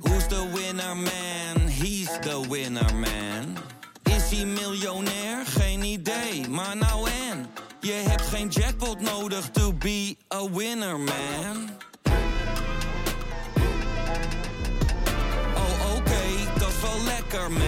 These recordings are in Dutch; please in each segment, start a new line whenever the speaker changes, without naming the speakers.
Who's the winner man? He's the winner man. Is hij miljonair? Geen idee, maar nou en. Je hebt geen jackpot nodig to be a winner man. Oh oké, dat is wel lekker man.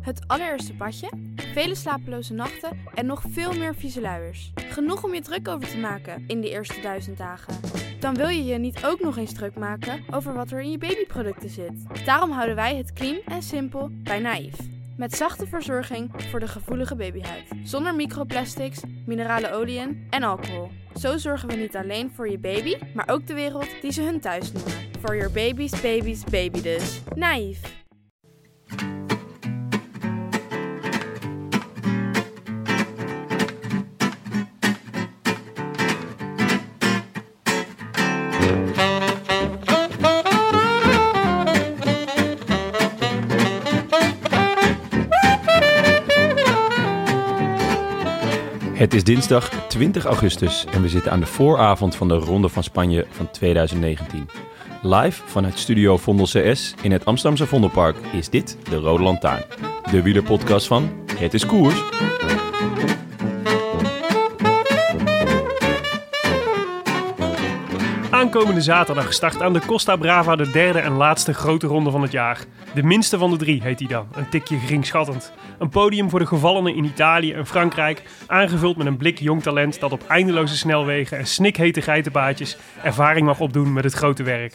Het allereerste padje, vele slapeloze nachten en nog veel meer vieze luiers. Genoeg om je druk over te maken in de eerste duizend dagen. Dan wil je je niet ook nog eens druk maken over wat er in je babyproducten zit. Daarom houden wij het clean en simpel bij Naïef. Met zachte verzorging voor de gevoelige babyhuid. Zonder microplastics, minerale oliën en alcohol. Zo zorgen we niet alleen voor je baby, maar ook de wereld die ze hun thuis noemen. For your baby's baby's baby dus. Naïef.
Het is dinsdag 20 augustus en we zitten aan de vooravond van de Ronde van Spanje van 2019. Live vanuit Studio Vondel CS in het Amsterdamse Vondelpark is dit de Rode Lantaarn. De wielerpodcast van Het is Koers.
Aankomende zaterdag start aan de Costa Brava de derde en laatste grote ronde van het jaar. De minste van de drie heet die dan, een tikje geringschattend. Een podium voor de gevallenen in Italië en Frankrijk, aangevuld met een blik jong talent dat op eindeloze snelwegen en snikhete geitenpaadjes ervaring mag opdoen met het grote werk.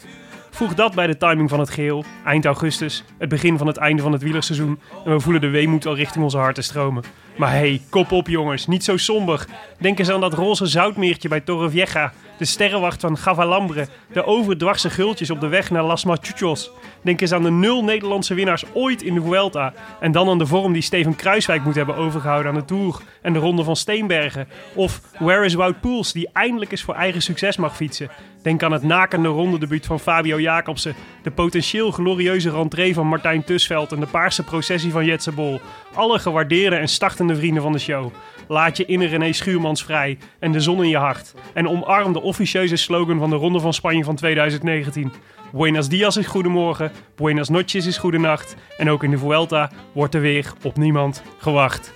Voeg dat bij de timing van het geheel, eind augustus, het begin van het einde van het wielerseizoen en we voelen de weemoed al richting onze harten stromen. Maar hey, kop op jongens, niet zo somber. Denk eens aan dat roze zoutmeertje bij Torrevieja, de sterrenwacht van Gavalambre, de overdwarse gultjes op de weg naar Las Machuchos. Denk eens aan de nul Nederlandse winnaars ooit in de Vuelta en dan aan de vorm die Steven Kruiswijk moet hebben overgehouden aan de Tour en de Ronde van Steenbergen. Of Where is Wout Poels, die eindelijk eens voor eigen succes mag fietsen. Denk aan het nakende rondedebuut van Fabio Jacobsen, de potentieel glorieuze rentree van Martijn Tusveld en de paarse processie van Jetse Bol. Alle gewaardeerde en startende vrienden van de show. Laat je inner René Schuurmans vrij en de zon in je hart. En omarm de officieuze slogan van de Ronde van Spanje van 2019. Buenos dias is goedemorgen, buenas noches is goedenacht. En ook in de Vuelta wordt er weer op niemand gewacht.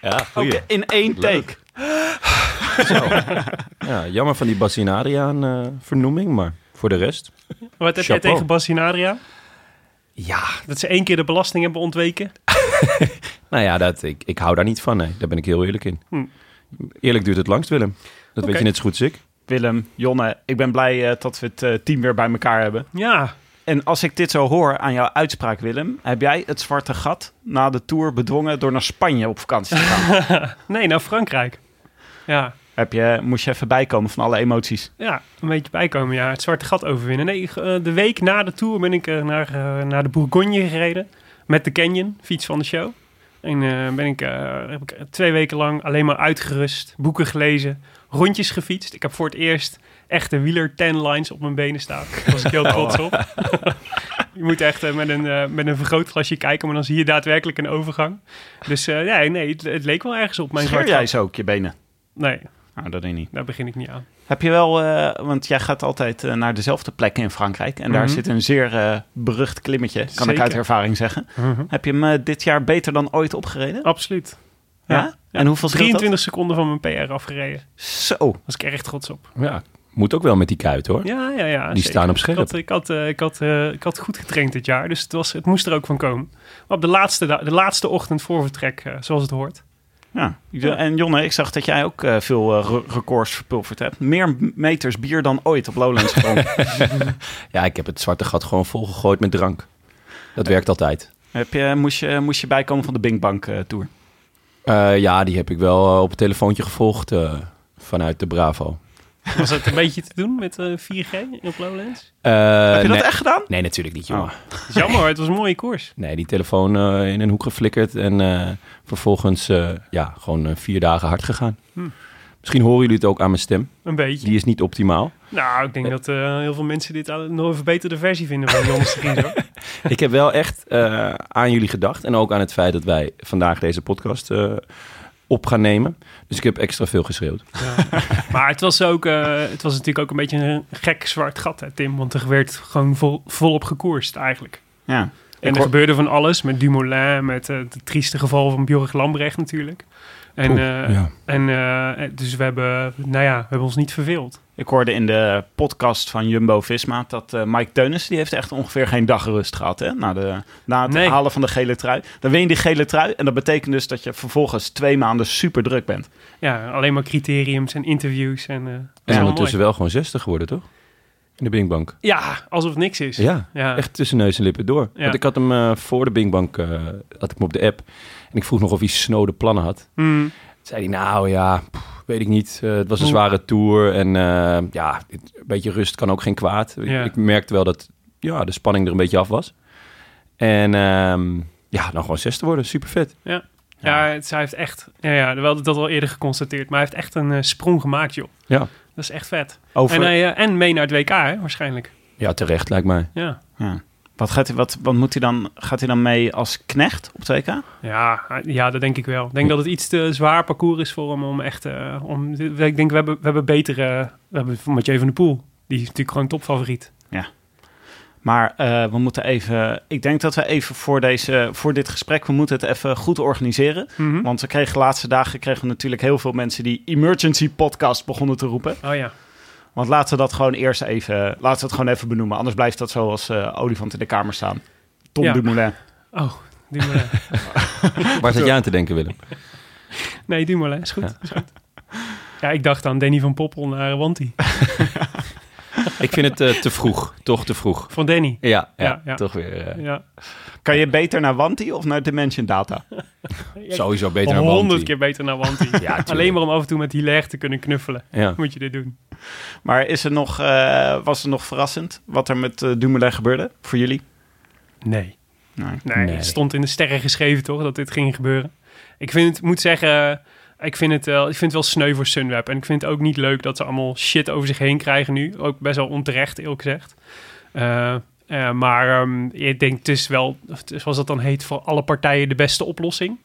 Ja, goeie.
In één take.
Ja, jammer van die Bassinariaan-vernoeming, maar voor de rest...
Wat heb jij
Chapeau.
tegen Bassinaria?
Ja,
Dat ze één keer de belasting hebben ontweken?
nou ja, dat, ik, ik hou daar niet van. Nee. Daar ben ik heel eerlijk in.
Hm.
Eerlijk duurt het langst, Willem. Dat weet
Oké.
je net zo goed als ik.
Willem, Jonne, ik ben blij eh, dat we het eh, team weer bij elkaar hebben.
Ja,
En als ik dit zo hoor aan jouw uitspraak, Willem, heb jij het zwarte gat na de Tour bedwongen door naar Spanje op vakantie te gaan?
nee, naar Frankrijk. Ja,
heb je, moest je even bijkomen van alle emoties?
ja, een beetje bijkomen. Ja, het zwarte gat overwinnen. Nee, eh, de week na de Tour ben ik eh, naar, eh, naar de Bourgogne gereden. Met de Canyon, fiets van de show. En eh, ben ik, eh, heb ik twee weken lang alleen maar uitgerust, boeken gelezen, rondjes gefietst. Ik heb voor het eerst echte wieler ten lines op mijn benen staan. Daar was ik heel trots op. je moet echt eh, met, een, eh, met een vergrootglasje kijken, maar dan zie je daadwerkelijk een overgang. Dus eh, nee, nee het, het leek wel ergens op mijn
Scheer
zwarte
jij zo ook je benen?
Nee,
Nou, dat denk ik niet.
daar begin ik niet aan.
Heb je wel, eh, want jij gaat altijd eh, naar dezelfde plekken in Frankrijk. En daar
Mhm.
zit een zeer eh, berucht klimmetje, kan ik
Zeker.
uit ervaring zeggen. Heb je hem eh, dit jaar beter dan ooit opgereden?
Absoluut.
Ja? En hoeveel scheelt dat?
23 seconden van mijn PR afgereden.
Zo.
was ik erg trots op.
Ja, moet ook wel met die kuit, hoor.
Ja, ja, ja.
Die staan op
Ik
scherp.
had, ik, had, eh, ik, had, eh, ik had goed getraind dit jaar, dus het, was, het moest er ook van komen. Maar op de laatste, da- de laatste ochtend voor vertrek, eh, zoals het hoort.
Ja. En Jonne, ik zag dat jij ook eh, veel eh, re- records verpulverd hebt. Meer m- meters bier dan ooit op Lowlands gedronken.
Ja, ik heb het zwarte gat gewoon volgegooid met drank. Dat werkt altijd.
heb je, moest, je, moest je bijkomen van de Bing Bang eh, Tour?
Eh, ja, die heb ik wel eh, op het telefoontje gevolgd eh, vanuit de Bravo.
Was dat een beetje te doen met eh, 4G op Lowlands?
Eh,
heb je
nee,
dat echt gedaan?
nee, natuurlijk niet, jongen.
Oh.
Dat is Jammer, hoor, het was een mooie koers.
Nee, die telefoon eh, in een hoek geflikkerd en eh, vervolgens eh, ja, gewoon eh, vier dagen hard gegaan.
Hm.
Misschien horen jullie het ook aan mijn stem.
Een beetje.
Die is niet optimaal.
Nou, ik denk dat eh, heel veel mensen dit al- nog een verbeterde versie vinden van Jonas de Vries, hoor.
ik heb wel echt eh, aan jullie gedacht en ook aan het feit dat wij vandaag deze podcast eh, op ga nemen. Dus ik heb extra veel geschreeuwd.
Maar het was, ook, eh, het was natuurlijk ook een beetje een gek zwart gat, hè, Tim. Want er werd gewoon vol, volop gekoerst eigenlijk.
Ja.
En
Ik
er
hoor-
gebeurde van alles met Dumoulin, met eh, het trieste geval van Björk Lambrecht natuurlijk. En,
Oeh,
eh,
ja.
en eh, dus we hebben, nou ja, we hebben ons niet verveeld.
Ik hoorde in de podcast van Jumbo Visma dat eh, Mike Teunissen, die heeft echt ongeveer geen dag rust gehad. Hè? Na, de, na het
Nee.
halen van de gele trui. Dan win je die gele trui en dat betekent dus dat je vervolgens twee maanden super druk bent.
Ja, alleen maar criteriums en interviews. En, eh, dat is
En
wel
ondertussen wel gewoon 60 geworden, toch? In de Bingbank.
mooi. Ja, alsof het niks is.
Ja,
Ja.
echt tussen neus en lippen door.
Ja.
Want ik had hem eh, voor de Bingbank, eh had ik hem op de app. En ik vroeg nog of hij snode plannen had.
Hmm.
Toen zei hij, nou ja, pff, weet ik niet. Eh, het was een
Oeh.
zware tour en eh, ja, dit- een beetje rust kan ook geen kwaad. Ik-
Ja.
Ik merkte wel dat ja, de spanning er een beetje af was. En ehm, ja, dan gewoon zesde worden, super vet.
Ja, het, hij heeft echt, ja, ja, we hadden dat al eerder geconstateerd, maar hij heeft echt een eh, sprong gemaakt, joh.
Ja.
Dat is echt vet.
Over,
En, hij, eh, en mee naar het WK, hè, waarschijnlijk.
Ja, terecht lijkt mij.
Ja,
ja. wat, gaat, hij- wat, wat moet hij dan? Gaat hij dan mee als knecht op 2K?
ja, hij- ja dat denk ik wel. Ik denk dat het iets te zwaar parcours is voor hem om echt, eh, om, ik denk we hebben, we hebben betere, we hebben Mathieu van der Poel. Die is natuurlijk gewoon topfavoriet.
Maar eh, we moeten even. Ik denk dat we even voor, deze, voor dit gesprek. We moeten het even goed organiseren.
Mhm.
Want we kregen de laatste dagen kregen we natuurlijk heel veel mensen die emergency podcast begonnen te roepen.
Oh ja.
Want laten we dat gewoon eerst even. Laten we het gewoon even benoemen. Anders blijft dat zoals eh olifant in de kamer staan. Tom
Ja.
Dumoulin.
Oh, Dumoulin.
Waar zat jij aan te denken, Willem?
nee, Dumoulin, is goed. Ja. Is goed. ja, ik dacht aan Danny van Poppel naar Wanty.
Ik vind het eh, te vroeg, toch te vroeg.
Van Danny.
Ja, ja,
Ja, ja.
toch weer. eh,
Ja.
Kan je beter naar Wanti of naar Dimension Data?
Sowieso beter dan
honderd
Wanty.
keer beter naar Wanty.
Ja, tuurlijk.
Alleen maar om af en toe met Hilaire te kunnen knuffelen.
Ja.
Moet je dit doen.
Maar is er nog, eh, was het nog verrassend wat er met eh, Dumoulin gebeurde voor jullie?
Nee.
Nee.
Nee,
Nee.
het stond in de sterren geschreven toch, dat dit ging gebeuren. Ik vind het, moet zeggen, ik vind het, wel, ik vind het wel sneu voor Sunweb. En ik vind het ook niet leuk dat ze allemaal shit over zich heen krijgen nu. Ook best wel onterecht, eerlijk gezegd. Eh, eh, maar ehm, ik denk, het is wel, het is, zoals dat dan heet, voor alle partijen de beste oplossing.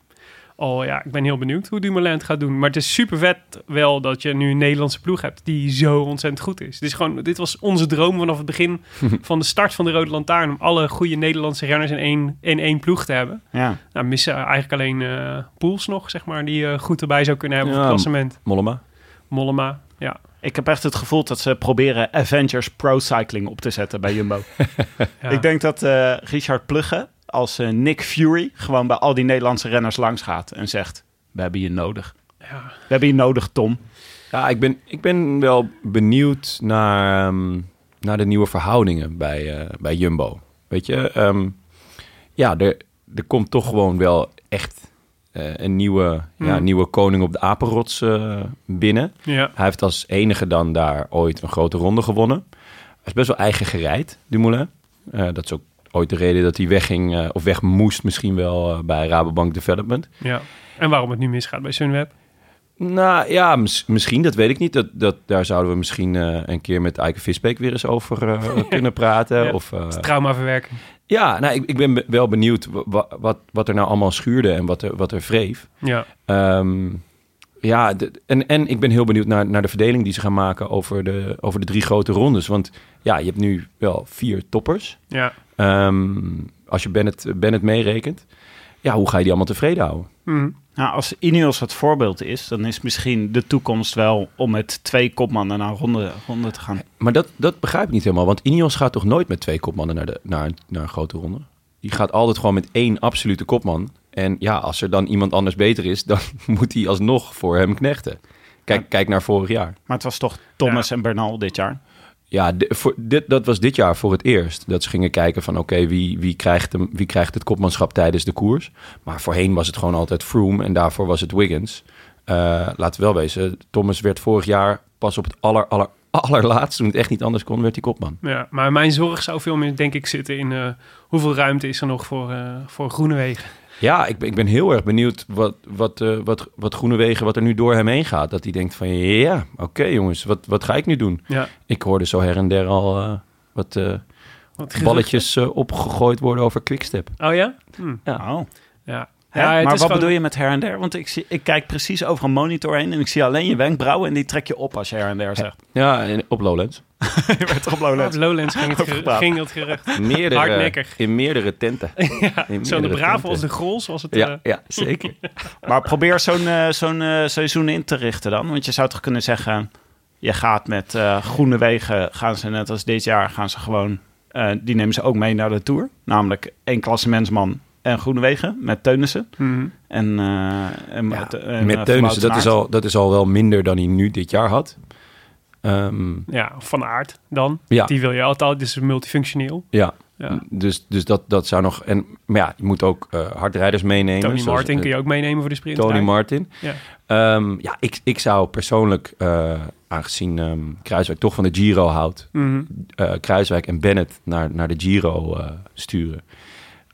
Oh ja, ik ben heel benieuwd hoe Dumoulin het gaat doen. Maar het is super vet wel dat je nu een Nederlandse ploeg hebt die zo ontzettend goed is. Dit, is gewoon, dit was onze droom vanaf het begin van de start van de Rode Lantaarn. Om alle goede Nederlandse renners in één, in één ploeg te hebben.
Ja.
Nou, missen eigenlijk alleen eh Poels nog, zeg maar, die eh, goed erbij zou kunnen hebben
Ja.
op het klassement.
Mollema.
Mollema, ja.
Ik heb echt het gevoel dat ze proberen Avengers Pro Cycling op te zetten bij Jumbo.
ja.
Ik denk dat eh, Richard Plugge als eh, Nick Fury gewoon bij al die Nederlandse renners langs gaat en zegt: We hebben je nodig.
Ja.
We hebben je nodig, Tom.
Ja, ik ben, ik ben wel benieuwd naar, ehm, naar de nieuwe verhoudingen bij, eh, bij Jumbo. Weet je, ehm, ja, er, er komt toch gewoon wel echt eh, een nieuwe, ja,
Mm.
nieuwe koning op de apenrots eh, binnen.
Ja.
Hij heeft als enige dan daar ooit een grote ronde gewonnen. Hij is best wel eigen gereid, Dumoulin. Eh dat is ook ooit de reden dat hij wegging, eh, of weg moest misschien wel eh, bij Rabobank Development.
ja. En waarom het nu misgaat bij Sunweb?
Nou ja, mis- misschien, dat weet ik niet. Dat, dat, daar zouden we misschien eh, een keer met Eike Visbeek weer eens over eh, kunnen praten.
Ja.
Of, eh,
Trauma verwerken.
ja, nou, ik, ik ben be- wel benieuwd wa- wa- wat, wat er nou allemaal schuurde en wat er, wat er wreef.
Ja.
Ehm, ja, de- en, en ik ben heel benieuwd naar, naar de verdeling die ze gaan maken over de, over de drie grote rondes. Want ja, je hebt nu wel vier toppers.
Ja.
Ehm, als je Bennett, Bennett meerekent. Ja, hoe ga je die allemaal tevreden houden?
Mhm.
Nou, als Ineos het voorbeeld is, dan is misschien de toekomst wel om met twee kopmannen naar een ronde, ronde te gaan.
Maar dat, dat begrijp ik niet helemaal. Want Ineos gaat toch nooit met twee kopmannen naar, de, naar, een- naar een grote ronde? Die gaat altijd gewoon met één absolute kopman. En ja, als er dan iemand anders beter is, dan moet hij alsnog voor hem knechten. Kijk, kijk naar vorig jaar.
Maar het was toch Thomas en Bernal dit jaar?
Ja, di- voor, dit, dat was dit jaar voor het eerst. Dat ze gingen kijken van oké, wie, wie, krijgt hem, wie krijgt het kopmanschap tijdens de koers? Maar voorheen was het gewoon altijd Froome en daarvoor was het Wiggins. Eh laten we wel wezen, Thomas werd vorig jaar pas op het aller, aller, allerlaatst, toen het echt niet anders kon, werd hij kopman.
Ja, maar mijn zorg zou veel meer, denk ik, zitten in eh, hoeveel ruimte is er nog voor, eh voor Groenewegen.
Ja, ik ben, ik ben heel erg benieuwd wat, wat, eh, wat, wat Groenewegen, wat er nu door hem heen gaat. Dat hij denkt van, ja, oké jongens, wat, wat ga ik nu doen?
Ja,
Ik hoorde zo her en der al eh, wat eh,
want gerucht-
balletjes eh, opgegooid worden over Quickstep.
Oh ja? Hm.
Oh.
Ja.
Hè?
Ja, het
maar
is
wat
gewoon-
bedoel je met her en der? Want ik, zie, ik kijk precies over een monitor heen en ik zie alleen je wenkbrauwen en die trek je op als je her en der zegt.
Ja, en op Lowlands.
je werd toch op Lowlands?
Op Lowlands ging het,
Over
gerucht,
gepraat.
ging het gerucht.
Meerdere,
Hardnekkig.
In meerdere tenten.
Ja,
meerdere
zowel de Bravo
tenten.
als de Grols was het. eh,
Ja, ja zeker.
Maar probeer zo'n eh, zo'n eh, seizoen in te richten dan. Want je zou toch kunnen zeggen, je gaat met eh, Groene Wegen, gaan ze net als dit jaar, gaan ze gewoon, eh, die nemen ze ook mee naar de Tour. Namelijk één klassementsman en Groene Wegen met Teunissen.
mhm.
En, eh, en,
Ja,
en, eh, Van
Met
Wout
Teunissen,
van
dat is,
Aert.
al, dat is al wel minder dan hij nu dit jaar had. Ehm,
ja, van aard dan.
Ja.
Die wil je altijd, dus multifunctioneel.
ja,
Ja.
dus, dus dat, dat zou nog... En, maar ja, je moet ook eh, hardrijders meenemen.
Tony
zoals,
Martin
eh,
kun je ook meenemen voor de sprint.
Tony Martin.
Ja.
Ehm, ja, ik, ik zou persoonlijk, eh, aangezien ehm Kruiswijk toch van de Giro houdt...
Mhm.
eh, Kruiswijk en Bennett naar, naar de Giro eh, sturen.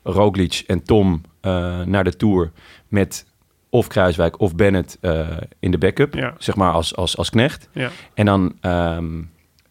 Roglic en Tom eh, naar de Tour met of Kruiswijk of Bennett eh, in de backup.
Ja.
Zeg maar als, als, als knecht.
Ja.
En dan ehm,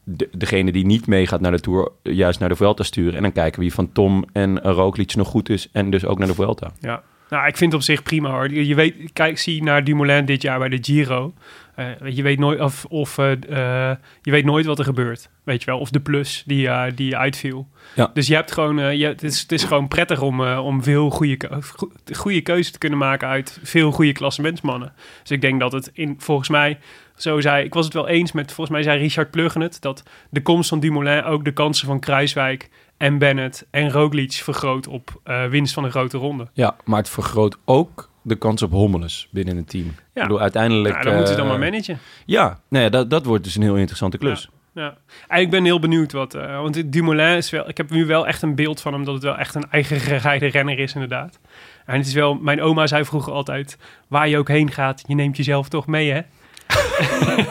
de, degene die niet meegaat naar de Tour eh, juist naar de Vuelta sturen. En dan kijken wie van Tom en eh, Roglic nog goed is. En dus ook naar de Vuelta.
Ja. Nou, ik vind het op zich prima hoor. Je weet, kijk, zie naar Dumoulin dit jaar bij de Giro. Eh, je weet nooit of, of eh, eh, je weet nooit wat er gebeurt. Weet je wel, of de plus die, eh, die uitviel.
Ja.
Dus je hebt gewoon, eh, je, het, is, het is gewoon prettig om, eh, om veel goede, keu- go- goede keuzes te kunnen maken uit veel goede klassementsmannen. Dus ik denk dat het in, volgens mij, zo zei, ik was het wel eens met, volgens mij zei Richard Pluggen het, dat de komst van Dumoulin ook de kansen van Kruiswijk en Bennett en Roglic vergroot op eh, winst van een grote ronde.
Ja, maar het vergroot ook de kans op hommeles binnen het team. Ik bedoel, uiteindelijk...
Nou, dan moeten ze
eh,
dan maar managen.
Ja, nee, dat, dat wordt dus een heel interessante klus.
Ja. En ik ben heel benieuwd wat. eh, want Dumoulin is wel. Ik heb nu wel echt een beeld van hem dat het wel echt een eigen gerijden renner is, inderdaad. En het is wel. Mijn oma zei vroeger altijd: waar je ook heen gaat, je neemt jezelf toch mee, hè?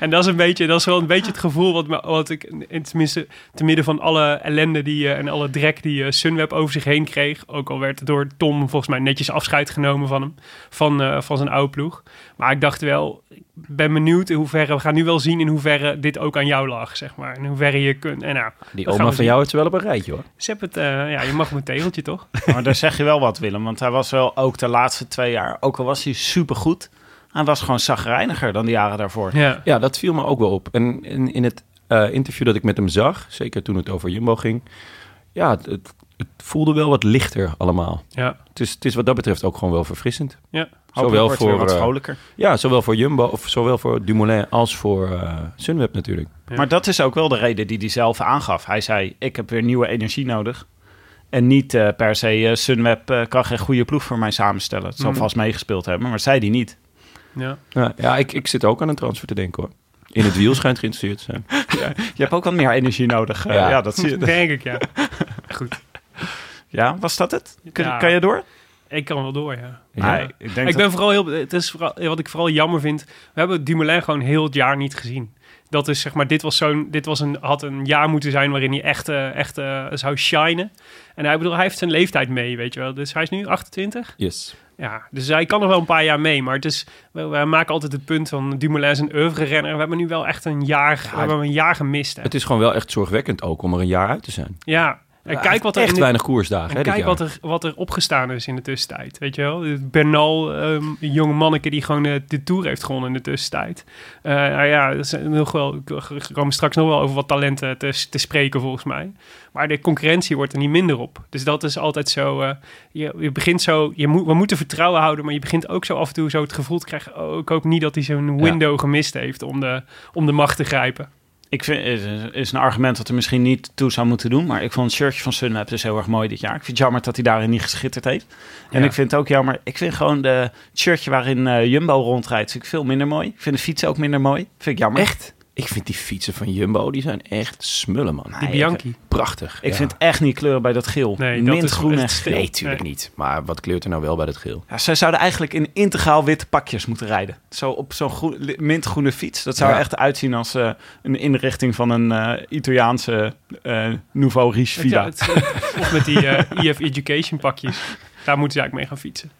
en dat is een beetje, dat is wel een beetje het gevoel wat, me- wat ik, in- tenminste, te midden van alle ellende die, eh, en alle drek die eh, Sunweb over zich heen kreeg, ook al werd door Tom volgens mij netjes afscheid genomen van hem, van, eh, van zijn oude ploeg. Maar ik dacht wel, ik ben benieuwd in hoeverre, we gaan nu wel zien in hoeverre dit ook aan jou lag, zeg maar. In hoeverre je kunt, en nou,
Die
Dat gaan we
oma van
zien.
jou heeft ze wel op een rijtje hoor.
ze hebben het, eh, ja, je mag mijn tegeltje toch?
Maar daar zeg je wel wat, Willem. Want hij was wel ook de laatste twee jaar, ook al was hij supergoed, hij was gewoon zagrijniger dan de jaren daarvoor.
Ja.
Ja, dat viel me ook wel op. En in, in het eh, interview dat ik met hem zag, zeker toen het over Jumbo ging, ja, het, het, het voelde wel wat lichter allemaal.
Ja.
Het is, het is wat dat betreft ook gewoon wel verfrissend.
Ja.
Hopelijk
Zowel
wordt het weer
voor,
wat
eh,
vrolijker.
Ja, zowel voor Jumbo, of zowel voor Dumoulin als voor eh, Sunweb natuurlijk.
Ja.
Maar dat is ook wel de reden die hij zelf aangaf. Hij zei, ik heb weer nieuwe energie nodig. En niet eh, per se, eh, Sunweb eh, kan geen goede ploeg voor mij samenstellen. Het zal
Mhm.
vast meegespeeld hebben, maar dat zei hij niet.
ja.
Ja, ja ik, ik zit ook aan een transfer te denken hoor. In het wiel schijnt geïnteresseerd te zijn.
Je hebt ook wat meer energie nodig. Eh,
Ja.
ja. dat zie je.
Denk ik, ja. Goed.
Ja, was dat het? Kun,
Ja.
Kan je door?
Ik kan wel door, ja.
Ja.
Nee, ik denk
Ik
dat-
ben vooral heel. Het is vooral, wat ik vooral jammer vind. We hebben Dumoulin gewoon heel het jaar niet gezien. Dat is zeg maar. Dit was zo'n. Dit was een. Had een jaar moeten zijn waarin hij echt, eh, echt eh, zou shinen. En hij, ik bedoel, hij heeft zijn leeftijd mee, weet je wel. Dus hij is nu 28.
Yes.
Ja, dus hij kan nog wel een paar jaar mee. Maar het is. We, we maken altijd het punt van Dumoulin is een oeuvre-renner. We hebben nu wel echt een jaar. we hebben hem een jaar gemist. Hè.
Het is gewoon wel echt zorgwekkend ook om er een jaar uit te zijn.
ja. En
Hij
kijk
heeft
wat er in
echt
dit-
weinig koersdagen.
En
Hè, dit
kijk
jaar.
wat er, wat er opgestaan is in de tussentijd. Weet je wel? Bernal, ehm, een jonge manneke die gewoon eh, de Tour heeft gewonnen in de tussentijd. Eh, nou ja, er zijn nog wel, er komen straks nog wel over wat talenten te, te spreken volgens mij. Maar de concurrentie wordt er niet minder op. Dus dat is altijd zo. eh, je, je begint zo, je moet, we moeten vertrouwen houden, maar je begint ook zo af en toe zo het gevoel te krijgen. Oh, ik hoop niet dat hij zo'n
Ja.
window gemist heeft om de, om de macht te grijpen.
Ik vind, is, is een argument dat er misschien niet toe zou moeten doen. Maar ik vond het shirtje van Sunweb dus heel erg mooi dit jaar. Ik vind het jammer dat hij daarin niet geschitterd heeft. En
Ja.
ik vind het ook jammer. Ik vind gewoon de het shirtje waarin eh, Jumbo rondrijdt vind ik veel minder mooi. Ik vind de fiets ook minder mooi. Vind ik jammer.
Echt? Ik vind die fietsen van Jumbo, die zijn echt smullen man.
Die
Nee,
Bianchi.
Prachtig.
Ik
ja.
vind echt niet kleuren bij dat geel.
Nee, dat
Mint
is-
groen en
het-
geel.
Nee, tuurlijk niet. Maar wat kleurt er nou wel bij dat geel?
Ja, zij zouden eigenlijk in integraal witte pakjes moeten rijden. Zo op zo'n groen, li- mintgroene fiets. Dat zou
Ja.
er echt uitzien als eh, een inrichting van een eh, Italiaanse eh, Nouveau Riche
Ja,
Villa.
het, of met die eh EF Education pakjes. Daar moeten ze eigenlijk mee gaan fietsen.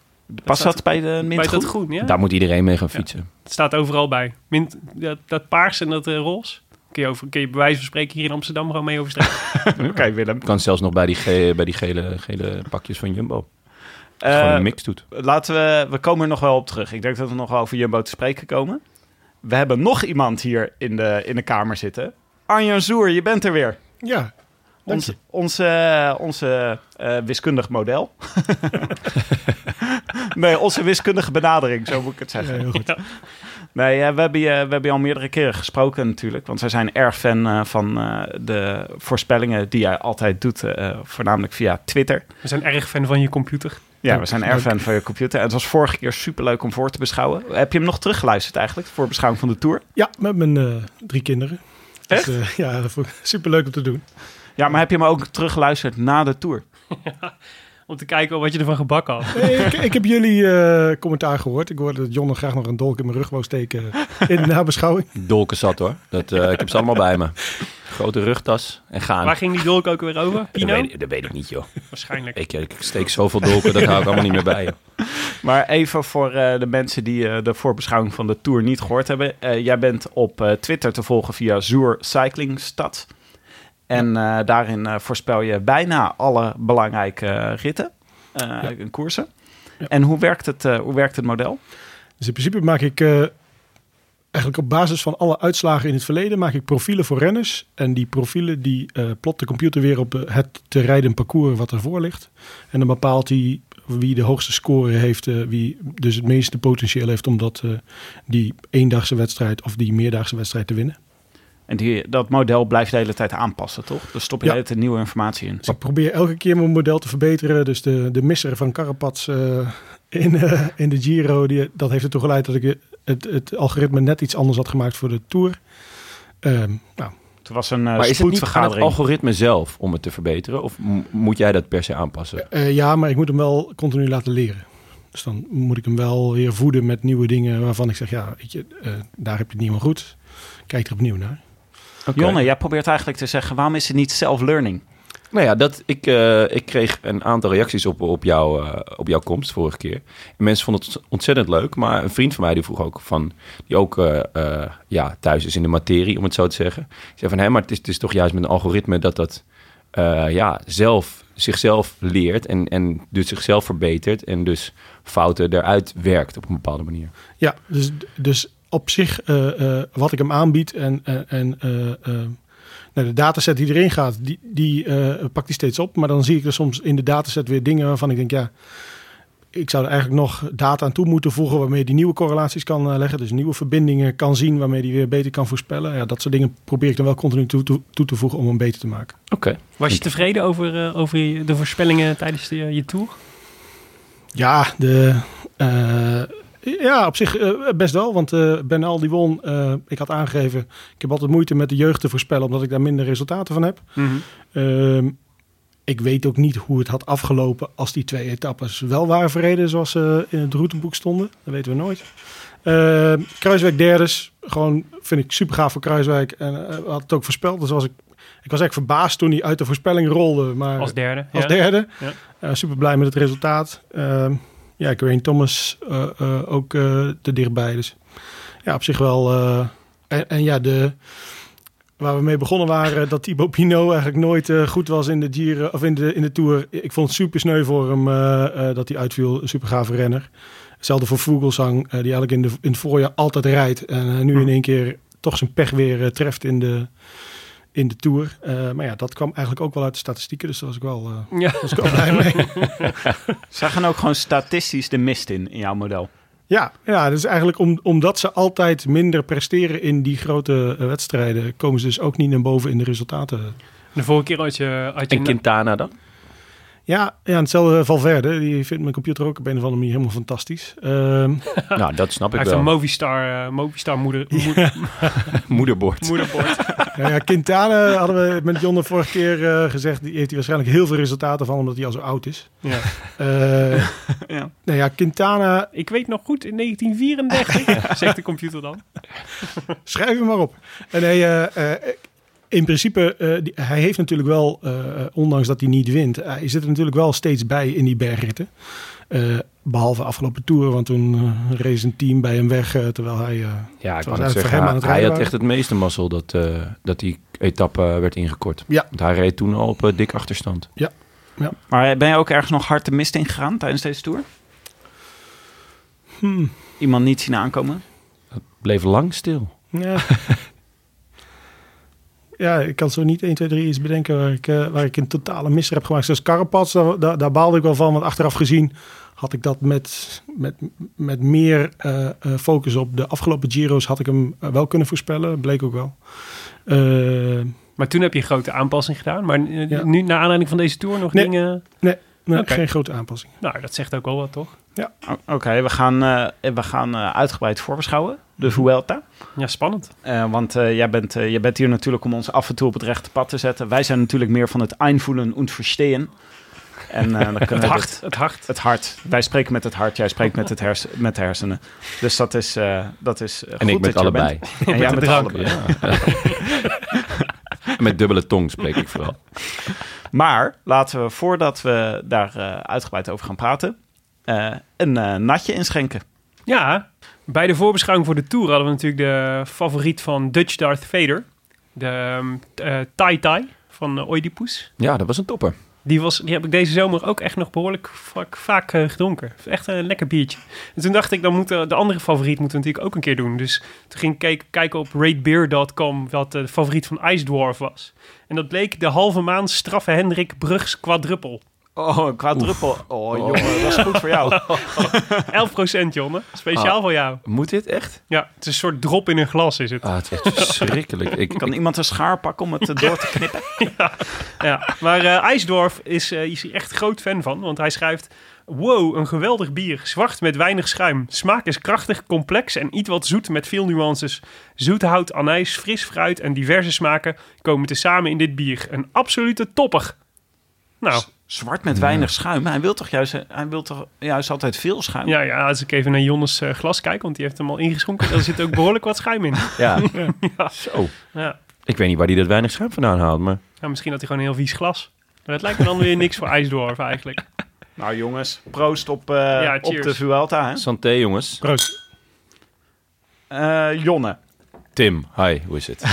Past dat bij de
Bij
mintgroen?
dat groen, ja?
Daar moet iedereen mee gaan
Ja.
fietsen.
Het staat overal bij. Mint, dat, dat paars en dat eh, roze. Kun je, over, kun je bij wijze van spreken hier in Amsterdam gewoon mee oversteken.
Oké, Willem.
Kan zelfs nog bij die, ge- bij die gele, gele pakjes van Jumbo. Gewoon
Eh,
een mix doet.
Laten we, we komen er nog wel op terug. Ik denk dat we nog wel over Jumbo te spreken komen. We hebben nog iemand hier in de, in de kamer zitten. Arjan Zoer, je bent er weer.
Ja, dank
Ons,
je.
onze onze eh, wiskundig model. nee, onze wiskundige benadering, zo moet ik het
Ja,
zeggen.
heel goed.
Nee, eh, we, hebben je, we hebben je al meerdere keren gesproken natuurlijk. Want wij zijn erg fan eh, van eh, de voorspellingen die jij altijd doet. eh, voornamelijk via Twitter.
We zijn erg fan van je computer.
Ja, we zijn erg
Dank.
fan van je computer. En het was vorige keer superleuk om voor te beschouwen. Heb je hem nog teruggeluisterd eigenlijk? Voor beschouwing van de tour?
Ja, met mijn eh, drie kinderen. Dus, eh, ja, dat vond ik superleuk om te doen.
Ja, maar heb je hem ook teruggeluisterd na de tour?
Om te kijken wat je ervan gebakken had.
Hey, ik, ik heb jullie eh, commentaar gehoord. Ik hoorde dat John nog graag nog een dolk in mijn rug wou steken in de nabeschouwing.
Dolken zat hoor. Dat, eh, ik heb ze allemaal bij me. Grote rugtas en gaan.
Waar ging die dolk ook weer over?
dat,
Pino?
weet, dat weet ik niet joh.
Waarschijnlijk.
Ik, eh, ik steek zoveel dolken, dat hou ik allemaal niet meer bij. joh.
Maar even voor eh, de mensen die eh, de voorbeschouwing van de Tour niet gehoord hebben. Eh, jij bent op eh, Twitter te volgen via Zoer Cycling Stad. En eh, daarin eh, voorspel je bijna alle belangrijke eh, ritten eh, en koersen.
Ja.
En hoe werkt, het, eh, hoe werkt het model?
Dus in principe maak ik eh, eigenlijk op basis van alle uitslagen in het verleden maak ik profielen voor renners. En die profielen die eh plot de computer weer op eh, het te rijden parcours wat ervoor ligt. En dan bepaalt hij wie de hoogste score heeft, eh, wie dus het meeste potentieel heeft om dat, eh, die eendagse wedstrijd of die meerdaagse wedstrijd te winnen.
En die, dat model blijft de hele tijd aanpassen, toch? Dus stop je
Ja.
de hele tijd nieuwe informatie in.
Dus ik probeer elke keer mijn model te verbeteren. Dus de, de misser van Carapaz eh, in, eh, in de Giro, die, dat heeft ertoe geleid dat ik het, het algoritme net iets anders had gemaakt voor de Tour. Ehm, nou,
Het was een eh,
Maar is het niet aan het
spoedvergadering.
algoritme zelf om het te verbeteren? Of m- moet jij dat per se aanpassen?
eh, ja, maar ik moet hem wel continu laten leren. Dus dan moet ik hem wel weer voeden met nieuwe dingen waarvan ik zeg, ja, weet je, eh, daar heb je het niet helemaal goed. Kijk er opnieuw naar.
Oké.
Jonne, jij probeert eigenlijk te zeggen, waarom is het niet self-learning?
Nou ja, dat, ik, eh, ik kreeg een aantal reacties op, op, jou, eh, op jouw komst vorige keer. En mensen vonden het ontzettend leuk. Maar een vriend van mij die vroeg ook van... die ook eh, eh, ja, thuis is in de materie, om het zo te zeggen. Die zei van, hé, maar het is, het is toch juist met een algoritme... dat dat eh, ja, zelf, zichzelf leert en, en dus zichzelf verbetert... en dus fouten eruit werkt op een bepaalde manier.
Ja, dus, dus op zich eh, eh, wat ik hem aanbied en, en, en eh, eh, nou, de dataset die erin gaat, die, die eh, pakt die steeds op. Maar dan zie ik er soms in de dataset weer dingen waarvan ik denk, ja, ik zou er eigenlijk nog data aan toe moeten voegen waarmee je die nieuwe correlaties kan eh, leggen. Dus nieuwe verbindingen kan zien waarmee die weer beter kan voorspellen. Ja, dat soort dingen probeer ik dan wel continu toe, toe, toe te voegen om hem beter te maken.
Oké.
Was je tevreden over, eh, over je- de voorspellingen tijdens de, je tour?
Ja, de, eh, ja op zich eh, best wel. Want eh Ben Al die won. eh, ik had aangegeven, ik heb altijd moeite met de jeugd te voorspellen... omdat ik daar minder resultaten van heb.
Mhm.
Ehm, ik weet ook niet hoe het had afgelopen als die twee etappes wel waren verreden... zoals ze in het routeboek stonden. Dat weten we nooit. Ehm, Kruiswijk derdes. Gewoon vind ik super gaaf voor Kruiswijk. En eh, had het ook voorspeld. Dus was ik, ik was eigenlijk verbaasd toen hij uit de voorspelling rolde. Maar
Als derde.
als
ja.
derde.
Ja.
super blij met het resultaat. Ehm, ja, Green Thomas eh, eh, ook eh, te dichtbij. Dus ja, op zich wel. eh, en, en ja, de, waar we mee begonnen waren, dat Thibaut Pinot eigenlijk nooit eh, goed was in de Giro of in de, in de Tour. Ik vond het super sneu voor hem eh, eh, dat hij uitviel. Een super gave renner. Hetzelfde voor Vogelsang, eh, die eigenlijk in, de, in het voorjaar altijd rijdt. En eh,
Hm.
nu in één keer toch zijn pech weer eh, treft in de, in de Tour. Eh, maar ja, dat kwam eigenlijk ook wel uit de statistieken. Dus daar was ik wel, eh,
Ja.
was ik wel blij mee.
Zij gaan ook gewoon statistisch de mist in, in jouw model.
Ja, ja, dus eigenlijk om, omdat ze altijd minder presteren in die grote eh, wedstrijden, komen ze dus ook niet naar boven in de resultaten.
De vorige keer had je... Had je
En Quintana dan?
Ja, ja en hetzelfde eh, Valverde, die vindt mijn computer ook op een of andere manier helemaal fantastisch. Ehm,
nou, dat snap
hij
ik
heeft een
wel.
Movistar, eh, Movistar moeder, moed-
Moederbord.
moederbord.
ja, ja, Quintana hadden we met John de vorige keer eh, gezegd, die heeft hij waarschijnlijk heel veel resultaten van, omdat hij al zo oud is.
Ja.
Eh,
Ja.
Nou ja, Quintana,
Ik weet nog goed, in 1934, zegt de computer dan.
schrijf hem maar op. En nee, eh, eh, in principe, eh, die- hij heeft natuurlijk wel, eh, eh, ondanks dat hij niet wint, eh, hij zit er natuurlijk wel steeds bij in die bergritten. Eh, behalve afgelopen toeren, want toen eh, race een team bij hem weg, eh, terwijl hij... eh,
Ja, ik
Het was
kan het
eigenlijk voor
zeggen.
hem
hij-
aan het
hij
rijden
had echt
waren.
het meeste mazzel dat, eh, dat die etappe werd ingekort.
Ja.
Want hij reed toen al op eh, dik achterstand.
Ja.
Maar ben je ook ergens nog hard de mist in gegaan tijdens deze tour?
Hmm.
Iemand niet zien aankomen?
Bleef lang stil.
Ja. ja, ik kan zo niet 1, 2, 3 iets bedenken waar ik, eh, waar ik een totale misser heb gemaakt. Zoals Carapaz, daar, daar, daar baalde ik wel van. Want achteraf gezien had ik dat met, met, met meer eh, eh, focus op de afgelopen Giro's... had ik hem eh, wel kunnen voorspellen. Bleek ook wel. Eh,
Maar toen heb je een grote aanpassing gedaan. Maar eh,
Ja.
nu, naar aanleiding van deze tour, nog
Nee.
dingen...
nou,
Oké.
Geen grote aanpassing.
Nou, dat zegt ook wel wat, toch?
O- Oké, we gaan, eh, we gaan eh, uitgebreid voorbeschouwen.
Mhm.
De Vuelta.
Ja, spannend.
Eh, want eh, jij, bent, eh, jij bent hier natuurlijk om ons af en toe op het rechte pad te zetten. Wij zijn natuurlijk meer van het einvoelen en verstehen. En eh, dan kunnen
Het
we
hart,
dit-
het hart.
het hart. Wij spreken met het hart, jij spreekt met, het hersen, met de hersenen. Dus dat is, eh, dat is eh,
En
goed
ik met
dat je er
allebei.
bent. En jij
de
met
drank.
allebei.
Met dubbele tong spreek ik vooral.
Maar laten we, voordat we daar eh, uitgebreid over gaan praten, eh, een eh, natje inschenken.
Ja, bij de voorbeschouwing voor de Tour hadden we natuurlijk de favoriet van Dutch Darth Vader. De ehm, t- eh Tai Tai van eh, Oedipus.
Ja, dat was een topper.
Die, was, die heb ik deze zomer ook echt nog behoorlijk vaak, vaak eh, gedronken. Echt een lekker biertje. En toen dacht ik, dan moeten de andere favoriet moeten we natuurlijk ook een keer doen. Dus toen ging ik kijken, kijken op ratebeer.com wat eh, de favoriet van Ice Dwarf was. En dat bleek de halve maand straffe Hendrik Brugs quadruppel.
Oh, qua druppel. Oh, jongen, dat is goed voor jou.
11% Jonne, speciaal voor jou.
Moet dit echt?
Ja, het is een soort drop in een glas is het.
Ah, het is echt verschrikkelijk. Ik,
Kan
ik-
iemand een schaar pakken om het eh, door te knippen?
Ja, maar eh IJsdorf is, eh, is hier echt groot fan van, want hij schrijft... Wow, een geweldig bier. Zwart met weinig schuim. Smaak is krachtig, complex en iets wat zoet met veel nuances. Zoet hout, anijs, fris fruit en diverse smaken komen tezamen in dit bier. Een absolute topper. Nou,
Zwart met weinig schuim. Hij wil toch juist, eh, hij wil toch juist altijd veel schuim?
ja, ja, als ik even naar Jonnes eh, glas kijk, want die heeft hem al ingeschonken, daar zit ook behoorlijk wat schuim in.
ja. Zo.
Ja.
Ik weet niet waar hij dat weinig schuim vandaan haalt, maar...
Ja, misschien had hij gewoon een heel vies glas. Maar dat lijkt me dan weer niks voor IJsdorf eigenlijk.
Nou jongens, proost op, eh,
Ja,
op
cheers.
de Vuelta. Hè?
Santé, jongens.
Proost.
Eh, Jonne,
Tim, hi, hoe is het?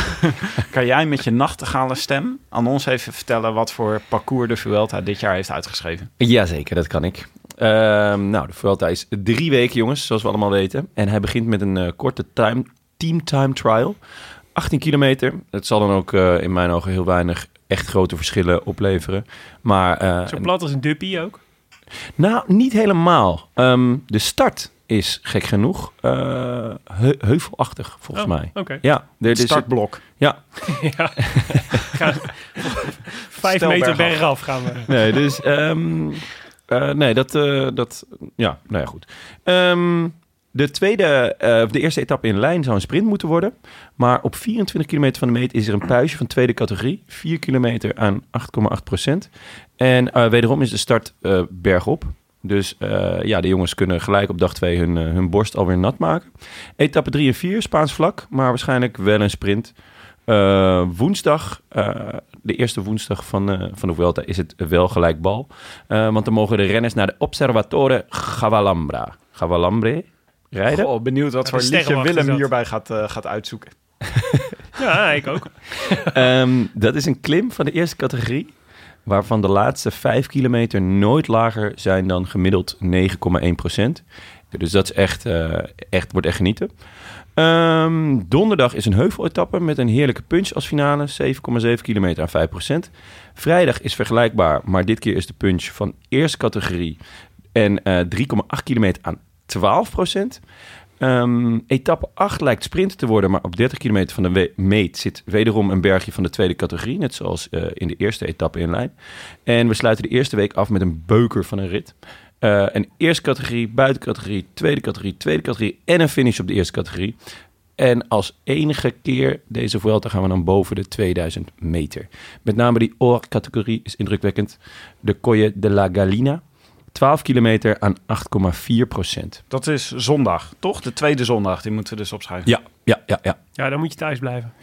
kan jij met je nachtegale stem aan ons even vertellen... wat voor parcours de Vuelta dit jaar heeft uitgeschreven?
Jazeker, dat kan ik. Ehm, nou, de Vuelta is drie weken, jongens, zoals we allemaal weten. En hij begint met een eh, korte time, team time trial. 18 kilometer. Het zal dan ook eh, in mijn ogen heel weinig echt grote verschillen opleveren. Maar eh,
Zo plat als een duppie ook.
Nou, niet helemaal. Ehm, de start is gek genoeg eh, heu- heuvelachtig, volgens
Oh,
mij.
Oké.
Ja, er
Het
is
startblok.
Ja. Ga- Vijf
Stel
meter
bergaf.
bergaf gaan we.
Nee, dus, ehm, eh, nee dat, eh, dat, ja, nou ja, goed. Ehm, de tweede, eh, of de eerste etappe in lijn zou een sprint moeten worden. Maar op 24 kilometer van de meet is er een puisje van tweede categorie. 4 kilometer aan 8,8 procent. En eh, wederom is de start eh, bergop. Dus eh, ja, de jongens kunnen gelijk op dag 2 hun, eh, hun borst alweer nat maken. Etappe 3 en 4, Spaans vlak, maar waarschijnlijk wel een sprint. Eh, woensdag, eh, de eerste woensdag van, eh, van de Vuelta, is het wel gelijk bal. Eh, want dan mogen de renners naar de Observatore Gavalambra. Gavalambre rijden.
Goh, benieuwd wat
Ja,
voor
de
liedje
sterrenwacht
Willem
is dat.
hierbij gaat, eh, gaat uitzoeken.
Ja, ik ook.
Ehm, dat is een klim van de eerste categorie. Waarvan de laatste 5 kilometer nooit lager zijn dan gemiddeld 9,1 procent. Dus dat is echt, eh, echt, wordt echt genieten. Ehm, donderdag is een heuveletappe met een heerlijke punch als finale. 7,7 kilometer aan 5 procent. Vrijdag is vergelijkbaar, maar dit keer is de punch van eerste categorie. En eh 3,8 kilometer aan 12 procent. Ehm, etappe 8 lijkt sprint te worden, maar op 30 kilometer van de we- meet zit wederom een bergje van de tweede categorie, net zoals eh, in de eerste etappe in lijn. En we sluiten de eerste week af met een beuker van een rit. Eh, een eerste categorie, buitencategorie, tweede categorie, tweede categorie en een finish op de eerste categorie. En als enige keer deze Vuelta gaan we dan boven de 2000 meter. Met name die OR-categorie is indrukwekkend. De Colle de la Galina, 12 kilometer aan 8,4 procent.
Dat is zondag, toch? De tweede zondag, die moeten we dus opschrijven.
Ja, ja, ja, ja.
Ja, dan moet je thuis blijven.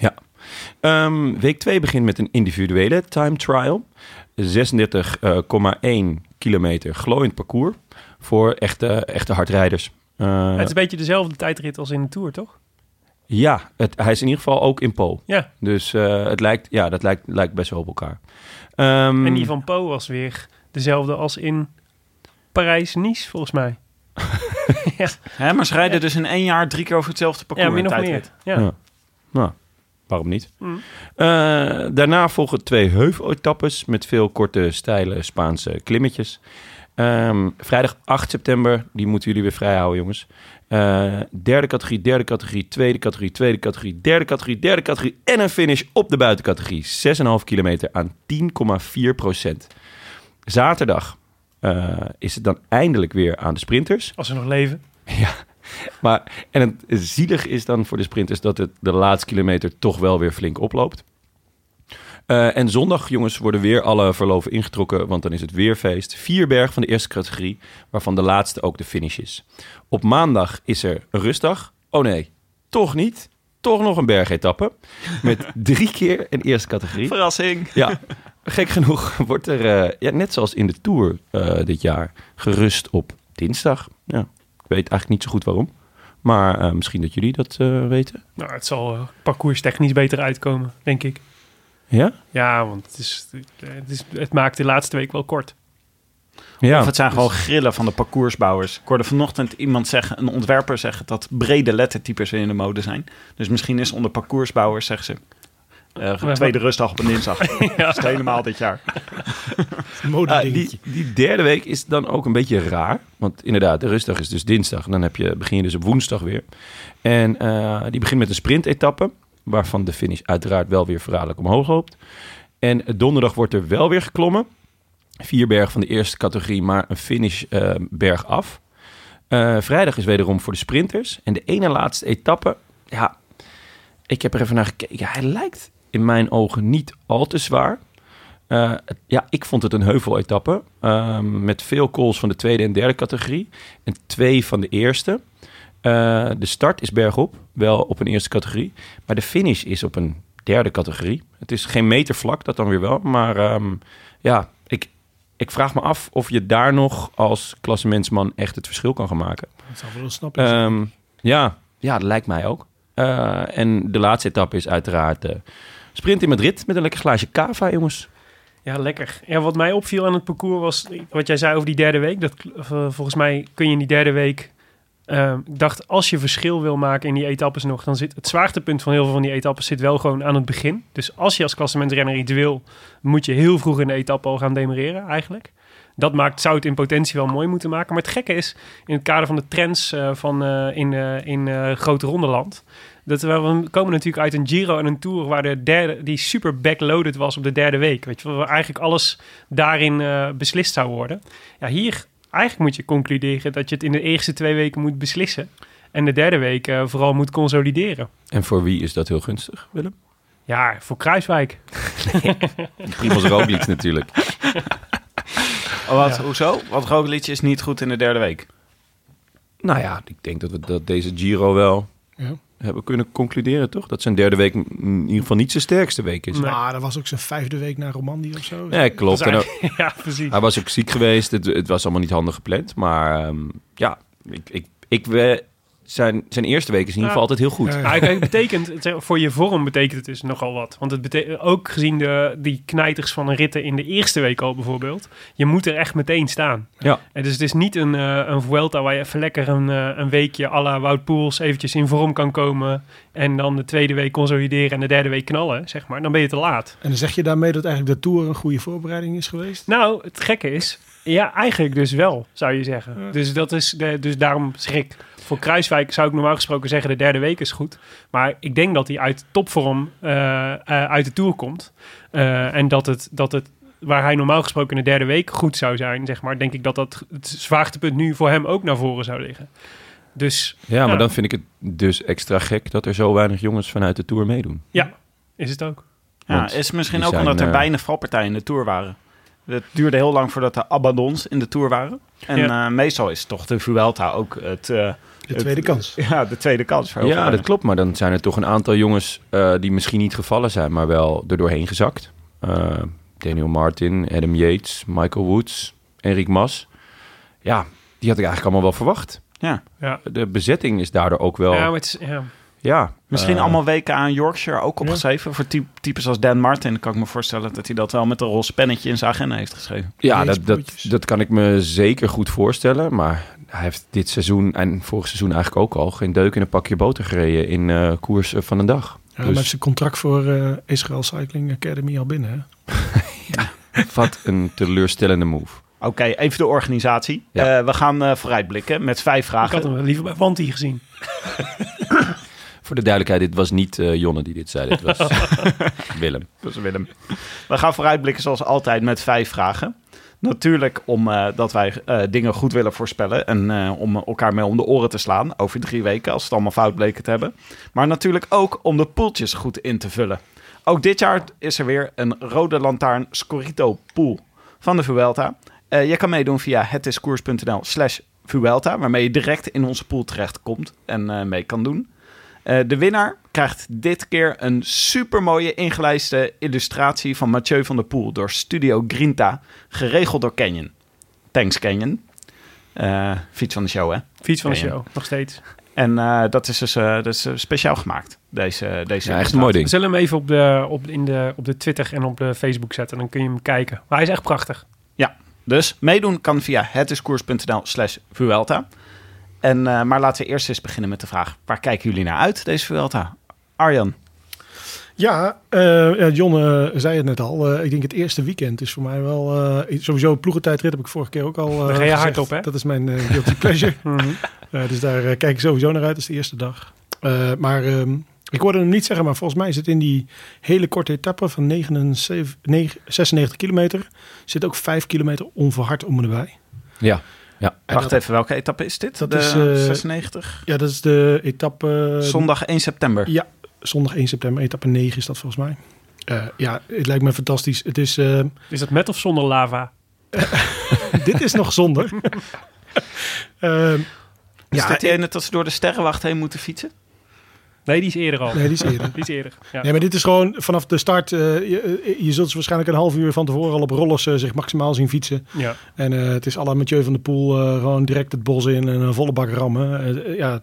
Ehm, week 2 begint met een individuele time trial. 36,1 kilometer glooiend parcours voor echte, echte hardrijders. Eh,
het is een beetje dezelfde tijdrit als in de Tour, toch?
Ja, het, hij is in ieder geval ook in Po.
Ja.
Dus eh, het lijkt, ja, dat lijkt, lijkt best wel op elkaar. Ehm,
En die van Po was weer dezelfde als in Parijs-Nice, volgens mij. ja,
Hè, maar ze rijden dus in één jaar drie keer over hetzelfde parcours.
ja, min
in
of
tijdrit.
meer. Ja.
Ja. Nou, waarom niet?
Mm.
Eh, daarna volgen twee heuveletappes met veel korte, steile Spaanse klimmetjes. Ehm, vrijdag 8 september, die moeten jullie weer vrijhouden, jongens. Eh, derde categorie, derde categorie, tweede categorie, tweede categorie, derde categorie, derde categorie en een finish op de buitencategorie. 6,5 kilometer aan 10,4 procent. Zaterdag eh, is het dan eindelijk weer aan de sprinters.
Als ze nog leven.
Maar, en het zielig is dan voor de sprinters dat het de laatste kilometer toch wel weer flink oploopt. Eh, en zondag, jongens, worden weer alle verloven ingetrokken, want dan is het weer feest. Vier berg van de eerste categorie, waarvan de laatste ook de finish is. Op maandag is er een rustdag. Oh nee, toch niet. Toch nog een bergetappe. Met drie keer een eerste categorie.
Verrassing.
Ja, gek genoeg wordt er, eh, ja, net zoals in de Tour eh, dit jaar, gerust op dinsdag. Ja, ik weet eigenlijk niet zo goed waarom. Maar eh, misschien dat jullie dat eh, weten.
Nou, het zal eh, parcourstechnisch beter uitkomen, denk ik.
Ja?
Ja, want het, is, het, is, het maakt de laatste week wel kort.
Ja.
Of het zijn gewoon grillen van de parcoursbouwers. Ik hoorde vanochtend iemand zeggen, een ontwerper zeggen dat brede lettertypes weer in de mode zijn. Dus misschien is onder parcoursbouwers, zeggen ze, eh,
wat-
tweede rustdag op een dinsdag. Dat is het helemaal dit jaar.
Ah,
Mode
die, die derde week is dan ook een beetje raar. Want inderdaad, de rustdag is dus dinsdag. En dan heb je, begin je dus op woensdag weer. En eh, die begint met een sprintetappe. Waarvan de finish uiteraard wel weer verraderlijk omhoog loopt. En donderdag wordt er wel weer geklommen. Vier berg van de eerste categorie, maar een finish eh, berg af. Eh, vrijdag is wederom voor de sprinters. En de ene laatste etappe, ja, ik heb er even naar gekeken. Hij lijkt in mijn ogen niet al te zwaar. Eh, het- ja, ik vond het een heuveletappe. Ehm met veel calls van de tweede en derde categorie. En twee van de eerste. Eh, de start is bergop, wel op een eerste categorie. Maar de finish is op een derde categorie. Het is geen meter vlak, dat dan weer wel. Maar ehm, ja, ik, ik vraag me af of je daar nog als klassementsman echt het verschil kan gaan maken.
Dat zou wel snappen.
Ehm, ja, ja, dat lijkt mij ook. Eh, en de laatste etappe is uiteraard de sprint in Madrid met een lekker glaasje cava, jongens.
Ja, lekker. Ja, wat mij opviel aan het parcours was wat jij zei over die derde week. Dat, eh, volgens mij kun je in die derde week. eh, ik dacht, als je verschil wil maken in die etappes nog, dan zit het zwaartepunt van heel veel van die etappes zit wel gewoon aan het begin. Dus als je als klassementrenner iets wil, moet je heel vroeg in de etappe al gaan demereren eigenlijk. Dat maakt, zou het in potentie wel mooi moeten maken. Maar het gekke is, in het kader van de trends eh, van, eh, in, eh, in eh, Grote Rondeland, dat we, we komen natuurlijk uit een Giro en een Tour waar de derde, die super backloaded was op de derde week. Weet je, wel, waar eigenlijk alles daarin eh, beslist zou worden. Ja, hier eigenlijk moet je concluderen dat je het in de eerste twee weken moet beslissen. En de derde week eh, vooral moet consolideren.
En voor wie is dat heel gunstig, Willem?
Ja, voor Kruiswijk.
Primoz Roglic natuurlijk.
Oh, wat, Hoezo? Want Roglic is niet goed in de derde week.
Nou ja, ik denk dat we dat deze Giro wel
Ja.
hebben kunnen concluderen, toch? Dat zijn derde week m- in ieder geval niet zijn sterkste week is.
Nee.
Maar dat was ook zijn vijfde week naar Romandie of zo.
Nee, klopt.
Dat is
En ook-
eigenlijk- ja, precies.
hij was ook ziek geweest. Het, het was allemaal niet handig gepland. Maar ehm, ja, ik, ik, ik, we, zijn, zijn eerste week is in ieder geval altijd heel goed.
Ja, ja.
Ja, Ah, kijk, het betekent, het, voor je vorm betekent het dus nogal wat. Want het betekent ook gezien de, die knijters van een ritten in de eerste week al bijvoorbeeld. Je moet er echt meteen staan.
Ja.
En dus het is niet een, eh, een Vuelta waar je even lekker een, eh, een weekje à la Wout Poels eventjes in vorm kan komen. En dan de tweede week consolideren en de derde week knallen, zeg maar. Dan ben je te laat.
En dan zeg je daarmee dat eigenlijk de Tour een goede voorbereiding is geweest?
Nou, het gekke is, ja, eigenlijk dus wel, zou je zeggen. Dus, dat is de, dus daarom schrik. Voor Kruiswijk zou ik normaal gesproken zeggen, de derde week is goed. Maar ik denk dat hij uit topvorm eh, eh, uit de Tour komt. Eh, en dat het, dat het, waar hij normaal gesproken in de derde week goed zou zijn, zeg maar, denk ik dat dat het zwaartepunt nu voor hem ook naar voren zou liggen. Dus
Ja, maar
Ja.
dan vind ik het dus extra gek dat er zo weinig jongens vanuit de Tour meedoen.
ja, is het ook.
Ja,
Want
is misschien
die
ook
zijn,
omdat er
eh,
weinig valpartijen in de Tour waren. Het duurde heel lang voordat de Abadons in de Tour waren. En
Ja.
eh, meestal is toch de Vuelta ook het, eh,
De tweede kans.
ja, de tweede kans. voor heel veel
Ja, dat
renners.
klopt. Maar dan zijn er toch een aantal jongens eh, die misschien niet gevallen zijn, maar wel er doorheen gezakt. Eh, Daniel Martin, Adam Yates, Michael Woods, Enric Mas. Ja, die had ik eigenlijk allemaal wel verwacht.
Ja.
Ja.
De bezetting is daardoor ook wel...
Ja,
Ja,
maar het is, ja.
Ja, misschien
Eh.
allemaal weken aan Yorkshire ook
Ja.
opgeschreven. Voor ty- types als Dan Martin kan ik me voorstellen dat hij dat wel met een roze pennetje in zijn agenda heeft geschreven.
Ja,
Jezus,
dat, dat,
broertjes.
dat kan ik me zeker goed voorstellen. Maar hij heeft dit seizoen en vorig seizoen eigenlijk ook al geen deuk in een pakje boter gereden in eh, koers eh, van een dag.
Ja,
Dus-
maar heeft zijn contract voor eh, Israel Cycling Academy al binnen. Hè?
Wat een teleurstellende move.
Oké, even de organisatie.
Ja.
Eh, we gaan eh, vooruitblikken met vijf
Ik had
vragen.
hem wel liever bij Wanty gezien.
Voor de duidelijkheid, dit was niet eh, Jonne die dit zei. Dit was Willem.
Dus Willem. We gaan vooruitblikken zoals altijd met vijf vragen. Natuurlijk omdat dat wij eh, dingen goed willen voorspellen en eh, om elkaar mee om de oren te slaan over drie weken als we het allemaal fout bleken te hebben. Maar natuurlijk ook om de poeltjes goed in te vullen. Ook dit jaar is er weer een rode lantaarn Scorito pool van de Vuelta. Eh, je kan meedoen via hetiskoers.nl slash Vuelta, waarmee je direct in onze pool terechtkomt en eh, mee kan doen. Eh, de winnaar krijgt dit keer een supermooie ingelijste illustratie van Mathieu van der Poel door Studio Grinta, geregeld door Canyon. Thanks Canyon. Eh, fiets van de show, hè?
Fiets van de
Ja, ja.
show, nog steeds.
En eh, dat is dus eh, dat is, eh, speciaal gemaakt, deze, deze
Ja, echt een mooi
We
ding.
zullen hem even op de, op, in de, op de Twitter en op de Facebook zetten. Dan kun je hem kijken. Maar hij is echt prachtig.
Dus meedoen kan via hetiskoers.nl slash Vuelta. En, eh, maar laten we eerst eens beginnen met de vraag, waar kijken jullie naar uit deze Vuelta? Arjan,
Ja, eh, ja, John eh, zei het net al. Eh, ik denk het eerste weekend is voor mij wel... eh, sowieso ploegentijdrit heb ik vorige keer ook al eh,
Dan ga je hard
gezegd.
op, hè?
Dat is mijn eh, guilty pleasure.
Mhm.
Eh, dus daar eh, kijk ik sowieso naar uit. Dat is de eerste dag. Eh, maar ehm, ik hoorde hem niet zeggen, maar volgens mij zit in die hele korte etappe van 79, negen- 96 kilometer... zit ook 5 kilometer onverhard om me erbij.
Ja.
En
wacht
dat-
even, welke etappe is dit?
dat
de
is, eh,
96?
Ja, dat is de etappe...
Zondag 1 september.
zondag 1 september, etappe 9 is dat volgens mij. Eh, ja, het lijkt me fantastisch. Het is, eh,
Is dat met of zonder lava?
dit is nog zonder. Ehm,
Is
ja,
dit die ene dat ze door de sterrenwacht heen moeten fietsen?
Nee, die is eerder al.
nee, die is eerder.
Die is eerder. Ja.
Nee, maar dit is gewoon vanaf de start. eh, je, je zult ze waarschijnlijk een half uur van tevoren al op rollers eh, zich maximaal zien fietsen.
Ja.
En eh, het is à la Mathieu van der Poel eh, gewoon direct het bos in en een volle bak rammen. Eh, eh, ja,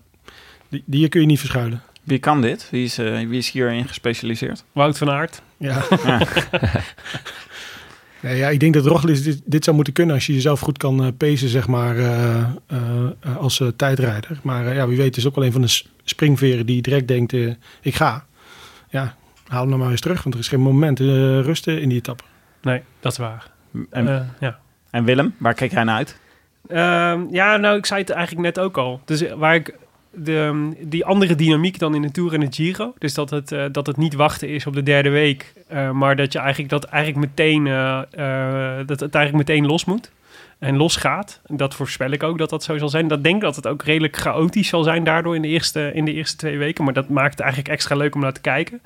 die, die kun je niet verschuilen.
Wie kan dit? Wie is, eh, wie is hierin gespecialiseerd?
Wout van Aert.
Ja. nee, ja, ik denk dat Roglic dit, dit zou moeten kunnen als je jezelf goed kan eh, pacen, zeg maar, eh, eh, eh, als eh, tijdrijder. Maar eh, ja, wie weet het is ook wel een van de s- springveren die direct denkt, eh, ik ga. Ja, haal hem nou maar eens terug, want er is geen moment eh, rusten in die etappe.
Nee, dat is waar.
En,
Eh, ja.
en Willem, waar kijk jij naar uit?
Ehm, ja, nou, ik zei het eigenlijk net ook al. Dus eh, waar ik de, ehm, die andere dynamiek dan in de Tour en de Giro. Dus dat het, eh, dat het niet wachten is op de derde week. eh, maar dat je eigenlijk dat eigenlijk meteen, eh, eh, dat het eigenlijk meteen los moet. En los gaat. Dat voorspel ik ook dat dat zo zal zijn. Dat denk ik dat het ook redelijk chaotisch zal zijn daardoor in de eerste, in de eerste twee weken. Maar dat maakt het eigenlijk extra leuk om naar te kijken.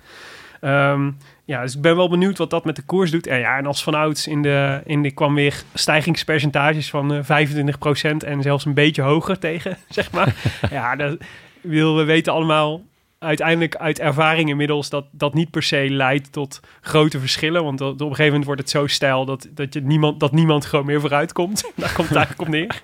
Ehm, ja, dus ik ben wel benieuwd wat dat met de koers doet. En ja, en als vanouds in de, in de kwam weer stijgingspercentages van eh, 25% en zelfs een beetje hoger tegen, zeg maar. ja, dat wil, we weten allemaal uiteindelijk uit ervaring inmiddels dat dat niet per se leidt tot grote verschillen. Want dat- op een gegeven moment wordt het zo stijl dat, dat, je niemand, dat niemand gewoon meer vooruit komt. Daar komt het eigenlijk op neer.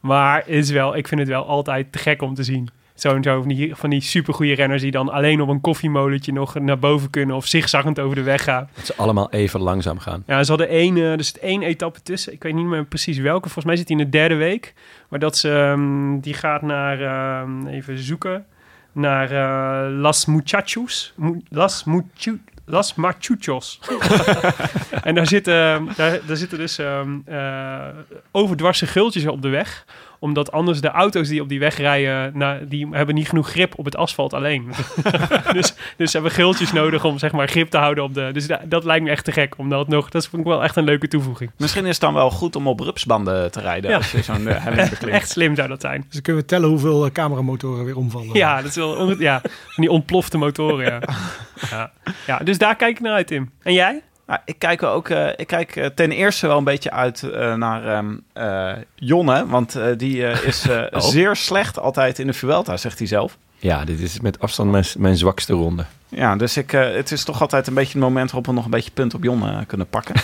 Maar is wel, ik vind het wel altijd te gek om te zien. Zo'n zo van die, van die supergoeie renners die dan alleen op een koffiemolentje nog naar boven kunnen of zigzaggend over de weg gaan.
Dat ze allemaal even langzaam gaan.
Ja, ze hadden één, eh, er zit één etappe tussen. Ik weet niet meer precies welke. Volgens mij zit die in de derde week. Maar dat ze, ehm, die gaat naar, ehm, even zoeken, naar eh, Las Muchachos. Mu- Las Muchu- Las Machuchos. en daar zitten, daar, daar zitten dus ehm eh, overdwarse gultjes op de weg. Omdat anders de auto's die op die weg rijden, nou, die hebben niet genoeg grip op het asfalt alleen. dus, dus ze hebben geeltjes nodig om zeg maar grip te houden op de. Dus da- dat lijkt me echt te gek. Omdat het nog, dat vond ik wel echt een leuke toevoeging.
Misschien is het dan wel goed om op rupsbanden te rijden
Ja.
als je zo'n eh, helling beklimt.
Echt slim zou dat zijn.
Dus dan kunnen we tellen hoeveel eh, cameramotoren weer omvallen.
Ja, dat is wel onge- ja, van die ontplofte motoren. Ja. Ja. ja, dus daar kijk ik naar uit, Tim. En jij?
Nou, ik kijk ook, eh, ik kijk eh, ten eerste wel een beetje uit eh, naar ehm, eh, Jonne, want eh, die eh, is eh,
Oh.
zeer slecht altijd in de Vuelta, zegt hij zelf.
Ja, dit is met afstand mijn, mijn zwakste ronde.
Ja, dus ik, eh, het is toch altijd een beetje het moment waarop we nog een beetje punt op Jon eh, kunnen pakken.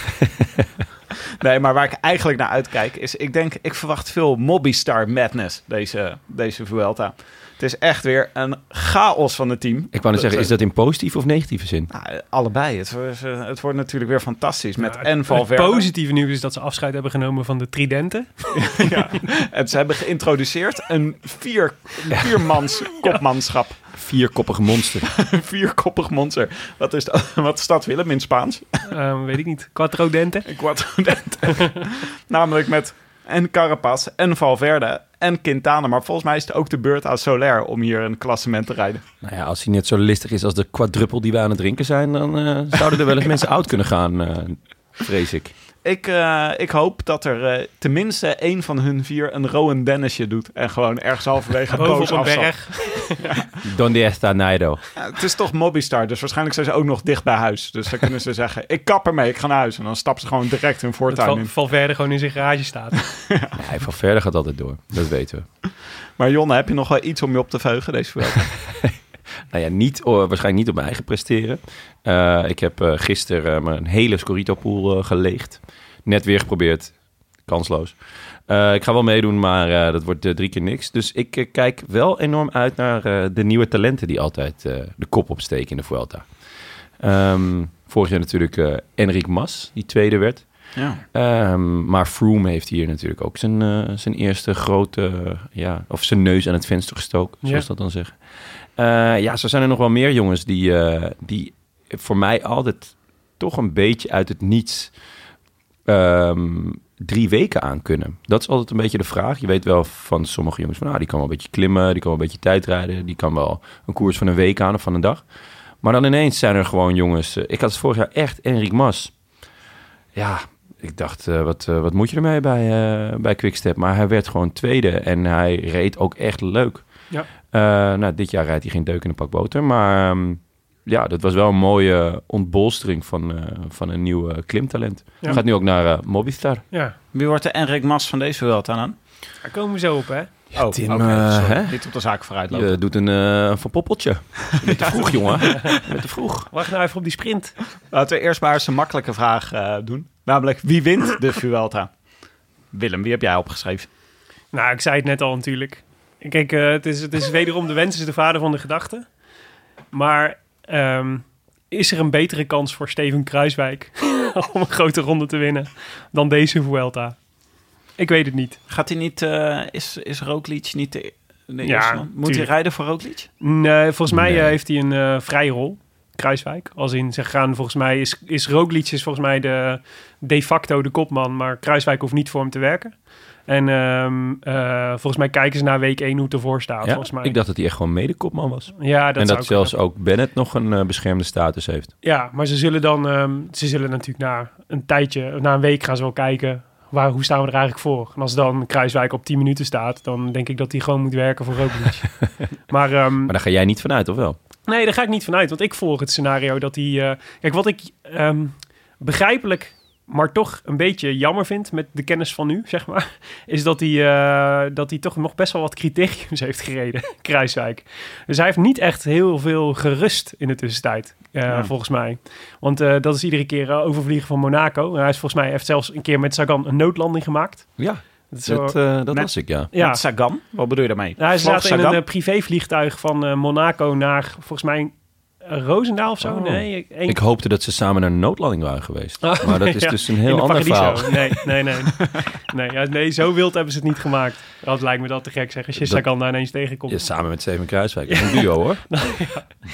Nee, maar waar ik eigenlijk naar uitkijk is... Ik denk, ik verwacht veel Mobbystar madness deze, deze Vuelta. Het is echt weer een chaos van het team.
Ik wou net zeggen, is dat in positieve of negatieve zin?
Nou, allebei. Het, wordt- het wordt natuurlijk weer fantastisch. Met
Ja,
en
het- het
Valverde.
positieve nieuws is dat ze afscheid hebben genomen van de tridenten.
En ze hebben geïntroduceerd een vier, viermans kopmanschap.
Vierkoppig monster.
Een vierkoppig monster. Wat is dat, wat is dat Willem in Spaans?
Eh, weet ik niet. Quattro denten.
Een quadrodente. Namelijk met en Carapaz en Valverde en Quintana. Maar volgens mij is het ook de beurt aan Soler om hier een klassement te rijden.
Nou ja, als hij net zo listig is als de quadruppel die we aan het drinken zijn, dan eh, zouden er wel eens mensen oud kunnen gaan, eh, vrees ik.
Ik, eh, ik hoop dat er eh, tenminste één van hun vier een Rowan Dennisje doet. En gewoon ergens halverwege
Boven op
boos
een
afzakt.
berg.
Donde está Naido?
Ja, het is toch Mobbystar, dus waarschijnlijk zijn ze ook nog dicht bij huis. Dus dan kunnen ze zeggen, ik kap ermee, ik ga naar huis. En dan stappen ze gewoon direct hun
Dat
voortuin
Val-
in.
Valverde gewoon in zijn garage staat.
Nee, Hij van verder gaat altijd door, dat weten we.
Maar Jonne, heb je nog wel iets om je op te veugen deze Vuelta?
Nou ja, niet, oh, waarschijnlijk niet op mijn eigen presteren. Eh, ik heb eh gisteren eh, mijn hele Scorito-pool eh, geleegd. Net weer geprobeerd. Kansloos. Eh, ik ga wel meedoen, maar eh, dat wordt eh, drie keer niks. Dus ik eh, kijk wel enorm uit naar eh, de nieuwe talenten die altijd eh, de kop opsteken in de Vuelta. Ehm, vorig jaar natuurlijk eh Enric Mas, die tweede werd.
Ja.
Ehm, maar Froome heeft hier natuurlijk ook zijn, eh, zijn eerste grote, eh, ja, of zijn neus aan het venster gestoken, zoals
Ja.
dat dan zeggen. Eh, ja, zo zijn er nog wel meer jongens die, eh, die voor mij altijd toch een beetje uit het niets ehm, drie weken aan kunnen. Dat is altijd een beetje de vraag. Je weet wel van sommige jongens van, nou, die kan wel een beetje klimmen, die kan wel een beetje tijdrijden, die kan wel een koers van een week aan of van een dag. Maar dan ineens zijn er gewoon jongens. eh, Ik had het vorig jaar echt Enric Mas. Ja, ik dacht, eh, wat, eh, wat moet je ermee bij, eh bij Quickstep? Maar hij werd gewoon tweede en hij reed ook echt leuk.
Ja.
Eh, nou, dit jaar rijdt hij geen deuk in een pak boter. Maar ehm, ja, dat was wel een mooie ontbolstering van, eh, van een nieuw eh, klimtalent.
Ja.
Gaat nu ook naar eh Mobistar.
Ja,
Wie wordt de Enric Mas van deze Vuelta dan?
daar komen we zo op, hè?
oh,
Tim,
oké,
eh,
sorry.
hè?
Niet op de zaak vooruit lopen.
Je doet een eh, van poppeltje. Je bent te vroeg, jongen. Je bent te vroeg.
Wacht nou even op die sprint.
Laten we eerst maar eens een makkelijke vraag eh, doen. Namelijk, wie wint de Vuelta? Willem, wie heb jij opgeschreven?
Nou, ik zei het net al natuurlijk. Kijk, eh, het, is, het is wederom de wens is de vader van de gedachte. Maar ehm, is er een betere kans voor Steven Kruiswijk om een grote ronde te winnen dan deze Vuelta? Ik weet het niet.
Gaat hij niet, eh, is, is Roglic niet de, de
Ja,
eerste man? Moet hij
tuurlijk.
rijden voor Roglic?
Nee, volgens mij
Nee.
eh, heeft hij een eh vrije rol, Kruiswijk. Als in, ze gaan volgens mij, is, is Roglic is volgens mij de, de facto de kopman, maar Kruiswijk hoeft niet voor hem te werken. En ehm, eh, volgens mij kijken ze naar week 1 hoe het ervoor staat.
Ja,
volgens mij.
ik dacht dat hij echt gewoon medekopman was.
ja, dat
en dat
zou ik-
zelfs ook Bennett nog een eh, beschermde status heeft.
Ja, maar ze zullen dan, ehm, ze zullen natuurlijk na een tijdje, na een week gaan ze wel kijken, waar, hoe staan we er eigenlijk voor? En als dan Kruiswijk op 10 minuten staat, dan denk ik dat hij gewoon moet werken voor Roglic. maar ehm,
Maar daar ga jij niet vanuit, of wel?
nee, daar ga ik niet vanuit, want ik volg het scenario dat hij... eh, kijk, wat ik ehm, begrijpelijk, maar toch een beetje jammer vind met de kennis van nu, zeg maar, is dat hij, eh, dat hij toch nog best wel wat criteriums heeft gereden, Kruiswijk. Dus hij heeft niet echt heel veel gerust in de tussentijd, eh,
Ja.
volgens mij. Want eh, dat is iedere keer eh, overvliegen van Monaco. En hij is volgens mij heeft zelfs een keer met Sagan een noodlanding gemaakt.
Ja,
Dat is wel-
dat, eh, dat
Net-
was ik, ja.
ja.
Met Sagan? Wat bedoel je daarmee?
Nou, hij
Vloog
zaten in
Sagan?
een eh, privévliegtuiig van eh, Monaco naar, volgens mij, eh, Roosendaal of zo.
Oh.
Nee, één-
Ik hoopte dat ze samen naar een noodlanding waren geweest.
Oh,
maar dat
nee,
is
ja.
dus een
In
heel
de
ander verhaal.
Paradiso. Nee, nee, nee. nee, ja, nee, zo wild hebben ze het niet gemaakt. Dat lijkt me dat te gek zeg. Als je
Dat-
Sagan daar ineens tegenkomt.
Ja, samen met Steven Kruiswijk. Dat is Een duo, hoor.
Nou,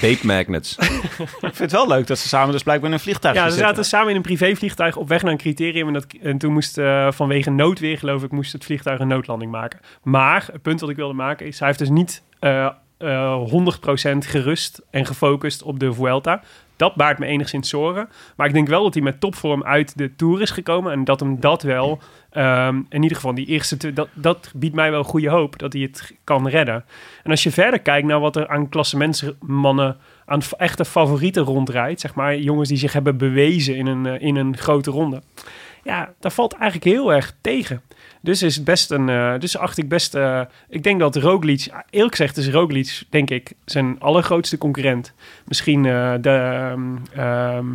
Date magnets.
Ik vind het wel leuk dat ze samen dus blijkbaar in een vliegtuig
Ja, ze
zitten.
zaten samen in een privévliegtuig op weg naar een criterium. En, dat, en toen moest eh, vanwege noodweer, geloof ik, moest het vliegtuig een noodlanding maken. Maar het punt dat ik wilde maken is, hij heeft dus niet eh, eh, 100% gerust en gefocust op de Vuelta. Dat baart me enigszins zorgen. Maar ik denk wel dat hij met topvorm uit de Tour is gekomen. En dat hem dat wel, ehm, in ieder geval die eerste... twee- Dat, dat biedt mij wel goede hoop, dat hij het kan redden. En als je verder kijkt naar wat er aan klassementsmannen aan f- echte favorieten rondrijdt. Zeg maar jongens die zich hebben bewezen in een, eh, in een grote ronde. Ja, daar valt eigenlijk heel erg tegen. Dus is het best een. eh, dus acht ik best. eh, ik denk dat Roglic. Eerlijk gezegd is Roglic, denk ik, zijn allergrootste concurrent. Misschien eh, de. ehm, ehm,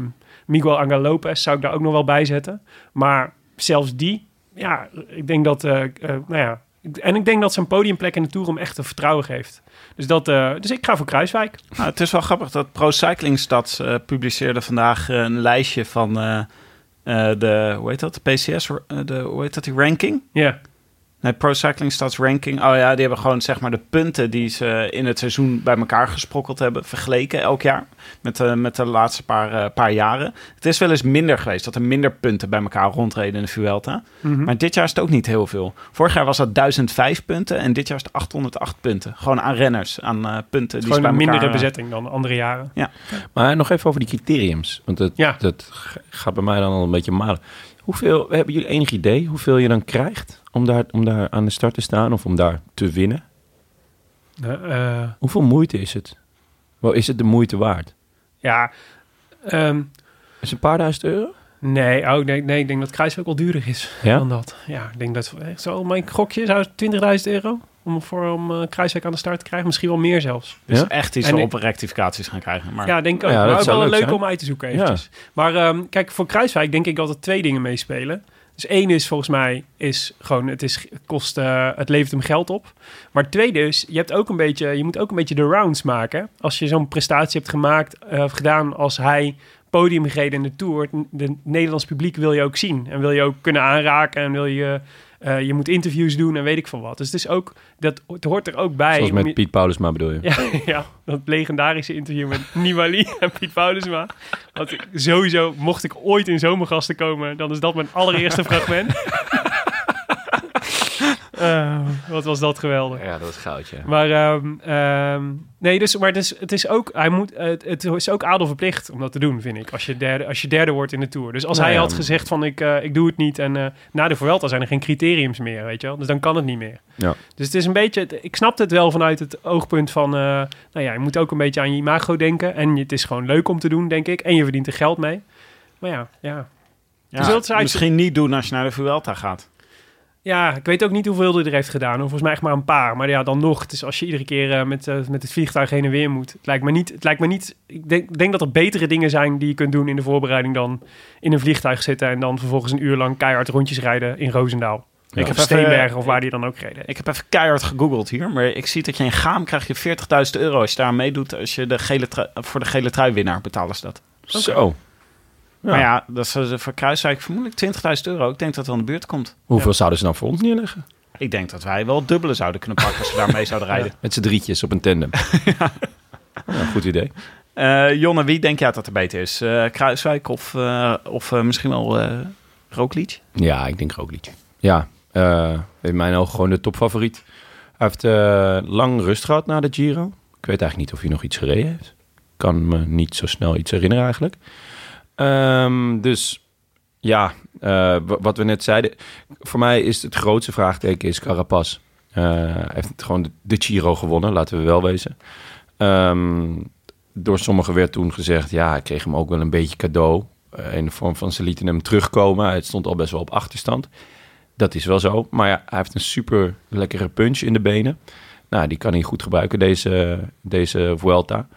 Miguel Angel Lopez zou ik daar ook nog wel bij zetten. Maar zelfs die, ja, ik denk dat, eh, eh, nou ja, ik- en ik denk dat zijn podiumplek in de Tour hem echt een vertrouwen geeft. Dus, dat, eh, dus ik ga voor Kruiswijk.
Nou, het is wel grappig dat Pro Cycling Stads eh, publiceerde vandaag eh, een lijstje van eh, eh, de, hoe heet dat, PCS, eh, de, hoe heet dat, die ranking?
Ja.
Nee, Pro Cycling Stads ranking. Oh ja, die hebben gewoon zeg maar de punten die ze in het seizoen bij elkaar gesprokkeld hebben, vergeleken elk jaar met de, met de laatste paar, eh, paar jaren. Het is wel eens minder geweest, dat er minder punten bij elkaar rondreden in de Vuelta.
Mhm.
Maar dit jaar is het ook niet heel veel. Vorig jaar was dat 1005 punten en dit jaar is het 808 punten. Gewoon aan renners, aan eh, punten die ze
Gewoon
bij
een mindere
elkaar... eh,
bezetting dan andere jaren.
Maar nog even over die criteriums. Want dat,
Ja.
dat g- gaat bij mij dan al een beetje malen. Hoeveel, hebben jullie enig idee hoeveel je dan krijgt om daar, om daar aan de start te staan of om daar te winnen?
Eh, eh,
Hoeveel moeite is het? Wel, is het de moeite waard?
ja, ehm,
Is het een paar duizend euro?
nee, oh, nee, nee, ik denk dat Kruiswijk wel duurder is
Ja?
dan dat. Ja, ik denk dat eh, zo mijn gokje zou 20.000 euro om voor om eh, Kruiswijk aan de start te krijgen, misschien wel meer zelfs.
Dus
Ja?
echt iets
En
we
ik-
op rectificaties gaan krijgen. Maar
Ja, denk oh, ik ook.
Ja, dat
maar ook
zou
wel
leuk
leuk
zijn.
om uit te zoeken eventjes. Maar ehm, kijk, voor Kruiswijk denk ik dat er twee dingen meespelen. Dus één is volgens mij, is gewoon, het, is, het kost, eh, het levert hem geld op. Maar het tweede is, je, hebt ook een beetje, je moet ook een beetje de rounds maken. Als je zo'n prestatie hebt gemaakt, eh, of gedaan als hij podium gereden in de Tour. Het de Nederlands publiek wil je ook zien. En wil je ook kunnen aanraken. En wil je, eh, je moet interviews doen en weet ik veel wat. Dus het, is ook, dat, het hoort er ook bij.
Zoals
om je-
met Piet Paulusma bedoel je?
ja, ja, dat legendarische interview met Nibali en Piet Paulusma. Want ik- sowieso, mocht ik ooit in zomergasten komen, dan is dat mijn allereerste fragment. Eh, wat was dat geweldig.
Ja, dat is goudje.
Maar, ehm, ehm, nee, dus, maar het is, het is ook, hij moet, eh, het, het is ook adelverplicht om dat te doen, vind ik. Als je derde, als je derde wordt in de Tour. Dus als
Nou
hij
ja,
had
maar-
gezegd van ik, eh, ik doe het niet en eh, na de Vuelta zijn er geen criteriums meer, weet je wel. Dus dan kan het niet meer.
Ja.
Dus het is een beetje, ik snap het wel vanuit het oogpunt van, eh, nou ja, je moet ook een beetje aan je imago denken. En het is gewoon leuk om te doen, denk ik. En je verdient er geld mee. Maar ja, ja. Dus
Ja,
dat is eigenlijk-
misschien niet doen als je naar de Vuelta gaat.
Ja, ik weet ook niet hoeveel hij er heeft gedaan. hoor. Volgens mij echt maar een paar. Maar ja, dan nog. Het is als je iedere keer eh, met, eh, met het vliegtuig heen en weer moet. Het lijkt me niet... Het lijkt me niet ik denk, ik denk dat er betere dingen zijn die je kunt doen in de voorbereiding... dan in een vliegtuig zitten en dan vervolgens een uur lang keihard rondjes rijden in Roosendaal.
Ja.
Ik heb eh,
Of
Steenbergen
even-
of waar die dan ook reden.
Ik heb even keihard gegoogeld hier, maar ik zie dat je in Gaam krijg je 40.000 euro als je daar meedoet. Als je de gele trui- voor de gele trui winnaar betalen ze dat.
Zo. Ja.
Maar ja, dat is eh, voor Kruiswijk vermoedelijk 20.000 euro. Ik denk dat het aan de buurt komt.
Hoeveel zouden ze dan voor ons neerleggen?
Ik denk dat wij wel het dubbele zouden kunnen pakken als we daar mee zouden rijden.
Met z'n drietjes op een tandem. ja, goed idee.
Eh, Jonne, wie denk jij dat er beter is? Eh, Kruiswijk of, eh, of eh, misschien wel eh Roglic?
Ja, ik denk ook niet. Ja, eh, in mijn ogen gewoon de topfavoriet. Hij heeft eh, lang rust gehad na de Giro. Ik weet eigenlijk niet of hij nog iets gereden heeft. Kan me niet zo snel iets herinneren eigenlijk. Ehm, dus ja, eh, wa- wat we net zeiden. Voor mij is het grootste vraagteken is Carapaz. Eh, Hij heeft gewoon de- de Giro gewonnen, laten we wel wezen. Ehm, door sommigen werd toen gezegd, ja, ik kreeg hem ook wel een beetje cadeau. Eh, in de vorm van ze lieten hem terugkomen. Het stond al best wel op achterstand. Dat is wel zo. Maar ja, hij heeft een super lekkere punch in de benen. Nou, die kan hij goed gebruiken, deze, deze Vuelta.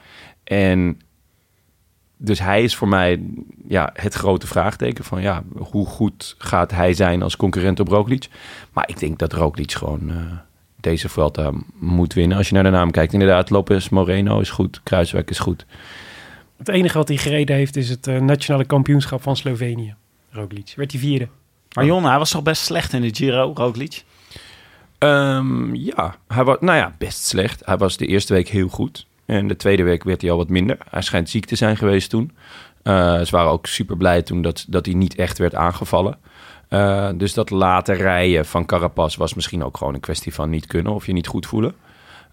En dus hij is voor mij ja, het grote vraagteken van... ja, hoe goed gaat hij zijn als concurrent op Roglic? Maar ik denk dat Roglic gewoon eh, deze Vuelta moet winnen. Als je naar de naam kijkt, inderdaad, Lopez Moreno is goed. Kruiswijk is goed.
Het enige wat hij gereden heeft is het eh, nationale kampioenschap van Slovenië. Roglic. Werd hij vierde.
Maar Jonne, hij was toch best slecht in de Giro, Roglic?
Ehm, ja, hij was, nou ja, best slecht. Hij was de eerste week heel goed. En de tweede week werd hij al wat minder. Hij schijnt ziek te zijn geweest toen. Eh, ze waren ook super blij toen dat, dat hij niet echt werd aangevallen. Eh, dus dat laten rijden van Carapaz was misschien ook gewoon een kwestie van niet kunnen of je niet goed voelen.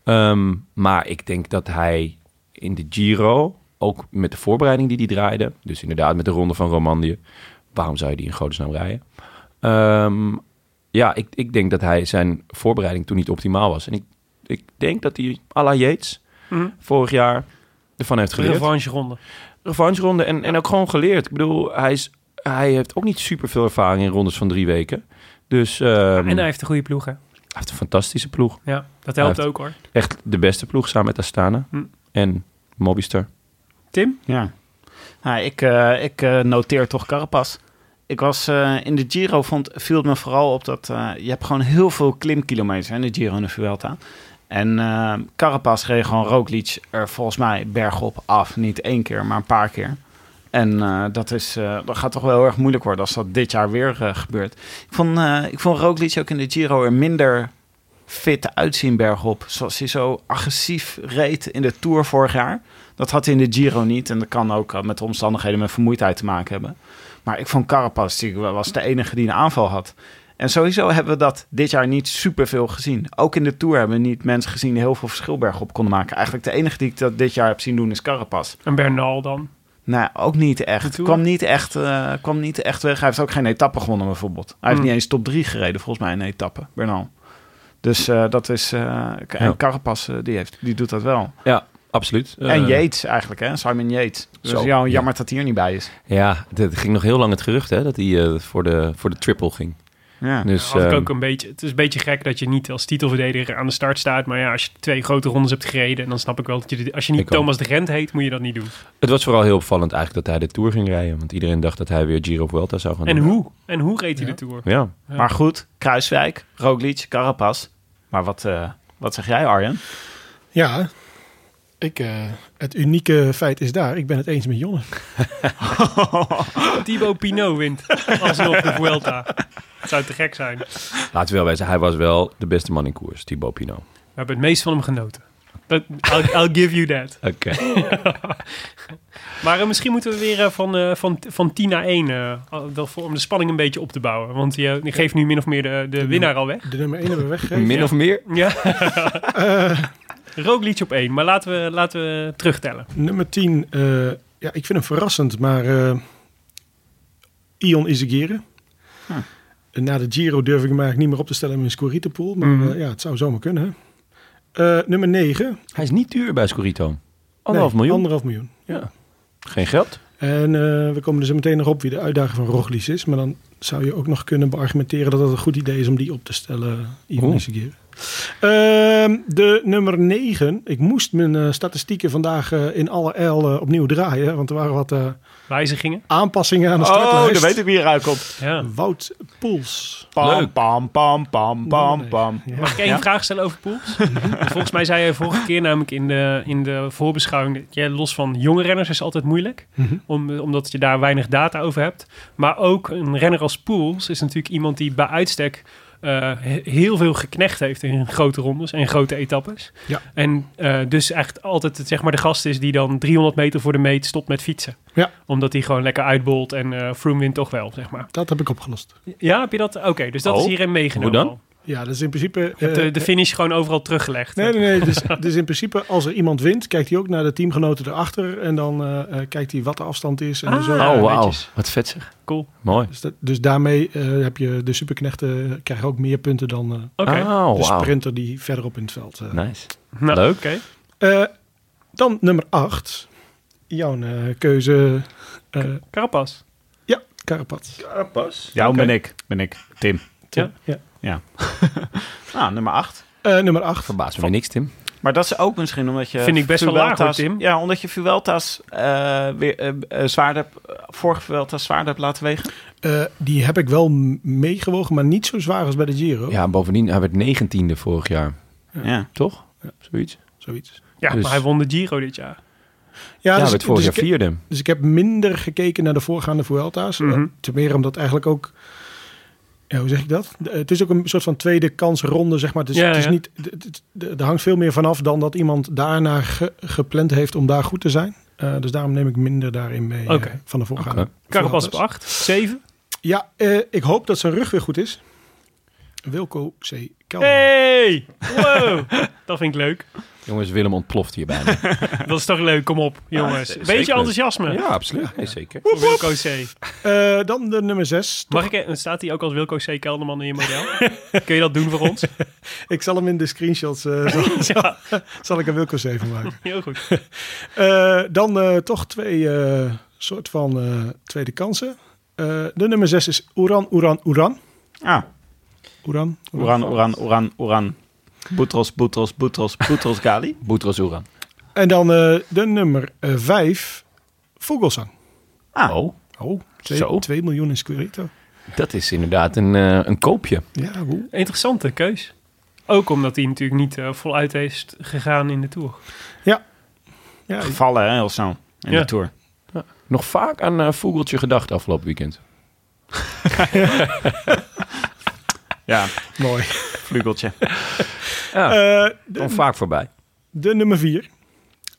Ehm, maar ik denk dat hij in de Giro, ook met de voorbereiding die hij draaide, dus inderdaad met de ronde van Romandie, waarom zou je die in godesnaam rijden? Ehm, ja, ik, ik denk dat hij zijn voorbereiding toen niet optimaal was. En ik, ik denk dat hij à la Yates
Mhm.
vorig jaar ervan heeft geleerd
Revanche ronde.
revanche ronde en, en ook gewoon geleerd. Ik bedoel, hij, is, hij heeft ook niet super veel ervaring in rondes van drie weken. Dus ehm,
En hij
hij
heeft een goede ploeg, hè?
heeft een fantastische ploeg.
Ja, dat
Hij
helpt
heeft-
ook, hoor.
Echt de beste ploeg samen met Astana
Hm.
en Mobistar.
Tim?
Ja. Nou, ik eh, ik eh, noteer toch Carapaz. Ik was eh, in de Giro, vond, viel het me vooral op dat eh, je hebt gewoon heel veel klimkilometers hè, in de Giro en de Vuelta. En eh Carapaz reed gewoon Roglic er volgens mij bergop af. Niet één keer, maar een paar keer. En eh, dat, is, eh, dat gaat toch wel heel erg moeilijk worden als dat dit jaar weer eh, gebeurt. Ik vond, eh ik vond Roglic ook in de Giro er minder fit uitzien bergop. Zoals hij zo agressief reed in de Tour vorig jaar. Dat had hij in de Giro niet. En dat kan ook eh, met de omstandigheden met vermoeidheid te maken hebben. Maar ik vond Carapaz, die was de enige die een aanval had. En sowieso hebben we dat dit jaar niet superveel gezien. Ook in de Tour hebben we niet mensen gezien die heel veel verschil bergop konden maken. Eigenlijk de enige die ik dat dit jaar heb zien doen is Carapaz.
En Bernal dan.
Nou, ook niet
De
echt.
Tour?
Kwam niet echt, eh, kwam niet echt weg. Hij heeft ook geen etappe gewonnen bijvoorbeeld. Hij heeft
Hmm.
niet eens top 3 gereden volgens mij in een etappe, Bernal. Dus eh, dat is... eh,
Ja.
en Carapaz, eh, die, heeft, die doet dat wel.
Absoluut.
en
Eh,
Yates eigenlijk, hè? Simon Yates. Dus
Zo,
ja,
ja.
jammer dat hij er niet bij is.
Ja, het ging nog heel lang het gerucht hè, dat hij eh, voor, de, voor de triple ging.
Ja.
Dus,
had ik
ehm,
ook een beetje, het is een beetje gek dat je niet als titelverdediger aan de start staat. Maar ja, als je twee grote rondes hebt gereden, dan snap ik wel dat je... dit- Als je niet
Ik ook.
Thomas de Gent heet, moet je dat niet doen.
Het was vooral heel opvallend eigenlijk dat hij de Tour ging rijden. Want iedereen dacht dat hij weer Giro of Vuelta zou gaan
En
doen.
hoe? En hoe reed hij
Ja.
de Tour?
Ja.
Ja.
Maar goed, Kruiswijk, Roglic, Carapaz. Maar wat, eh, wat zeg jij, Arjen?
Ja, ik, eh, het unieke feit is daar. Ik ben het eens met Jonne.
Thibaut Pinot wint alsnog de Vuelta. Het zou te gek zijn. We
Laten we wel wezen, hij was wel de beste man in koers, Thibaut Pinot.
hebben het meest van hem genoten. Dat, I'll, I'll give you that.
Oké.
Maar eh, misschien moeten we weer eh, van, eh, van, van 10 naar 1, eh, al- wel voor, om de spanning een beetje op te bouwen. Want je, je geeft nu min of meer de, de winnaar al weg.
De nummer 1 hebben we weggegeven.
Min of meer?
Ja. Roglic op 1, maar laten we, laten we terugtellen.
Nummer 10, eh, ja, ik vind hem verrassend, maar eh, Ion Izagirre.
Hm.
Na de Giro durf ik hem eigenlijk niet meer op te stellen in mijn Scoritepool, maar
Mhm.
eh, ja, het zou zomaar kunnen. Hè? Eh, nummer 9.
Hij is niet duur bij Scorito. Anderhalf miljoen.
Anderhalf miljoen.
Geen geld.
En eh, we komen er zo meteen nog op wie de uitdaging van Roglic is. Maar dan zou je ook nog kunnen beargumenteren dat het een goed idee is om die op te stellen. Ion
Oeh.
Izagirre. Ehm, de nummer 9. Ik moest mijn eh, statistieken vandaag eh, in alle el eh, opnieuw draaien. Want er waren wat eh,
Wijzigingen.
aanpassingen aan de startlijst.
Oh, dan weet ik wie eruit komt.
Ja.
Wout Poels.
Pam,
Leuk.
pam, pam, pam, pam, pam.
Mag ik één
Ja?
vraag stellen over pools? Volgens mij zei je vorige keer namelijk in de, in de voorbeschouwing... dat jij los van jonge renners is altijd moeilijk.
Mhm.
om, omdat je daar weinig data over hebt. Maar ook een renner als pools is natuurlijk iemand die bij uitstek... eh, he- heel veel geknecht heeft in grote rondes en grote etappes.
Ja.
En eh, dus echt altijd het, zeg maar, de gast is die dan 300 meter voor de meet stopt met fietsen.
Ja.
Omdat hij gewoon lekker uitbolt en eh Froome wint toch wel, zeg maar.
Dat heb ik opgelost.
Ja, heb je dat? Oké, dus dat
Oh,
is hierin meegenomen.
hoe dan?
al.
Ja, dat is in principe...
Je hebt
eh,
de, de finish gewoon overal teruggelegd.
Nee, nee, nee. Dus, dus in principe, als er iemand wint, kijkt hij ook naar de teamgenoten erachter. En dan eh, eh, kijkt hij wat de afstand is. En
Ah.
zo.
Ja,
oh, wauw.
netjes.
Wat vet zeg.
Cool.
Mooi.
Dus, dat- dus daarmee eh, heb je de superknechten krijgen ook meer punten dan eh,
Oké.
Oh,
de
wauw.
sprinter die verderop in het veld. eh.
Nice.
Nou,
Leuk.
oké.
Eh, dan nummer 8. Jouw eh, keuze. eh
Carapas.
ja, Karapat.
Ja,
Oké.
ben ik. Ben ik. Tim.
Ja.
Ja. Eh,
Nou, nummer 8.
nummer 8.
Verbaast me weer niks, Tim.
Maar dat is ook misschien omdat je...
Vind ik best wel laag, hoor,
Vuelta's-
Tim.
Ja, omdat je Vuelta's eh, weer eh, eh, zwaarder... hebt- vorige Vuelta's zwaarder hebt laten wegen.
Eh, die heb ik wel m- meegewogen, maar niet zo zwaar als bij de Giro.
Ja, bovendien, hij werd negentiende vorig jaar.
Ja.
Toch? Zoiets.
Zoiets.
Ja,
Dus-
maar hij won de Giro dit jaar.
Ja, hij
dus
werd
ik-
vorig
dus
jaar
ik-
vierde.
Dus ik heb minder gekeken naar de voorgaande Vuelta's.
Mhm.
Eh, Ten meer omdat eigenlijk ook... Ja, hoe zeg ik dat? De- Het is ook een soort van tweede kansronde, zeg maar. Dus
Ja,
het is
ja.
niet... het- het- de- Er hangt veel meer vanaf dan dat iemand daarna ge- gepland heeft om daar goed te zijn. Eh, dus daarom neem ik minder daarin mee eh,
Oké.
van de voorgaande
Oké.
Carapas op
Vuelta's.
8, 7.
Ja, eh, ik hoop dat zijn rug weer goed is. Wilco C. Kelman.
Hey! Wow! dat vind ik leuk.
Jongens, Willem ontploft hier bijna.
Dat is toch leuk. Kom op, jongens.
z-
Beetje
zeker.
enthousiasme.
ja, absoluut. Nee, zeker.
Voor Wilco C.
Eh, dan de nummer 6.
Mag ik, en staat hij ook als Wilco C. Kelderman in je model? Kun je dat doen voor ons?
Ik zal hem in de screenshots... eh, zal,
ja,
zal ik een Wilco C. van maken.
heel goed.
Eh, dan eh, toch twee eh, soort van eh, tweede kansen. Eh, de nummer zes is Oeran, Oeran, Oeran.
Ah,
Oeran.
Oeran, Oeran, Oeran, Oeran. Boutros, Boutros, Boutros, Boutros Gali.
Boutros Oeran.
En dan eh, de nummer eh, vijf, Vogelsang.
Ah,
Oh.
Oh,
Zo.
2, miljoen in Squirito.
Dat is inderdaad een, eh, een koopje.
Ja, hoe?
Interessante keus. Ook omdat hij natuurlijk niet eh, voluit is gegaan in de Tour.
Ja,
Gevallen hè, heel snel in
Ja.
de Tour.
Nog vaak aan eh, Vogeltje gedacht afgelopen weekend.
Ja,
mooi.
vlugeltje.
Ja,
Eh,
kwam
de,
vaak voorbij.
de nummer 4.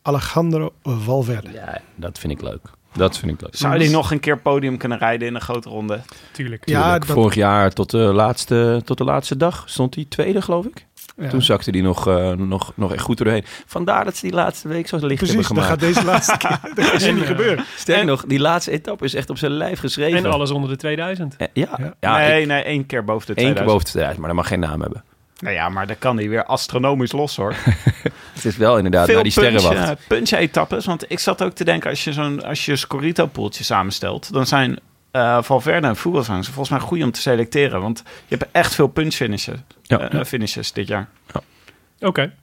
Alejandro Valverde.
Ja, dat vind ik leuk. Dat vind ik leuk.
Zou die nog een keer podium kunnen rijden in een grote ronde?
Tuurlijk.
Ja.
Tuurlijk,
dat-
Vorig jaar tot de, laatste, tot de laatste dag stond hij tweede, geloof ik.
Ja.
Toen zakte hij nog, eh, nog, nog echt goed er doorheen. Vandaar dat ze die laatste week zo licht
Precies,
hebben
dat gaat
gemaakt.
deze laatste keer dat gaat
En,
niet
eh,
gebeuren.
Sterker nog, die laatste etappe is echt op zijn lijf geschreven.
En alles onder de 2000.
Eh, Ja, ja.
Ja.
ik-
nee, nee, één keer boven de
één keer boven
2000.
de tijd, maar dat mag geen naam hebben.
Nou ja, maar dan kan hij weer astronomisch los hoor.
Het is wel inderdaad naar die sterrenwacht.
punch, eh, punch-etappes. Want ik zat ook te denken, als je zo'n als je Scorito-poeltje samenstelt, dan zijn eh, Valverde en Vogelsang volgens mij goed om te selecteren. Want je hebt echt veel punch-finishes
Ja.
eh, finishes dit jaar.
Oké.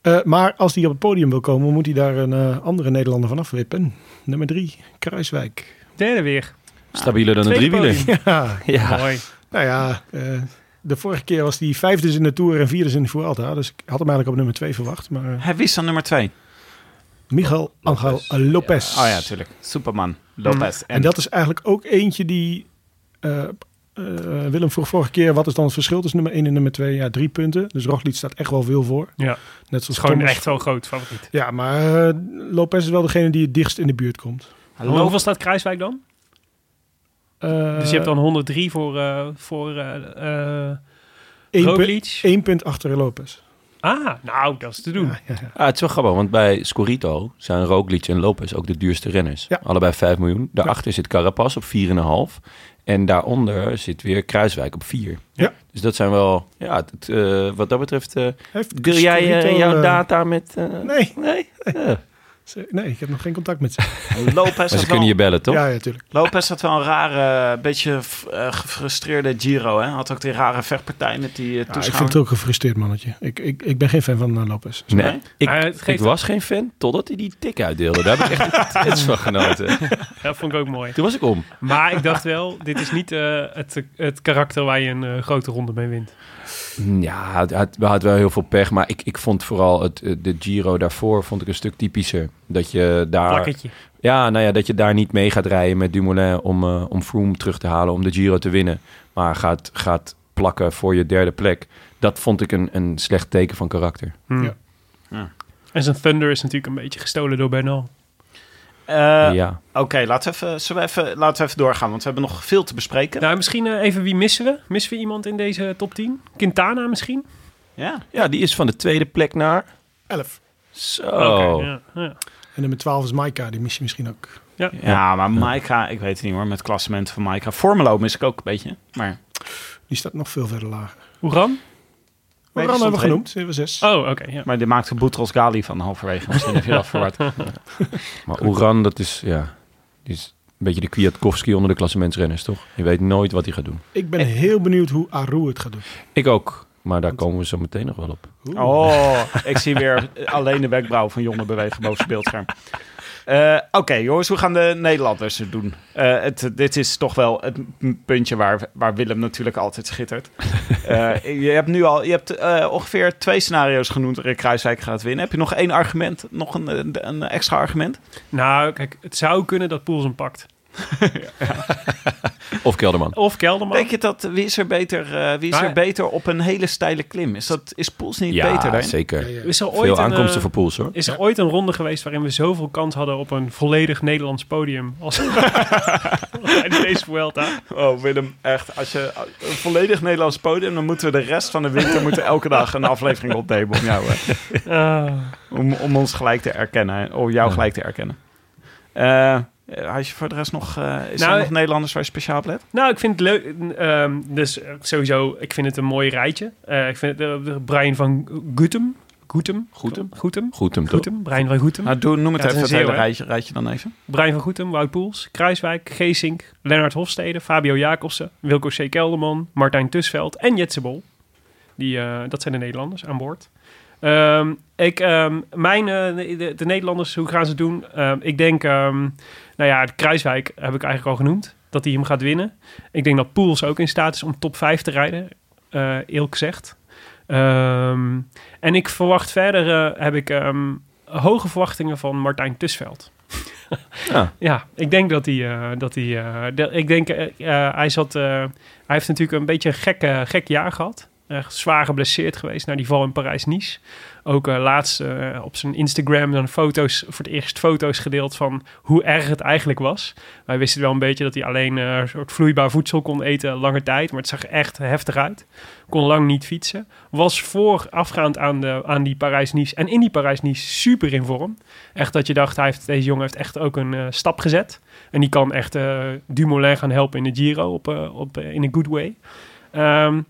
Eh, maar als hij op het podium wil komen, moet hij daar een eh, andere Nederlander van afwippen. Nummer 3, Kruiswijk.
Derde weer.
Stabieler dan een
Tweede
driewieler.
podium.
Ja,
Ja,
Mooi.
nou ja, eh, de vorige keer was hij vijfde in de Tour en vierde in de Vuelta. Dus ik had hem eigenlijk op nummer 2 verwacht. Maar eh,
Hij wist dan nummer twee.
Oh,
Miguel Angel Lopez.
Oh ja, natuurlijk. Superman, Lopez.
En dat is eigenlijk ook eentje die. eh, eh, Willem vroeg vorige keer: wat is dan het verschil tussen nummer 1 en nummer 2? Ja, drie punten. Dus Roglic staat echt wel veel voor.
Ja.
Net
Dat
zoals
is gewoon
Thomas.
echt wel groot favoriet.
Ja, maar eh, Lopez is wel degene die het dichtst in de buurt komt.
Hallo.
Hoeveel staat Kruiswijk dan?
Eh,
dus je hebt dan 103 voor, eh voor eh eh,
één punt-
Roglic.
één punt achter Lopez.
Ah, nou, dat is te doen.
Ja, ja, ja.
Ah, het is wel grappig, want bij Scorito zijn Roglic en Lopez ook de duurste renners.
Ja.
Allebei 5 miljoen. Daarachter zit Carapaz op 4,5. En daaronder zit weer Kruiswijk op 4.
Ja.
Dus dat zijn wel, ja, het- het, eh, wat dat betreft... eh,
Heeft
deel jij eh,
Scorito,
jouw
eh,
data met... eh,
Nee,
Nee? Ja.
ze- nee, ik heb nog geen contact met ze.
Lopez,
Maar
had
ze kunnen je
wel,
bellen, toch?
Ja, ja, tuurlijk.
Lopez had wel een rare, eh, beetje f- eh, gefrustreerde Giro. Hè? Had ook die rare vechtpartij met die eh,
Ja, Dus ik vind
toeschouwer.
het ook een gefrustreerd mannetje. Ik, ik, ik ben geen fan van eh, Lopez.
Nee, ik,
Maar het
ik
geeft-
was geen fan totdat hij die tik uitdeelde. Daar heb ik echt iets van genoten.
Dat vond ik ook mooi.
Toen was ik om.
Maar ik dacht wel, dit is niet eh, het, het karakter waar je een eh, grote ronde mee wint.
Ja, het had, we hadden wel heel veel pech. Maar ik, ik vond vooral het, eh, de Giro daarvoor vond ik een stuk typischer. Dat je daar,
Plakketje.
ja, nou ja, dat je daar niet mee gaat rijden met Dumoulin om, eh, om Froome terug te halen, om de Giro te winnen. Maar gaat, gaat plakken voor je derde plek. Dat vond ik een, een slecht teken van karakter.
Hmm.
Ja.
Ja.
En zijn Thunder is natuurlijk een beetje gestolen door Bernal.
Eh,
ja.
Oké, laten, we even- zullen we even- laten we even doorgaan, want we hebben nog veel te bespreken.
Nou, misschien eh, even wie missen we? Missen we iemand in deze eh, top 10? Quintana misschien?
Ja.
ja, die is van de tweede plek naar...
Elf.
Zo.
Oké, ja, ja.
En nummer 12 is Maika, die mis je misschien ook.
Ja, maar Maika, ik weet het niet hoor, met het klassement van Maika. Formelo mis ik ook een beetje, maar...
Die staat nog veel verder lager.
Oeran?
Nee, die
Waarom
stond
hebben we
erin.
genoemd? Zeven zes.
Oh, oké. ja.
Maar die maakte Boutros Ghali van halverwege. Misschien heb je dat verward.
Maar Oeran, dat is, ja, die is een beetje de Kwiatkowski onder de klassementsrenners, toch? Je weet nooit wat hij gaat doen.
Ik ben heel benieuwd hoe Aru het gaat doen.
Ik ook, maar daar komen we zo meteen nog wel op.
Oh, ik zie weer alleen de wenkbrauw van Jonne bewegen boven het beeldscherm. Eh, Oké, jongens, hoe gaan de Nederlanders het doen? Eh, het, dit is toch wel het m- puntje waar, waar Willem natuurlijk altijd schittert. Eh, je hebt nu al je hebt, eh, ongeveer twee scenario's genoemd waarin Kruiswijk gaat winnen. Heb je nog één argument? Nog een, een, een extra argument?
Nou, kijk, het zou kunnen dat Poels hem pakt.
Of Kelderman.
Of Kelderman.
Denk je dat wie is er beter, eh, wie is
Nou,
er beter op een hele steile klim? Is, dat, is Poels niet
ja,
beter daarin?
zeker.
Ja, ja.
Is er ooit
Veel
een,
aankomsten
eh,
voor Poels, hoor.
Is er ooit een ronde geweest waarin we zoveel kans hadden op een volledig Nederlands podium als tijdens deze Vuelta?
Oh Willem, echt. Als je een volledig Nederlands podium, dan moeten we de rest van de winter moeten elke dag een aflevering opnemen om jou, eh,
Ah,
om, om ons gelijk te erkennen, hè, om jou
Ja.
gelijk te erkennen. Eh, eh, had je voor de rest nog, eh, is
Nou,
er nog Nederlanders waar je speciaal op let?
nou, ik vind het leuk. ehm, dus eh, sowieso, ik vind het een mooi rijtje. Eh, ik vind het, eh, Brian van Gutem. Gutem.
Goetem.
Goetem.
Goed hem, toch?
Goetem. Brian van Goetem.
Nou, doe, noem het
Ja, het
even
is
het
een
hele
zeeuw, hè?
rijtje, rijtje dan even.
Brian van Goetem, Wout Poels, Kruiswijk, Geesink, Lennart Hofstede, Fabio Jacobsen, Wilco C. Kelderman, Martijn Tusveld en Jetse Bol. Die, eh, dat zijn de Nederlanders aan boord. Ehm, ik, ehm, mijn, eh, de, de Nederlanders, hoe gaan ze het doen? Ehm, ik denk, ehm, nou ja, Kruiswijk heb ik eigenlijk al genoemd. Dat hij hem gaat winnen. Ik denk dat Poels ook in staat is om top 5 te rijden. eh eerlijk gezegd. Ehm, en ik verwacht verder, eh, heb ik ehm, hoge verwachtingen van Martijn Tusveld.
Ja.
Ja, ik denk dat hij, eh, dat hij, eh, de- ik denk, eh, eh, hij zat, eh, hij heeft natuurlijk een beetje een gek, eh, gek jaar gehad. Echt zwaar geblesseerd geweest naar die val in Parijs-Nice. Ook eh, laatst eh, op zijn Instagram dan foto's, voor het eerst foto's gedeeld van hoe erg het eigenlijk was. Wij wisten wel een beetje dat hij alleen eh, een soort vloeibaar voedsel kon eten lange tijd. Maar het zag echt heftig uit. Kon lang niet fietsen. Was voorafgaand aan, de, aan die Parijs-Nice en in die Parijs-Nice super in vorm. Echt dat je dacht, hij heeft, deze jongen heeft echt ook een eh, stap gezet. En die kan echt eh, Dumoulin gaan helpen in de Giro op, eh, op, eh, in een good way. Ehm,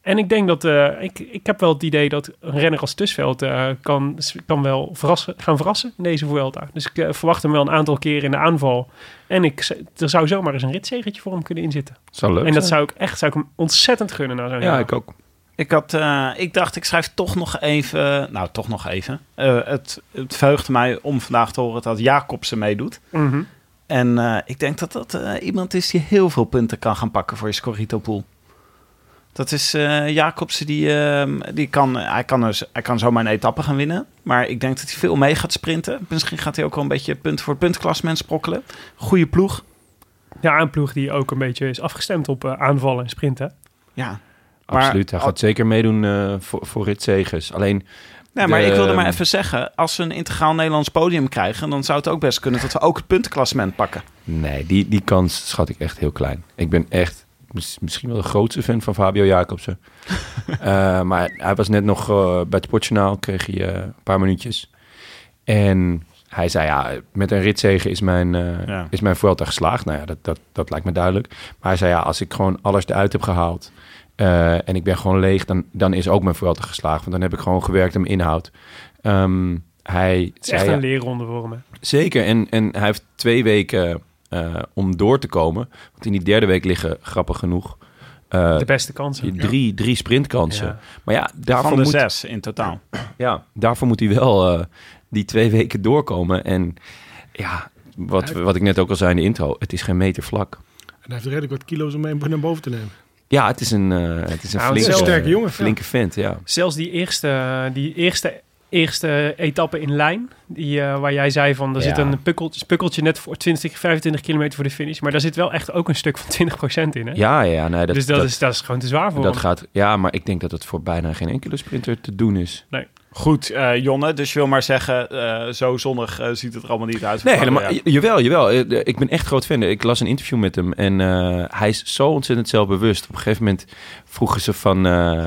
en ik denk dat, eh, ik, ik heb wel het idee dat een renner als Tusveld eh, kan, kan wel verrassen, gaan verrassen in deze Vuelta. Dus ik eh, verwacht hem wel een aantal keren in de aanval. En ik, z- er zou zomaar eens een ritzegentje voor hem kunnen inzitten.
Zou leuk
en
zijn.
dat zou ik echt zou ik hem ontzettend gunnen naar zo'n
Ja,
jaar.
ik ook.
Ik, had, eh, ik dacht, ik schrijf toch nog even. Nou, toch nog even. Eh, het, het verheugde mij om vandaag te horen dat Jacobsen meedoet.
Mhm.
En eh, ik denk dat dat eh, iemand is die heel veel punten kan gaan pakken voor je Scorito-pool. Dat is eh, Jacobsen, die, ehm, die kan, hij, kan dus, hij kan zomaar een etappe gaan winnen. Maar ik denk dat hij veel mee gaat sprinten. Misschien gaat hij ook wel een beetje punt voor punt klassement sprokkelen. Goede ploeg.
Ja, een ploeg die ook een beetje is afgestemd op eh, aanvallen en sprinten.
Ja, Maar-
Absoluut. Hij gaat zeker meedoen eh, voor, voor ritzegers. Alleen,
Nee, maar
De-
ik wilde maar even zeggen, als we een integraal Nederlands podium krijgen, dan zou het ook best kunnen dat we ook het puntenklassement pakken.
nee, die, die kans schat ik echt heel klein. Ik ben echt mis- misschien wel de grootste fan van Fabio Jacobsen. Eh, maar hij was net nog eh, bij het Sportjournaal, kreeg hij eh, een paar minuutjes. En hij zei, ja, met een ritzegen is mijn, eh
Ja.
is mijn Vuelta geslaagd. Nou ja, dat, dat, dat lijkt me duidelijk. Maar hij zei, ja, als ik gewoon alles eruit heb gehaald... eh, en ik ben gewoon leeg, dan, dan is ook mijn Vuelta geslaagd. Want dan heb ik gewoon gewerkt aan mijn inhoud. Ehm, hij
Het is echt
zei,
een leerronde voor hem. hè.
Zeker. En, en hij heeft twee weken eh, om door te komen. Want in die derde week liggen, grappig genoeg, eh,
De beste kansen.
drie, drie sprintkansen.
Ja.
Maar ja daarvoor,
Van de
moet,
zes in totaal.
ja, daarvoor moet hij wel eh, die twee weken doorkomen. En ja, wat, wat ik net ook al zei in de intro, het is geen meter vlak.
En hij heeft redelijk wat kilo's om mee naar boven te nemen.
Ja, het is een, eh, het is een
Nou, het is
flinke,
wel een
sterke jongen,
flinke vent, ja.
Zelfs die eerste, die eerste, eerste etappe in lijn, die, eh, waar jij zei van er
Ja.
zit een pukkeltje, pukkeltje net voor 20, 25 kilometer voor de finish. Maar daar zit wel echt ook een stuk van 20% in. Hè?
Ja, ja, nee, dat,
dus dat,
dat-
is, dat is gewoon te zwaar voor
dat
hem.
gaat... Ja, maar ik denk dat het voor bijna geen enkele sprinter te doen is.
Goed, eh, Jonne, dus je wil maar zeggen, eh, zo zonnig eh, ziet het er allemaal niet uit.
Nee,
Van,
helemaal.
ja.
j- Jawel, jawel. Eh, de- Ik ben echt groot fan. Ik las een interview met hem en eh, hij is zo ontzettend zelfbewust. Op een gegeven moment vroegen ze van... eh,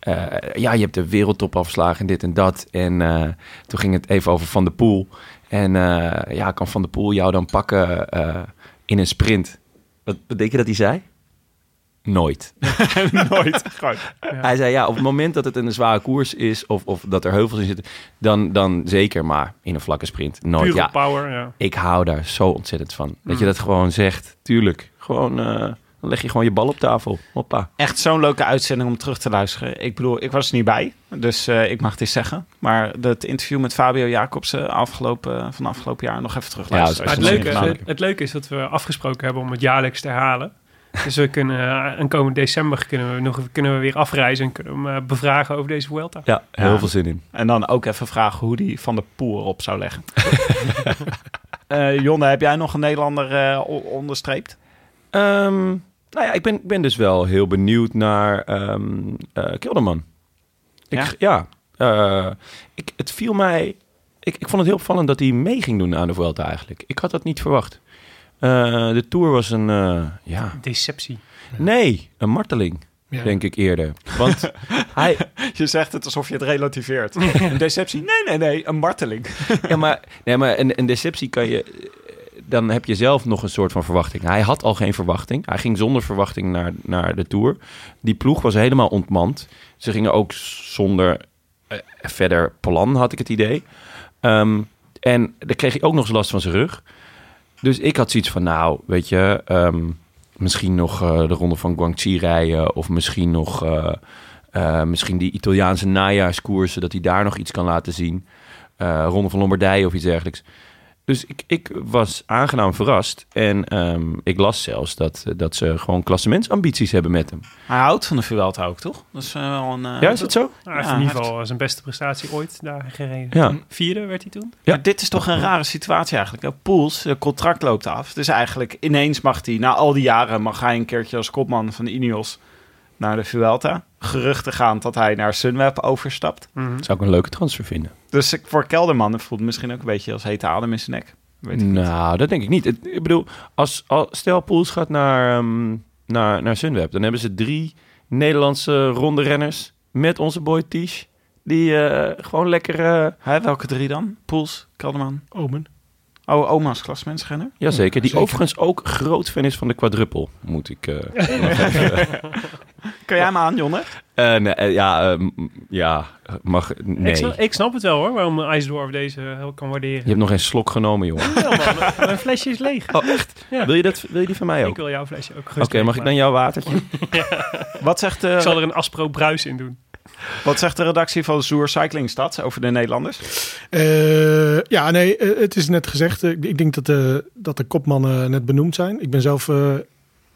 eh, ja, je hebt de wereldtop afslagen en dit en dat. En eh, toen ging het even over Van der Poel. En eh, ja, kan Van der Poel jou dan pakken eh, in een sprint? Wat, wat denk je dat hij zei? Nooit.
Nooit. Gewoon.
Ja.
Hij zei ja, op het moment dat het een zware koers is of, of dat er heuvels in zitten, dan, dan zeker, maar in een vlakke sprint nooit.
Pure
ja,
power, ja.
ik hou daar zo ontzettend van. Dat je
Mm.
dat gewoon zegt, tuurlijk. Gewoon, eh, dan leg je gewoon je bal op tafel. Hoppa.
Echt zo'n leuke uitzending om terug te luisteren. Ik bedoel, ik was er niet bij, dus eh, ik mag dit zeggen. Maar dat interview met Fabio Jacobsen afgelopen, van afgelopen jaar nog even terugluisteren.
Ja,
Maar
als
het,
dat
je
is
leuke,
nog niet
wel
het,
gedaan
het leuke is dat we afgesproken hebben om het jaarlijks te herhalen. Dus we kunnen, eh, en komend december kunnen we, nog, kunnen we weer afreizen en kunnen we hem eh, bevragen over deze Vuelta.
Ja, heel
Ja.
veel zin in.
hebt. En dan ook even vragen hoe die Van de Poel erop zou leggen. Eh, Jonne, heb jij nog een Nederlander eh, o- onderstreept?
Ehm, nou ja, ik ben, ik ben dus wel heel benieuwd naar ehm eh, Kilderman. Ik, ja? eh, ik, het viel mij... Ik, ik vond het heel opvallend dat hij mee ging doen aan de Vuelta eigenlijk. Ik had dat niet verwacht. Eh, de Tour was een... eh, ja.
Deceptie.
Nee, een marteling,
Ja.
denk ik eerder. Want hij,
Je zegt het alsof je het relativeert. Een deceptie? Nee, nee, nee. Een marteling.
Ja, maar, nee, maar een, een deceptie kan je... eh, Dan heb je zelf nog een soort van verwachting. Hij had al geen verwachting. Hij ging zonder verwachting naar, naar de Tour. Die ploeg was helemaal ontmand. Ze gingen ook zonder eh, verder plan, had ik het idee. Ehm, en daar kreeg hij ook nog eens last van zijn rug. Dus ik had zoiets van, nou, weet je... ehm, misschien nog eh, de ronde van Guangxi rijden... of misschien nog eh, Eh, misschien die Italiaanse najaarskoersen, dat hij daar nog iets kan laten zien. Eh, Ronde van Lombardije of iets dergelijks. Dus ik, ik was aangenaam verrast. En ehm, ik las zelfs dat, dat ze gewoon klassementsambities hebben met hem.
Hij houdt van de Vuelta ook, toch? Dat is eh, wel een... eh,
ja, is dat zo?
Nou, hij heeft
Ja,
in ieder
hij
geval eh, zijn beste prestatie ooit daar gereden.
Ja.
Vierde werd hij toen.
Ja.
Maar dit is toch een rare situatie eigenlijk. Nou, Poels, zijn contract loopt af. Dus eigenlijk ineens mag hij, na al die jaren, mag hij een keertje als kopman van de Ineos naar de Vuelta. Geruchten gaan dat hij naar Sunweb overstapt.
Zou ik een leuke transfer vinden.
Dus ik- voor Kelderman voelt het misschien ook een beetje als hete adem in zijn nek. Weet ik.
Nou, dat denk ik niet. Het- Ik bedoel, als, als stel Poels gaat naar, ehm, naar, naar Sunweb, dan hebben ze drie Nederlandse ronde renners met onze boy Tisch. Die eh, gewoon lekker. eh,
Hè, welke drie dan? Poels, Kelderman.
Omen.
Oh, oma's klasmensrenner.
jazeker. Die
Zeker.
overigens ook groot fan is van de quadruppel, moet ik. eh, nog even-
Kun jij hem aan, Jonne?
Eh, nee, eh, ja, ehm, ja, mag. Nee.
Ik, snap,
Je
ik snap het wel hoor, waarom IJsdorf deze eh, heel kan waarderen.
hebt nog geen slok genomen, jongen.
Ja, man, mijn flesje is leeg.
Oh, echt?
Ja.
Wil, je dat, wil je die van mij
Ik
ook? Oké,
wil jouw flesje ook
mag ik dan jouw watertje?
Wat zegt, eh,
Ik zal er een Aspro Bruis in doen.
wat zegt de redactie van Zoer Cycling Stads over de Nederlanders?
Eh, ja, nee, eh, het is net gezegd. eh, ik, ik denk dat de, dat de kopmannen net benoemd zijn. Ik ben zelf eh,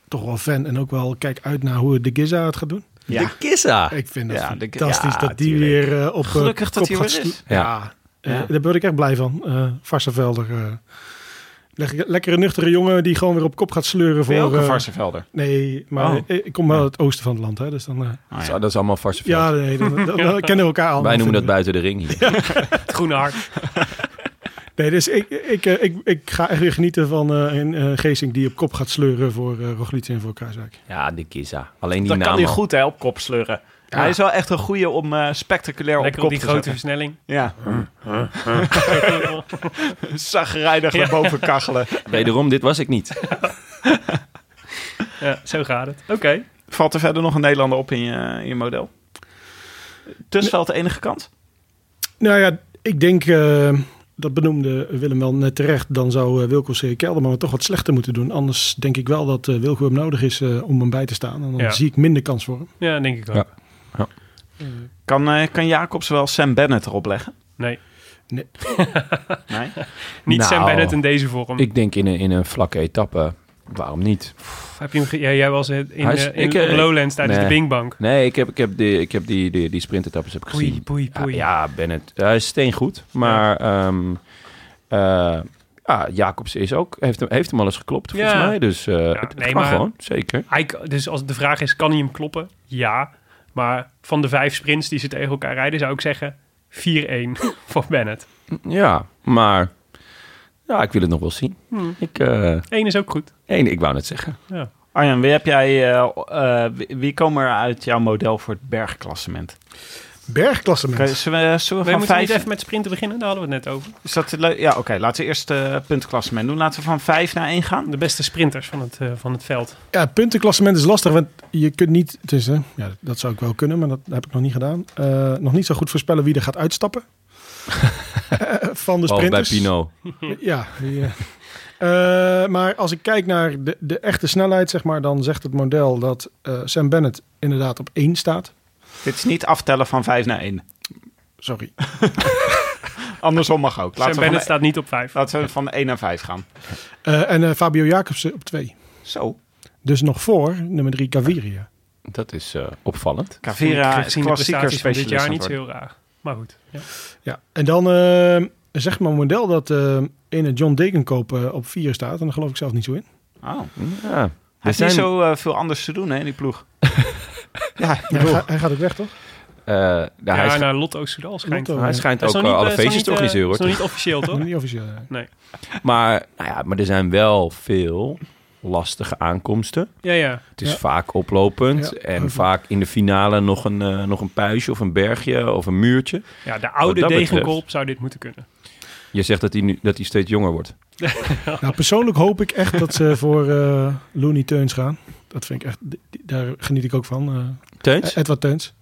toch wel fan en ook wel kijk uit naar hoe de Giza het gaat doen.
Ja.
De kissa.
Ik vind het
Ja, de-
fantastisch
ja,
dat die
tuurlijk.
weer eh, op eh,
Gelukkig dat
kop
hij
gaat
weer
sto-
is.
Ja,
Ja.
eh,
Ja.
daar word ik echt blij van. Eh Varsenvelder. eh, le- lekkere nuchtere jongen die gewoon weer op kop gaat sleuren voor...
Voor ook een
eh,
Varsenvelder.
nee, maar
Oh.
ik ik kom wel
Ja.
uit het oosten van het land. Hè, dus dan, eh,
Oh, ja.
Zo, Dat is allemaal farse
ja, nee, dan, dan- dan kennen we elkaar al.
Wij noemen dat buiten de ring hier.
Het groene hart.
Nee, dus ik, ik, eh, ik, ik ga echt weer genieten van eh een eh, Geesink die op kop gaat sleuren voor eh Roglic en voor Kruiswijk.
Ja, de Giza. Alleen die
Dat
naam
kan hij
al.
goed hè, op kop sleuren. Hij is wel echt een goeie om eh, spectaculair
Lekker op
op
die
kop te
grote
zetten.
versnelling.
Ja. Zagrijnig naar boven kachelen.
Wederom, dit was ik niet.
Ja, zo gaat het. Oké.
Valt er verder nog een Nederlander op in je, in je model? Tussveld de enige kant?
Nou ja, ik denk, eh, dat benoemde Willem wel net terecht, dan zou eh, Wilco C. Kelderman het toch wat slechter moeten doen. Anders denk ik wel dat eh, Wilco hem nodig is eh, om hem bij te staan. En dan
Ja.
zie ik minder kans voor hem.
Ja, denk ik ook.
Ja.
Kan, eh, kan Jacobs wel Sam Bennett erop leggen?
Nee.
Nee.
Nee?
Niet
Nou.
Sam Bennett in deze vorm.
Ik denk in een, in een vlakke etappe. Waarom niet?
Pff, Heb je hem ge- ja, jij was in, in,
Hij is-
eh, in
ik, eh,
Lowlands tijdens
nee.
de Bing Bang.
Nee, ik heb, ik heb, die, ik heb die, die, die sprintetappes heb ik
Poei,
gezien.
poei, poei.
Ja, ja, Bennett. Hij is steengoed. Maar ehm, eh, ja, Jacobs is ook, heeft, hem, heeft hem al eens geklopt,
Ja.
volgens mij. Dus eh het
nee,
kan
maar-
gewoon, zeker.
Hij k- dus als de vraag is, kan hij hem kloppen? Ja. Maar van de vijf sprints die ze tegen elkaar rijden, zou ik zeggen 4-1 voor Bennett.
Ja, maar ja, ik wil het nog wel zien. Ik, eh,
Hm. Eén is ook goed.
één, ik wou net zeggen.
Arjan, wie, heb jij, eh, eh, wie- wie komen er uit jouw model voor het bergklassement? Kun-
Bergklassement.
Zullen we, zullen
We
we van
moeten niet
vijf...
even met sprinten beginnen, daar hadden we het net over.
Is dat leuk? Ja, oké. laten we eerst eh puntklassement doen. Laten we van vijf naar één gaan.
De beste sprinters van het, eh, van het veld.
Ja, puntenklassement is lastig, want je kunt niet, het is, hè, ja, dat zou ik wel kunnen, maar dat heb ik nog niet gedaan. Eh, nog niet zo goed voorspellen wie er gaat uitstappen. Eh, van de
Behalve bij
sprinters.
Pino.
Ja, die, eh. Eh, maar als ik kijk naar de, de echte snelheid, zeg maar, dan zegt het model dat eh, Sam Bennett inderdaad op 1 staat.
Dit is niet aftellen van vijf naar één.
Sorry.
Andersom mag ook. Laten
Sam Bennett
we van, e-
staat niet op vijf.
laten we van 1 naar 5 gaan.
Eh, en eh, Fabio Jacobsen op 2.
Zo.
Dus nog voor nummer 3 Caviria.
Dat is eh, opvallend.
Cavera is
gezien de
klassieker
prestaties van dit
specialist.
jaar
aan
niet
het
zo
worden.
heel raar. Maar goed. Ja.
Ja, en dan eh, zegt mijn model dat eh ene John Degenkoop eh, op 4 staat. En daar geloof ik zelf niet zo in.
Oh.
Ja. Er
Hij is
zijn-
niet zo eh, veel anders te doen hè, in die ploeg. ja, ik
Ja,
bedoel,
hij, ga- hij gaat ook weg, toch?
eh, nou,
Ja,
hij, is,
naar Lotto Soudal schijnt.
Lotto.
hij schijnt ook eh, alle feestjes toch niet
hoor.
hoor.
is nog niet officieel, toch?
Niet officieel. ja.
Maar, nou ja, maar er zijn wel veel lastige aankomsten.
Ja, ja.
Het is
Ja.
vaak oplopend
Ja,
en
over.
vaak in de finale nog een, eh, nog een puistje of een bergje of een muurtje.
Ja, de
Wat
oude
dat betreft.
degenkolp zou dit moeten kunnen.
Je zegt dat hij, nu, dat hij steeds jonger wordt.
Nou, persoonlijk hoop ik echt dat ze voor eh Looney Teuns gaan. Dat vind ik echt, die- die- daar geniet ik ook van. eh,
Teuns?
Edward Teuns.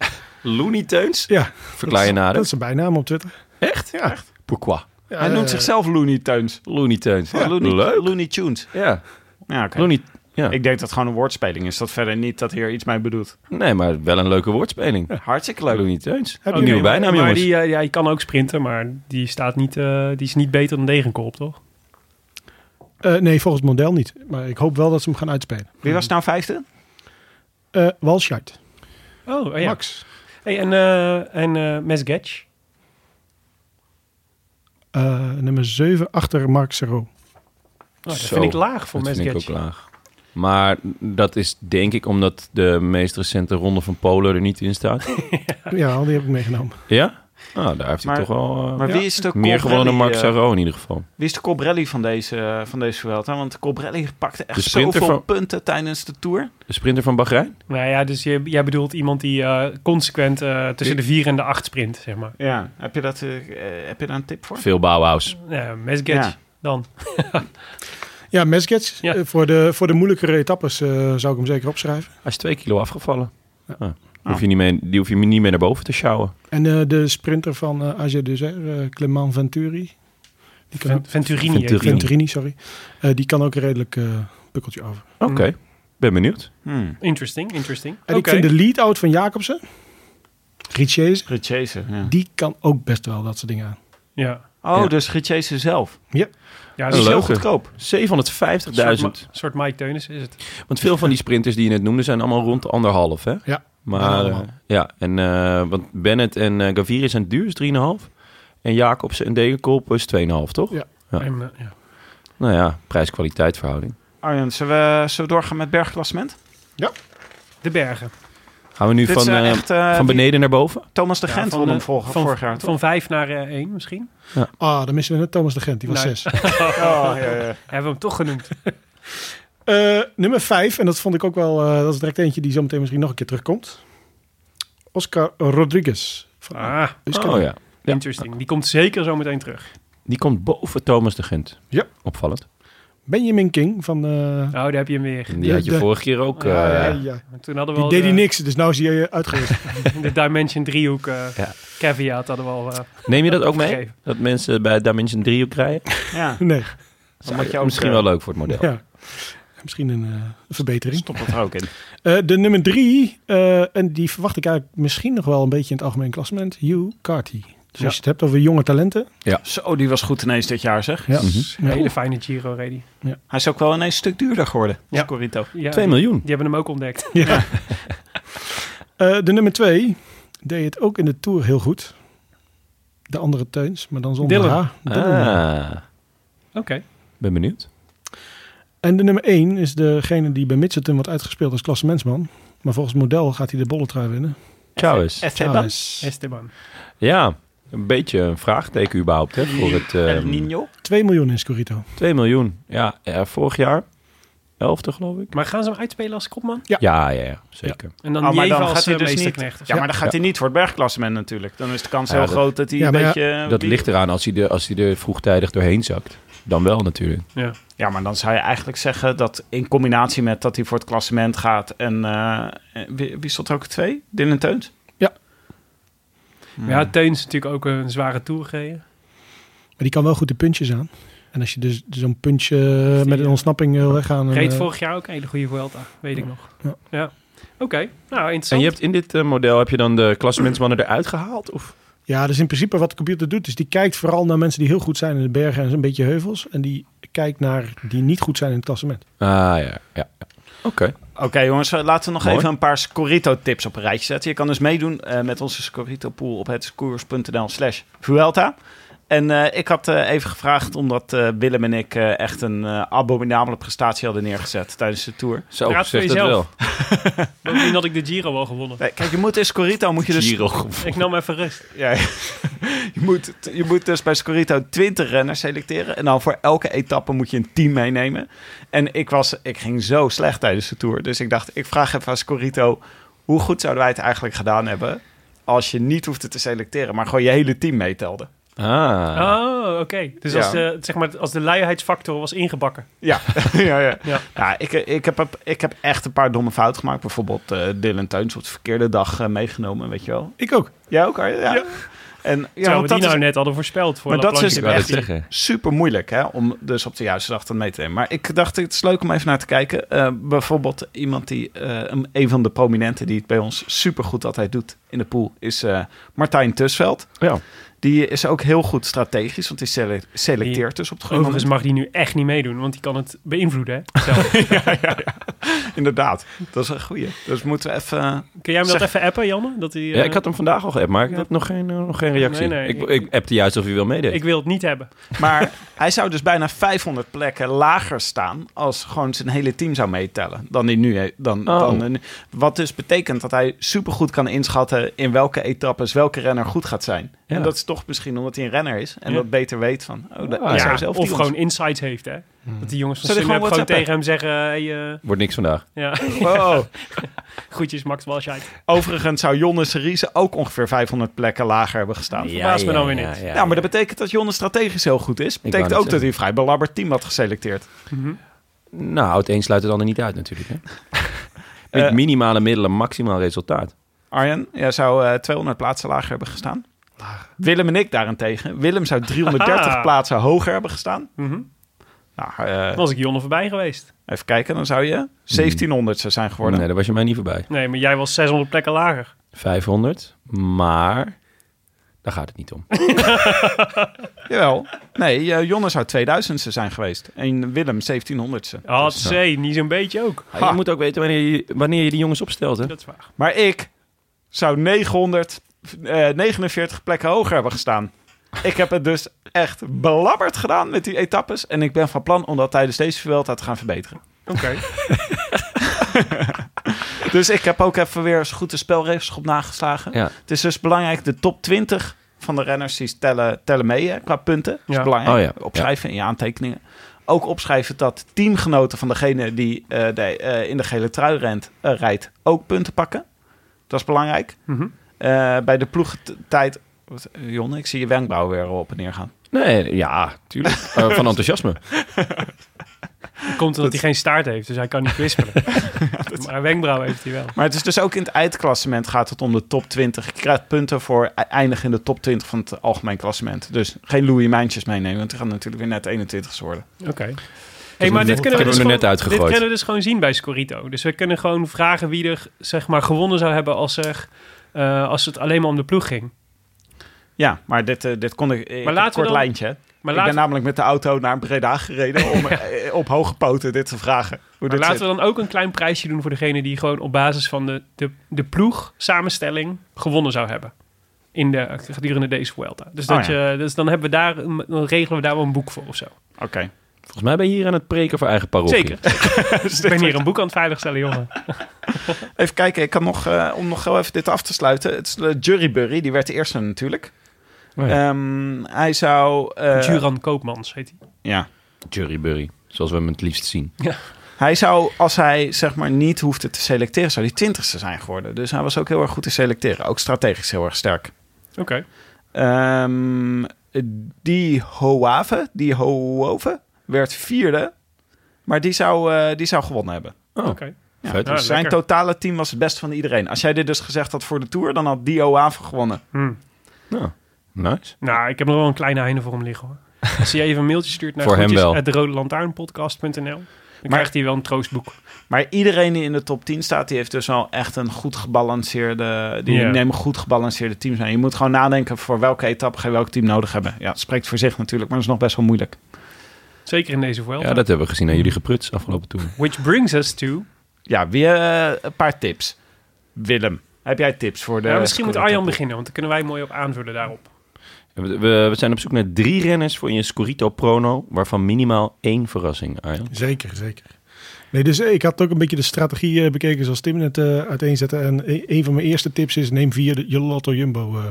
Looney Teuns?
Eh, Ja,
Verklaar je nader.
dat is zijn bijnaam op Twitter.
Echt?
Ja.
Pourquoi?
Ja,
hij noemt
eh,
zichzelf Looney Tunes.
Looney Teuns.
Looney,
Leuk.
Looney Tunes.
Ja.
Ja, oké.
Looney, Ja.
Ik denk dat het gewoon een woordspeling is. Dat verder niet dat hier iets mee bedoelt.
Nee, maar wel een leuke woordspeling.
Hartstikke leuk.
Leuk niet eens.
Heb
Heb
je
je nieuwe
maar-
bijnaam,
maar
jongens.
Die, eh, ja, je kan ook sprinten, maar die, staat niet, eh, die is niet beter dan Degenkolb, toch?
Eh, nee, volgens het model niet. Maar ik hoop wel dat ze hem gaan uitspelen.
Wie was nou vijfde?
Eh Walscheid.
Oh, oh ja.
Max.
Hey, en eh en eh Mesgetch?
Eh, nummer 7 achter Mark Serrault.
Oh, dat
Zo,
vind ik laag voor
dat vind ik ook
Mesgetch.
laag. Maar dat is denk ik omdat de meest recente ronde van Polen er niet in staat.
Ja, die heb ik meegenomen.
ja? Nou, daar heeft hij
Maar-
toch wel eh,
Maar
Ja.
wie is de
meer gewonnen dan
Cobrelli,
Mark
eh,
Sarro in ieder geval.
Wie is de Cobrelli van deze, eh, van deze Vuelta? Want Cobrelli pakte echt
De sprinter
zoveel
van-
punten tijdens de Tour.
De sprinter van Bahrein?
Nou ja, dus je, jij bedoelt iemand die eh, consequent eh, tussen de vier en de acht sprint, zeg maar.
Ja. Heb je, dat, eh, eh, heb je daar een tip voor?
Veel Bauhaus.
Ja, Mesgetch
Ja.
dan.
Ja, Meskets.
Ja.
Eh, voor, de, voor de moeilijkere etappes eh, zou ik hem zeker opschrijven.
Hij is twee kilo afgevallen. Ah. Hoef je niet mee, die hoef je niet meer naar boven te sjouwen.
En eh, de sprinter van eh AG Dessert, eh Clement Venturi. Die kan ook,
Ven- Venturini.
Venturini.
heet die.
Venturini, sorry. Eh, die kan ook een redelijk eh, pukkeltje over.
Oké, ben benieuwd.
Hmm.
Interesting, interesting.
En
Oké.
ik vind de lead-out van Jacobsen, Richese,
Richese, ja.
die kan ook best wel dat soort dingen aan.
Ja,
Oh,
Ja.
dus Richese zelf.
ja
Die
dus
is heel
leuke.
goedkoop.
750.000.
Een soort, Ma- soort Mike Teunis is het.
Want veel van die sprinters die je net noemde zijn allemaal rond de anderhalf, hè?
Ja, bijna
Maar, eh,
allemaal.
ja, en, eh, want Bennett en eh, Gaviri zijn duur, is 3,5. En Jacobsen en Degenkolb is 2,5, toch?
Ja.
Ja.
En, eh, ja.
Nou ja, prijs-kwaliteit verhouding.
Arjan, zullen we, zullen we doorgaan met bergklassement?
De bergen.
Gaan we nu
Dit
van,
zijn
eh,
echt, eh,
van beneden naar boven?
Thomas de
Ja,
Gent
van,
won hem
eh,
volg-
van,
vorig jaar. toch?
Van vijf naar eh, één misschien.
Ah, dan missen we net Thomas de Gent, die was
Nee.
zes.
Oh, ja, ja.
Hebben we hem toch genoemd.
Eh, nummer vijf, en dat vond ik ook wel, eh, dat is direct eentje die zometeen misschien nog een keer terugkomt. Oscar Rodriguez. Van
Ah,
Euskadi.
Oh ja, Ja.
interesting. Die komt zeker zo meteen terug.
die komt boven Thomas de Gent.
Ja.
Opvallend.
Benjamin King van... eh,
Oh, daar heb je hem weer.
Die
De-
had je
de-
vorige keer ook.
ja, ja,
eh,
ja.
Toen hadden we
Die
al
deed
de,
hij niks, dus nou zie je uitgerust.
de Dimension driehoek eh
Ja.
caveat hadden we al. eh,
Neem je dat ook mee?
Gegeven.
Dat mensen bij Dimension 3 ook krijgen?
ja.
nee,
Dan moet je ook,
Misschien
eh,
wel leuk voor het model.
ja. Misschien een eh, verbetering.
Stop dat er ook in.
Eh, de nummer drie, eh, en die verwacht ik eigenlijk misschien nog wel een beetje in het algemeen klassement, Hugh Carty. Dus
Ja.
als je het hebt over jonge talenten.
Zo, die was goed ineens dit jaar, zeg.
Ja.
Mhm.
een
Ja.
hele fijne Giro ready.
Hij is ook wel ineens een stuk duurder geworden, als
Ja.
Corito.
Ja,
2 miljoen.
Die hebben hem ook ontdekt.
Ja. Eh, de nummer twee deed het ook in de Tour heel goed. De andere Teuns, maar dan zonder
Dylan.
haar.
Ah,
Oké.
ben benieuwd.
En de nummer één is degene die bij Mitchelton wordt uitgespeeld als klassementsman. Maar volgens het model gaat hij de bolletrui winnen. Ah,
Ciao eens.
Esteban,
Chavez.
Esteban.
Ja, een beetje een vraagteken überhaupt hè, voor het
El
ehm,
Nino.
2 miljoen in Scorito.
2 miljoen. Ja, eh, vorig jaar. Elfde geloof ik.
Maar gaan ze hem uitspelen als kopman?
Ja, ja, ja zeker.
En dan
Oh, maar
Nieva
dan
als
gaat hij
eh,
dus niet-
meesterknecht. of
Ja,
zo?
maar dan gaat hij niet voor het bergklassement natuurlijk. Dan is de kans
Ja,
heel
dat-
groot dat hij
Ja,
een
maar ja,
beetje... eh,
Dat
wie-
ligt eraan als hij, er, als hij er vroegtijdig doorheen zakt. Dan wel natuurlijk.
Ja.
Ja, maar dan zou je eigenlijk zeggen dat in combinatie met dat hij voor het klassement gaat... en eh, eh, wie, wie stond er ook twee? Dylan Teuns?
Ja.
Hmm.
Ja, Teuns is natuurlijk ook een zware tour gereden.
Maar die kan wel goed de puntjes aan. En als je dus zo'n puntje
die,
met een
eh,
ontsnapping wil weggaan.
Reed
eh,
vorig jaar ook een hele goede Vuelta, weet ik nog.
Ja.
Ja. Oké, nou interessant.
En je hebt in dit eh, model heb je dan de klassementsmannen eruit gehaald? Of?
Ja, dus in principe wat de computer doet, is die kijkt vooral naar mensen die heel goed zijn in de bergen en een beetje heuvels. En die kijkt naar die niet goed zijn in het klassement.
Ah ja, ja. ja. Oké.
Oké jongens, eh, laten we nog
Mooi.
even een paar Scorito-tips op een rijtje zetten. Je kan dus meedoen eh, met onze Scorito-pool op hetskoers.nl slash Vuelta. En eh, ik had eh, even gevraagd omdat eh, Willem en ik eh, echt een eh, abominabele prestatie hadden neergezet tijdens de Tour.
Zo,
Praat voor
zeg dat wel.
jezelf. Bovendien had ik de Giro al gewonnen.
Nee, Eh, kijk, je moet in Scorito moet je dus...
Ik nam even rust.
Ja, je, moet, je moet dus bij Scorito 20 renners selecteren. En dan voor elke etappe moet je een team meenemen. En ik, was, ik ging zo slecht tijdens de Tour. Dus ik dacht, ik vraag even aan Scorito... hoe goed zouden wij het eigenlijk gedaan hebben... als je niet hoefde te selecteren... maar gewoon je hele team meetelde.
Ah.
Oh, oké. Dus
Ja.
als, de, zeg maar, als de luiheidsfactor was ingebakken.
Ja, ja, ja.
Ja.
ja ik, ik, heb, ik heb echt een paar domme fouten gemaakt. Bijvoorbeeld eh Dylan Teuns op de verkeerde dag eh, meegenomen, weet je wel.
Ik ook.
Jij ook, Arjen? Ja. En, ja,
Terwijl we
want
die
dat
nou
is-
net hadden voorspeld voor
Maar
La
dat is
Ik
Planche.
wou dat
echt
zeggen.
super moeilijk hè, om dus op de juiste dag dat mee te nemen. Maar ik dacht, het is leuk om even naar te kijken. Eh, bijvoorbeeld iemand die, eh, een- een van de prominenten die het bij ons supergoed altijd doet in de pool, is eh, Martijn Tusveld.
Ja.
Die is ook heel goed strategisch, want die sele- selecteert dus op het goede
Overigens
moment.
mag die nu echt niet meedoen, want die kan het beïnvloeden. Hè? zelf.
Inderdaad, dat is een goeie. Dus moeten we even...
Kun jij hem dat
Zeg-
even appen, Janne? Dat hij, eh,
Ja, ik had hem vandaag al geappt, maar ik
ja.
heb nog geen, eh, nog geen reactie.
Nee, nee,
ik,
ik-
ik appte juist of hij wil meedeed.
ik wil het niet hebben.
Maar hij zou dus bijna 500 plekken lager staan als gewoon zijn hele team zou meetellen dan die nu. he- Dan,
Oh.
dan eh, nu. wat dus betekent dat hij supergoed kan inschatten in welke etappes welke renner goed gaat zijn.
Ja.
En dat is toch misschien omdat hij een renner is
Ja.
en
Ah,
dat beter weet van. Oh, dat,
Ja,
hij
Ja,
zou zelf
of
die
gewoon
ons-
insights heeft, hè?
Hmm.
Dat die jongens van
Zou die
Sunweb gewoon,
gewoon
tegen hem zeggen... Hey, eh,
Wordt niks vandaag.
ja,
Wow.
groetjes Max Walscheid.
Oh. Overigens zou Jonne Seriese ook ongeveer 500 plekken lager hebben gestaan.
Nou, verbaast me dan weer niet.
nou, maar dat betekent dat Jonne strategisch heel goed is. Betekent ook
net
dat
zeggen.
hij een vrij belabberd team had geselecteerd.
Mhm,
Nou, het een sluit het ander niet uit natuurlijk. Hè? Met
Eh,
minimale middelen, maximaal resultaat.
Arjen, jij zou eh, 200 plaatsen lager hebben gestaan. Willem en ik daarentegen. Willem zou 330
Haha.
plaatsen hoger hebben gestaan.
Mhm.
Nou, eh,
Dan was ik Jonne voorbij geweest.
even kijken, dan zou je 1700 zou zijn geworden.
Nee, daar was je mij niet voorbij.
Nee, maar jij was 600 plekken lager.
500, maar daar gaat het niet om.
Jawel. Nee, eh, Jonne zou 2000ste zijn geweest. En Willem 1700ste.
Ah, zee,
nou-
niet zo'n beetje ook.
Ja, Je moet ook weten wanneer je, wanneer je die jongens opstelt. Hè?
Dat is waar.
Maar ik zou 949 plekken hoger hebben gestaan. Ik heb het dus echt belabberd gedaan met die etappes. En ik ben van plan om dat tijdens deze Vuelta te gaan verbeteren.
Oké.
Dus ik heb ook even weer eens goed de spelregels op nageslagen.
Ja.
Het is dus belangrijk, de top 20 van de renners die tellen, tellen mee hè, qua punten. Dat is
Ja.
belangrijk.
Oh ja.
Opschrijven in je aantekeningen. Ook opschrijven dat teamgenoten van degene die eh, de- eh, in de gele trui rent, eh, rijdt ook punten pakken. Dat is belangrijk.
Mhm.
Eh, bij de ploegentijd... Wat, eh, Jonne, ik zie je wenkbrauw weer op en neer gaan.
Nee, ja, tuurlijk. Eh, van enthousiasme.
Komt omdat hij geen staart heeft, dus hij kan niet kwispelen. maar wenkbrauw heeft hij wel.
Maar het is dus ook in het eindklassement gaat het om de top 20. Je krijgt punten voor e- eindigen in de top 20 van het algemeen klassement. Dus geen Louis Mijntjes meenemen, want die gaan natuurlijk weer net 21 worden.
Oké. Hey, maar dit kunnen we,
Ik heb hem
dus
er
gewoon,
net uitgegooid.
Dit kunnen we dus gewoon zien bij Scorito. Dus we kunnen gewoon vragen wie er zeg maar, gewonnen zou hebben als, er, eh, als het alleen maar om de ploeg ging.
Ja, maar dit, eh, dit kon ik... ik heb
laten
een
we
kort
dan-
lijntje.
Maar
ik ben
laten,
namelijk met de auto naar Breda gereden om eh, op hoge poten dit te vragen. Hoe
maar
dit
laten
zit.
we dan ook een klein prijsje doen voor degene die gewoon op basis van de, de, de ploeg samenstelling gewonnen zou hebben. In de, gedurende deze Vuelta. Dus, dat
Oh ja.
je, dus dan, hebben we daar, een- dan regelen we daar wel een boek voor of zo.
Oké.
Volgens mij ben je hier aan het preken voor eigen parochie.
Zeker. Dus ik ben hier een boek aan het veiligstellen, jongen.
Even kijken, ik kan nog, eh, om nog heel even dit af te sluiten. Het is eh, Jurybury, die werd de eerste natuurlijk.
Oh
Eh.
ja.
Ehm, hij zou... eh,
Juran Koopmans heet hij.
Ja.
Jurybury, zoals we hem het liefst zien.
Hij zou, als hij zeg maar niet hoefde te selecteren, zou hij twintigste zijn geworden. Dus hij was ook heel erg goed in selecteren. Ook strategisch heel erg sterk.
Oké.
Ehm, die Hoave, die Hoove, werd vierde. Maar die zou, eh, die zou gewonnen hebben.
Oh,
oké.
Ja.
vet.
Ja.
Dus zijn
Ah, lekker.
totale team was het beste van iedereen. Als jij dit dus gezegd had voor de Tour, dan had die Hoave gewonnen.
Hmm.
Nou, nice.
Nou, ik heb nog wel een kleine heine voor hem liggen hoor. Als hij even een mailtje stuurt naar
Voor hem wel.
de rode dan krijgt hij wel een troostboek.
Maar iedereen die in de top 10 staat, die heeft dus wel echt een goed gebalanceerde... Die
Ja.
nemen goed gebalanceerde teams aan. Je moet gewoon nadenken voor welke etappe ga je welk team nodig hebben. Ja, het spreekt voor zich natuurlijk, maar dat is nog best wel moeilijk.
Zeker in deze Vuelta.
Ja, dat hebben we gezien aan jullie gepruts afgelopen toer.
Which brings us to...
Ja, weer eh, een paar tips. Willem, heb jij tips voor de...
Ja, misschien moet Arjan
etappe?
beginnen, want dan kunnen wij mooi op aanvullen daarop.
We, we we zijn op zoek naar drie renners voor in je Scorito Prono, waarvan minimaal één verrassing, Arjan.
Zeker, zeker. Nee, dus eh, ik had ook een beetje de strategie eh, bekeken zoals Tim net eh, uiteenzette. En e- een van mijn eerste tips is neem via de, je Lotto Jumbo. eh,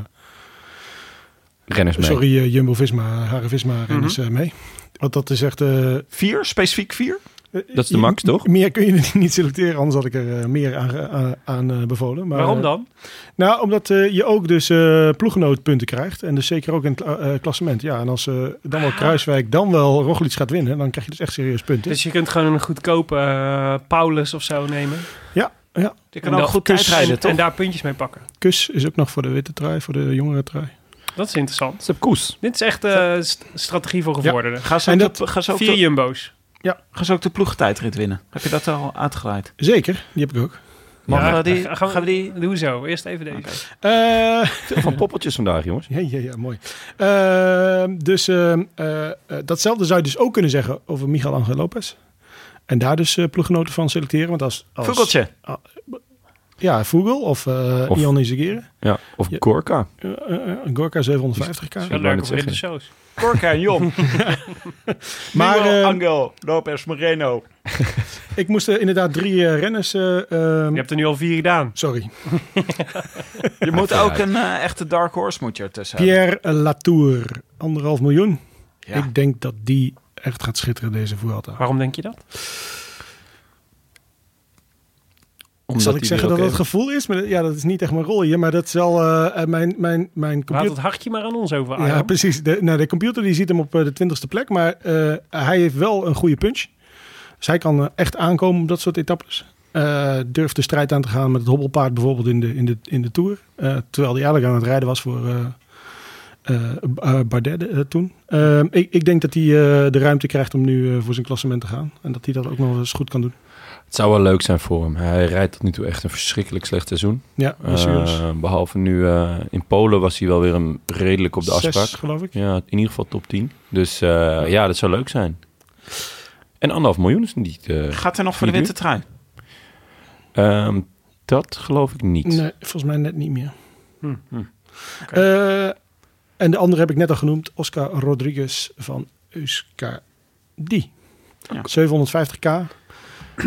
Renners mee.
sorry, eh, Jumbo Visma, Hare
Mhm.
Visma renners eh, mee. Want dat is echt... eh,
Vier, specifiek vier?
Dat is de max,
je-
toch?
Meer kun je niet selecteren, anders had ik er eh, meer aan, ge- aan, aan, eh, bevolen. Maar,
Waarom
eh,
dan?
Nou, omdat eh, je ook dus eh ploeggenootpunten krijgt. En dus zeker ook in het eh, eh, klassement. Ja, en als eh, dan
Ah.
wel Kruiswijk, dan wel Roglic gaat winnen... dan krijg je dus echt serieus punten.
Dus je kunt gewoon een goedkope eh, Paulus of zo nemen.
Je
En
kan ook
dan-
goed
en-
tijdrijden, toch?
En daar puntjes mee pakken.
Kus is ook nog voor de witte trui, voor de jongere trui.
Dat is interessant.
Seb Koes.
Dit is echt eh, st- strategie voor gevorderden.
Ga ze
En
ook,
dat-
de, ga ze ook,
Vier
de,
jumbo's.
ga ze ook de ploegentijdrit winnen? Heb je dat al uitgeleid?
Zeker, die heb ik ook.
Mogen we die,
Ga-
gaan we die...
Doe zo. Eerst even deze.
Eh,
Veel van poppeltjes vandaag, jongens.
Ja, ja, ja, mooi. Eh, dus eh, eh, eh, datzelfde zou je dus ook kunnen zeggen over Miguel Angel Lopez. En daar dus eh, ploeggenoten van selecteren. Want als, als
Vogeltje.
Ja, Vogel of, eh
Of-
Ion Izagirre.
Ja. Of
Ja.
Gorka.
Eh, eh, eh, Gorka 750k.
wou
Wel
net
leuk voor in de
zeggen.
shows.
Korka en Jon.
Maar
Miguel
eh,
Angel Lopez Moreno.
ik moest eh, inderdaad drie eh, renners... eh, ehm,
Je hebt er nu al vier gedaan.
Sorry.
Je moet ook
vooruit.
een eh, echte dark horse moet je ertussen hebben.
Pierre Latour, anderhalf miljoen.
Ja.
Ik denk dat die echt gaat schitteren deze Vuelta.
Waarom denk je dat?
Omdat
Zal ik
die
zeggen
weer
dat dat
oké
het gevoel is? Maar, dat- ja, dat is niet echt mijn rol hier. Maar dat is wel eh, eh, mijn, mijn, mijn
Laat
computer...
het hartje maar aan ons over.
Ja,
Arjan.
precies. De, nou, de computer die ziet hem op eh, de twintigste plek, maar eh, hij heeft wel een goede punch. Dus hij kan eh, echt aankomen op dat soort etappes. Eh, durft de strijd aan te gaan met het hobbelpaard bijvoorbeeld in de, in de, in de Tour. Eh, terwijl hij eigenlijk aan het rijden was voor eh eh, B- eh, Bardet eh, toen. Eh, ik, ik denk dat hij eh, de ruimte krijgt om nu eh, voor zijn klassement te gaan. En dat hij dat ook nog eens goed kan doen.
Het zou wel leuk zijn voor hem. Hij rijdt tot nu toe echt een verschrikkelijk slecht seizoen.
Ja, blessures.
Eh, behalve nu eh, in Polen was hij wel weer een redelijk op de
Zes,
afspraak.
geloof ik.
Ja, in ieder geval top 10. Dus eh, ja, dat zou leuk zijn. En anderhalf miljoen is niet. eh,
Gaat er nog voor de
Niet nu?
witte trui?
ehm, dat geloof ik niet.
Nee, volgens mij net niet meer.
Hm. Oké.
Eh, en de andere heb ik net al genoemd. Oscar Rodriguez van Euskadi.
Ja.
750k.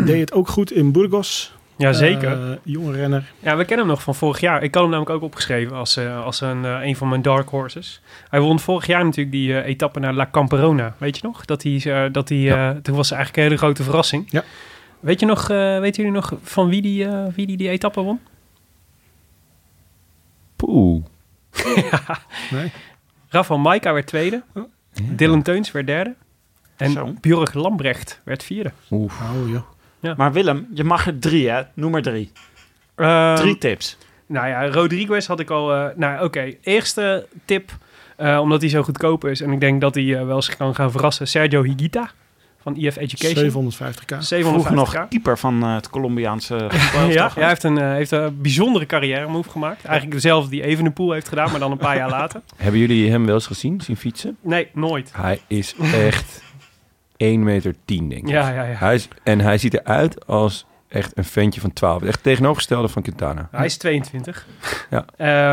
Deed het ook goed in Burgos.
Ja, zeker.
Eh, jonge renner.
Ja, we kennen hem nog van vorig jaar. Ik had hem namelijk ook opgeschreven als, eh, als een, eh, een van mijn dark horses. Hij won vorig jaar natuurlijk die eh, etappe naar La Camperona. Weet je nog? Dat hij, eh, dat hij, eh, toen was het eigenlijk een hele grote verrassing.
Ja.
Weet je nog, eh, weten jullie nog van wie die, eh, wie die, die etappe won?
Poeh.
Nee.
Rafael Maika werd tweede. Dylan Teuns werd derde. En
Oh. Zo.
Björg Lambrecht werd vierde.
Oef.
Oh joh.
Maar Willem, je mag er drie, hè? Noem maar drie.
Ehm,
drie tips.
Nou ja, Rodriguez had ik al. eh, nou, oké. Eerste tip, eh, omdat hij zo goedkoop is en ik denk dat hij eh, wel zich kan gaan verrassen. Sergio Higuita van EF Education.
750k.
750
Vroeg nog keeper van eh, het Colombiaanse voetbal,
Ja,
toch?
hij heeft een, eh, heeft een bijzondere carrière move gemaakt. Eigenlijk dezelfde die Evenepoel heeft gedaan, maar dan een paar jaar later.
Hebben jullie hem wel eens gezien, zien fietsen?
Nee, nooit.
Hij is echt 1 meter 10, denk ik.
Ja, ja, ja.
Hij is, en hij ziet eruit als echt een ventje van 12. Echt tegenovergestelde van Quintana.
Hij is 22.
Ja.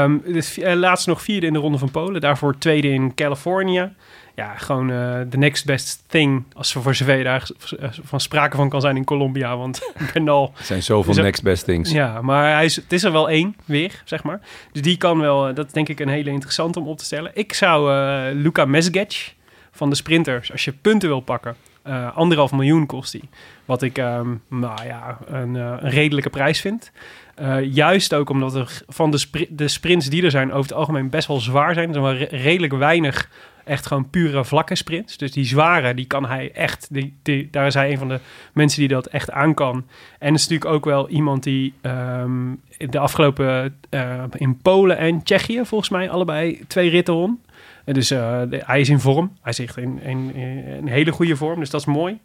Ehm, dus, eh, laatst nog vierde in de Ronde van Polen. Daarvoor tweede in Californië. Ja, gewoon eh, de next best thing. Als er voor zover daar eh, van sprake van kan zijn in Colombia. Want Bernal
Er zijn zoveel
Is er-
next best things.
Ja, maar hij is, het is er wel één weer, zeg maar. Dus die kan wel, eh, dat is denk ik een hele interessante om op te stellen. Ik zou eh, Luca Mesgetch van de sprinters, als je punten wil pakken, eh, anderhalf miljoen kost die. Wat ik, ehm, nou ja, een, eh, een redelijke prijs vind. Eh, juist ook omdat er van de, spri- de sprints die er zijn over het algemeen best wel zwaar zijn. Er zijn maar re- redelijk weinig echt gewoon pure vlakke sprints. Dus die zware, die kan hij echt, die, die, daar is hij een van de mensen die dat echt aan kan. En is natuurlijk ook wel iemand die ehm, de afgelopen eh, in Polen en Tsjechië volgens mij allebei twee ritten won. En dus eh, de- hij is in vorm. Hij is echt in, in, in een hele goede vorm, dus dat is mooi.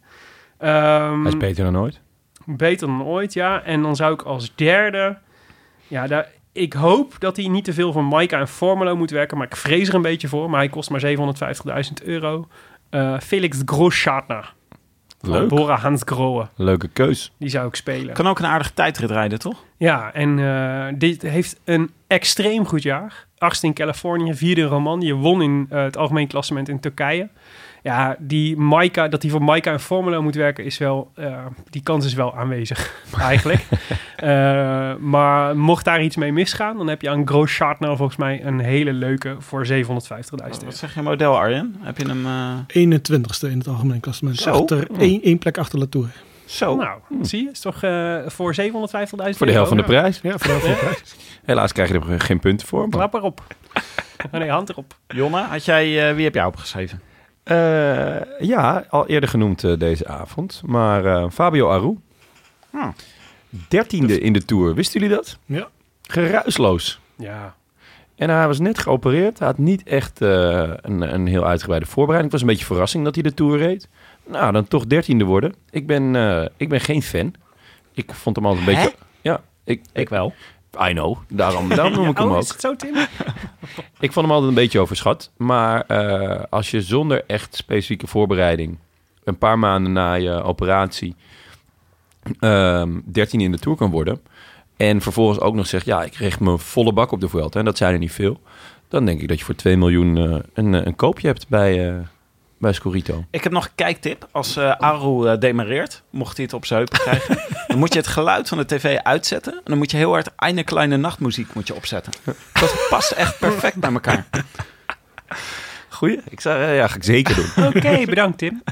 Ehm,
Hij is beter dan ooit.
Beter dan ooit, ja. En dan zou ik als derde... Ja, daar, ik hoop dat hij niet te veel van Maika en Formelo moet werken. Maar ik vrees er een beetje voor. Maar hij kost maar 750.000 euro. Eh, Felix Groschartner.
Leuk.
Bora Hans Grohe.
Leuke keus.
Die zou ik spelen.
Kan ook een aardige tijdrit rijden, toch?
Ja, en eh, dit heeft een extreem goed jaar. Achtste in Californië, vierde in Romandie, won in eh, het algemeen klassement in Turkije. Ja, die Maika, dat hij voor Maika en Formula moet werken, is wel, eh, die kans is wel aanwezig eigenlijk. Eh, maar mocht daar iets mee misgaan, dan heb je aan Groschartner volgens mij een hele leuke voor 750.000 euro.
Wat zeg je model, Arjen? Heb je hem... eh,
21ste in het algemeen klassement.
Zo.
Achter één, één plek achter Latour.
Zo.
Nou, zie je, is toch eh, voor 750.000 euro.
Voor de helft van de prijs.
Ja, voor heel veel prijs.
Helaas krijg je er geen punten voor. maar-
Klap erop. Oh nee, hand erop.
Jonne, had jij, eh, wie heb jij opgeschreven?
Eh, ja, al eerder genoemd eh, deze avond. Maar eh, Fabio Aru.
Hmm.
Dertiende in de Tour. Wisten jullie dat?
Ja.
Geruisloos.
Ja,
En hij was net geopereerd. Hij had niet echt eh, een, een heel uitgebreide voorbereiding. Het was een beetje verrassing dat hij de Tour reed. Nou, dan toch dertiende worden. Ik ben, eh, ik ben geen fan. Ik vond hem altijd een beetje... Ja, ik,
Ik wel.
I know. Daarom, daarom noem ik hem
oh,
ook.
is het zo, Tim?
Ik vond hem altijd een beetje overschat. Maar eh, als je zonder echt specifieke voorbereiding... een paar maanden na je operatie... ehm 13 in de Tour kan worden... en vervolgens ook nog zegt... ja, ik richt me volle bak op de Vuelta... en dat zijn er niet veel... dan denk ik dat je voor 2 miljoen eh, een, eh, een koopje hebt bij, eh, bij Scorito.
Ik heb nog een kijktip. Als eh Aru eh, demareert, mocht hij het op zijn heupen krijgen... dan moet je het geluid van de tv uitzetten. En dan moet je heel hard Eine Kleine Nachtmuziek moet je opzetten. Dat past echt perfect bij elkaar.
Goeie? Ik zou, eh, ja, ga ik zeker doen.
Oké, bedankt, Tim.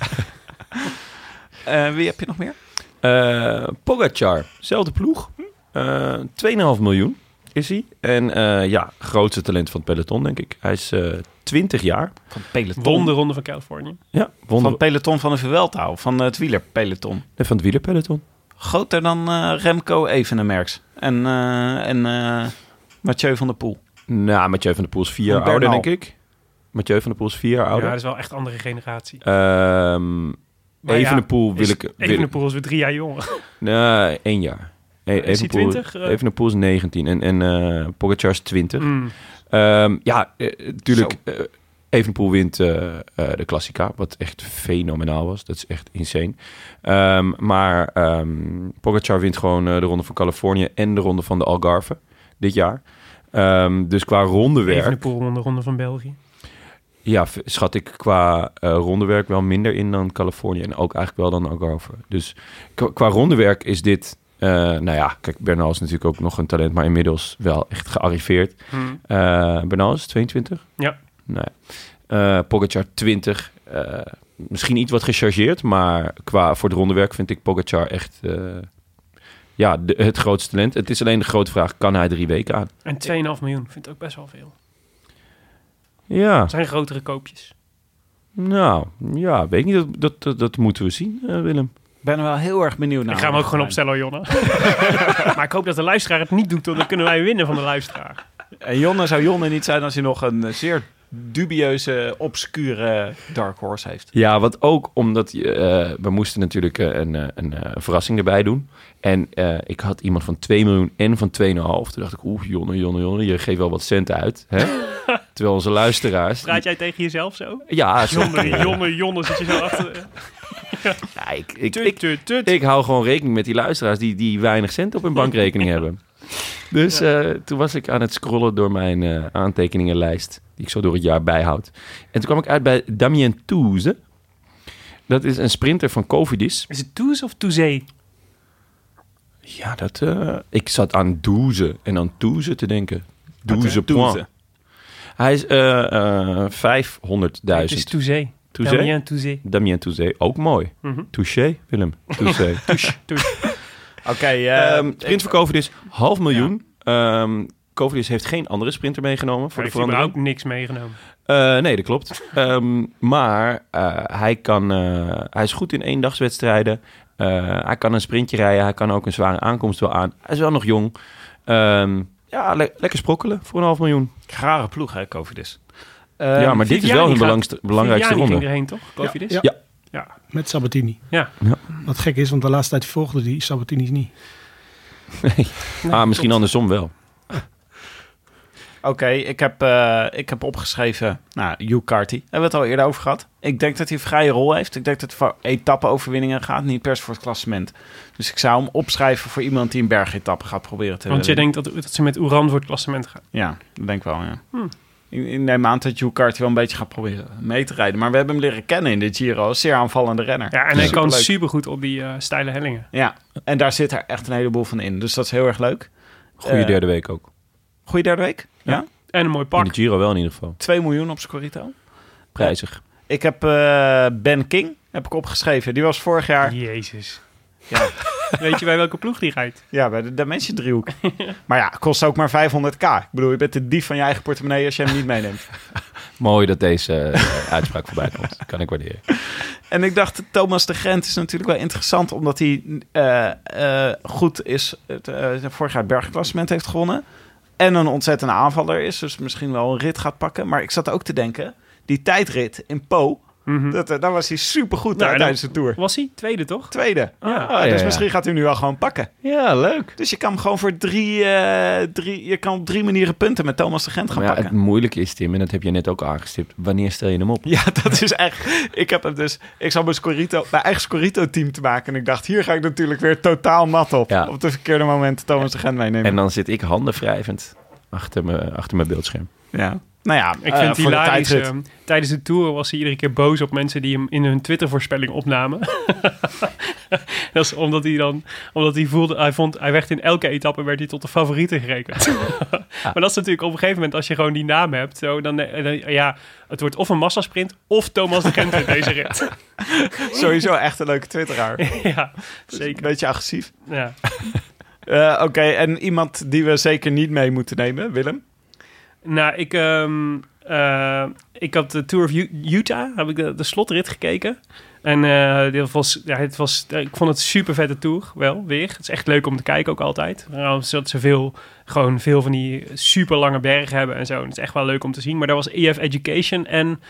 Eh, wie heb je nog meer?
Eh Pogacar, zelfde ploeg. Eh 2,5 miljoen is hij. En eh, ja, grootste talent van het peloton, denk ik. Hij is eh 20 jaar.
Van Peloton.
Won de Ronde van Californië.
Ja,
Van
wonder van,
Peloton van de Vuelta. of Van eh, het wielerpeloton.
van het wielerpeloton.
Groter dan eh, Remco Evenemerks. En, eh, en eh, Mathieu van der Poel.
Nou, Mathieu van der Poel is vier jaar
Van
ouder,
Bernal.
denk ik. Mathieu van der Poel is vier jaar
Ja, dat
ouder.
is wel echt andere generatie.
Ehm Evenepoel wil ik- wil ik-
Even de poel is weer drie jaar jonger.
nee, één jaar. E
Is hij
Evenepoel-
20? Eh.
Evenepoel is 19 en, en eh Pogacar is 20.
Mm.
Ehm, ja, natuurlijk. Evenpoel wint eh, eh, de Klassica, wat echt fenomenaal was. Dat is echt insane. Ehm, maar ehm Pogacar wint gewoon eh, de Ronde van Californië en de Ronde van de Algarve dit jaar. Ehm, dus qua rondewerk,
Even de poel won de Ronde van België.
ja, v- schat ik qua eh, rondewerk wel minder in dan Californië en ook eigenlijk wel dan Algarve. Dus qua, qua rondewerk is dit, eh, nou ja, kijk, Bernal is natuurlijk ook nog een talent, maar inmiddels wel echt gearriveerd.
Mm.
Eh Bernal is 22?
Ja.
Nou ja. Eh, Pogacar 20. Eh, misschien iets wat gechargeerd, maar qua voor het rondewerk vind ik Pogacar echt eh, ja, de- het grootste talent. Het is alleen de grote vraag, kan hij drie weken aan?
En 2,5 miljoen. Vind ik ook best wel veel.
Ja, Ah.
Het zijn grotere koopjes.
nou, ja, weet ik niet. Dat, dat, dat, dat moeten we zien, eh, Willem.
Ik ben er wel heel erg benieuwd naar.
ik ga hem ook gewoon opstellen, hoor, Jonne. maar ik hoop dat de luisteraar het niet doet, want dan kunnen wij winnen van de luisteraar.
En Jonne zou Jonne niet zijn als hij nog een eh, zeer dubieuze, obscure Dark Horse heeft.
Ja, wat ook omdat je, eh, we moesten natuurlijk eh, een, eh, een, eh, verrassing erbij doen. En eh, ik had iemand van 2 miljoen en van 2,5. Toen dacht ik, oeh, jonne, jonne, jonne, je geeft wel wat centen uit. Hè? Terwijl onze luisteraars...
Praat jij tegen jezelf zo?
Ja,
Jonne,
zeker.
Jonne, Jonne, zit je zo achter.
Ja, ik, ik,
Tut,
ik,
tut, tut.
ik hou gewoon rekening met die luisteraars die, die weinig cent op hun bankrekening hebben. Dus eh, toen was ik aan het scrollen door mijn eh, aantekeningenlijst, die ik zo door het jaar bijhoud. En toen kwam ik uit bij Damien Toeze. Dat is een sprinter van Covidis.
Is het Toes of Toezee?
Ja, dat... eh, ik zat aan Doeze en aan Toeze te denken. Doeze point. Hij is eh, eh, 500.000.
Het is Toezee.
Toezee?
Damien Toezee.
Damien Toeze, ook mooi.
Mhm. Eh,
Touché, Willem. Touché.
Oké,
Ehm,
ehm,
sprint voor Covidis, half miljoen. Ehm Covidis heeft geen andere sprinter meegenomen voor
Voor
de verandering.
heeft überhaupt niks meegenomen.
Eh, nee, dat klopt. Ehm, maar eh, hij, kan, eh, hij is goed in eendagswedstrijden. Eh, hij kan een sprintje rijden. Hij kan ook een zware aankomst wel aan. Hij is wel nog jong. Ehm, ja, le- lekker sprokkelen voor een half miljoen.
rare ploeg, hè, Covidis.
ja, maar dit is wel hun
Ehm, Viviani gaat-
belangst- belangrijkste
Viviani
ronde.
ging erheen, toch? Covidis?
Ja.
Ja.
Met Sabatini.
Ja.
Wat gek is, want de laatste tijd volgde die Sabatini's niet.
ah, misschien andersom wel.
Oké, ik, heb, eh, ik heb opgeschreven, nou, Hugh Carty. Hebben we het al eerder over gehad. Ik denk dat hij een vrije rol heeft. Ik denk dat het voor etappe-overwinningen gaat, niet per se voor het klassement. Dus ik zou hem opschrijven voor iemand die een bergetappe gaat proberen te
Want je
winnen.
denkt dat, dat ze met Oeran voor het klassement gaan.
Ja, dat denk ik wel, ja.
Hmm.
Ik, ik neem aan dat Hugh Carty wel een beetje gaat proberen mee te rijden. Maar we hebben hem leren kennen in de Giro. Als Zeer aanvallende renner.
Ja, en hij kan
Superleuk.
supergoed op die eh, steile hellingen.
Ja, en daar zit er echt een heleboel van in. Dus dat is heel erg leuk.
Goede
Eh,
derde week ook.
Goeie derde week. Ja.
En een mooi
In
pak.
de Giro wel in ieder geval.
2 miljoen op Scorito.
Prijzig.
Ik heb eh, Ben King heb ik opgeschreven. Die was vorig jaar
Jezus.
Ja.
Weet je bij welke ploeg die rijdt?
ja, bij de Dimension driehoek. maar ja, kost ook maar 500k. Ik bedoel, je bent de dief van je eigen portemonnee als je hem niet meeneemt.
Mooi dat deze eh, uitspraak voorbij komt. Kan ik waarderen.
En ik dacht, Thomas de Gent is natuurlijk wel interessant... omdat hij eh, eh, goed is, het, eh, vorig jaar het bergklassement heeft gewonnen. en een ontzettende aanvaller is. Dus misschien wel een rit gaat pakken. Maar ik zat ook te denken, die tijdrit in Po,
Mhm.
dat, eh, daar was hij supergoed
Nou,
daar
en
tijdens de Tour.
Was hij? Tweede, toch?
Tweede.
Ja.
Ah,
ja,
dus
ja.
misschien gaat hij hem nu wel gewoon pakken.
Ja, leuk.
Dus je kan hem gewoon voor drie, eh, drie... Je kan op drie manieren punten met Thomas de Gent gaan
Maar ja, het
pakken.
moeilijke is, Tim, en dat heb je net ook aangestipt. Wanneer stel je hem op?
Ja, dat is echt... Ik heb hem dus... Ik zat mijn, Scorito, mijn eigen Scorito-team te maken. En ik dacht, hier ga ik natuurlijk weer totaal mat op.
Ja.
Op de verkeerde moment Thomas de Gent meenemen.
En dan zit ik handen wrijvend achter, me, achter mijn beeldscherm.
ja. Nou ja,
Ik
eh,
vind het
voor de
hilarisch.
tijdrit.
ehm, tijdens de tour was hij iedere keer boos op mensen die hem in hun Twitter-voorspelling opnamen. dat is omdat hij dan, omdat hij voelde, hij vond, hij werd in elke etappe werd hij tot de favoriete gerekend.
Ah.
maar dat is natuurlijk op een gegeven moment als je gewoon die naam hebt, zo, dan, eh, dan- ja, het wordt of een massasprint of Thomas de Gent in deze rit.
Sowieso echt een leuke twitteraar.
ja,
eh. Zeker.
zeker.
Beetje agressief.
Ja.
Eh, Oké, en iemand die we zeker niet mee moeten nemen, Willem.
Nou, ik, ehm, eh, ik had de Tour of U- Utah, heb ik de, de slotrit gekeken. En eh, dit was, ja, het was, eh, ik vond het een super vette tour, wel, weer. Het is echt leuk om te kijken ook altijd. Nou, Zodat ze veel, gewoon veel van die super lange bergen hebben en zo. En het is echt wel leuk om te zien. Maar daar was EF Education en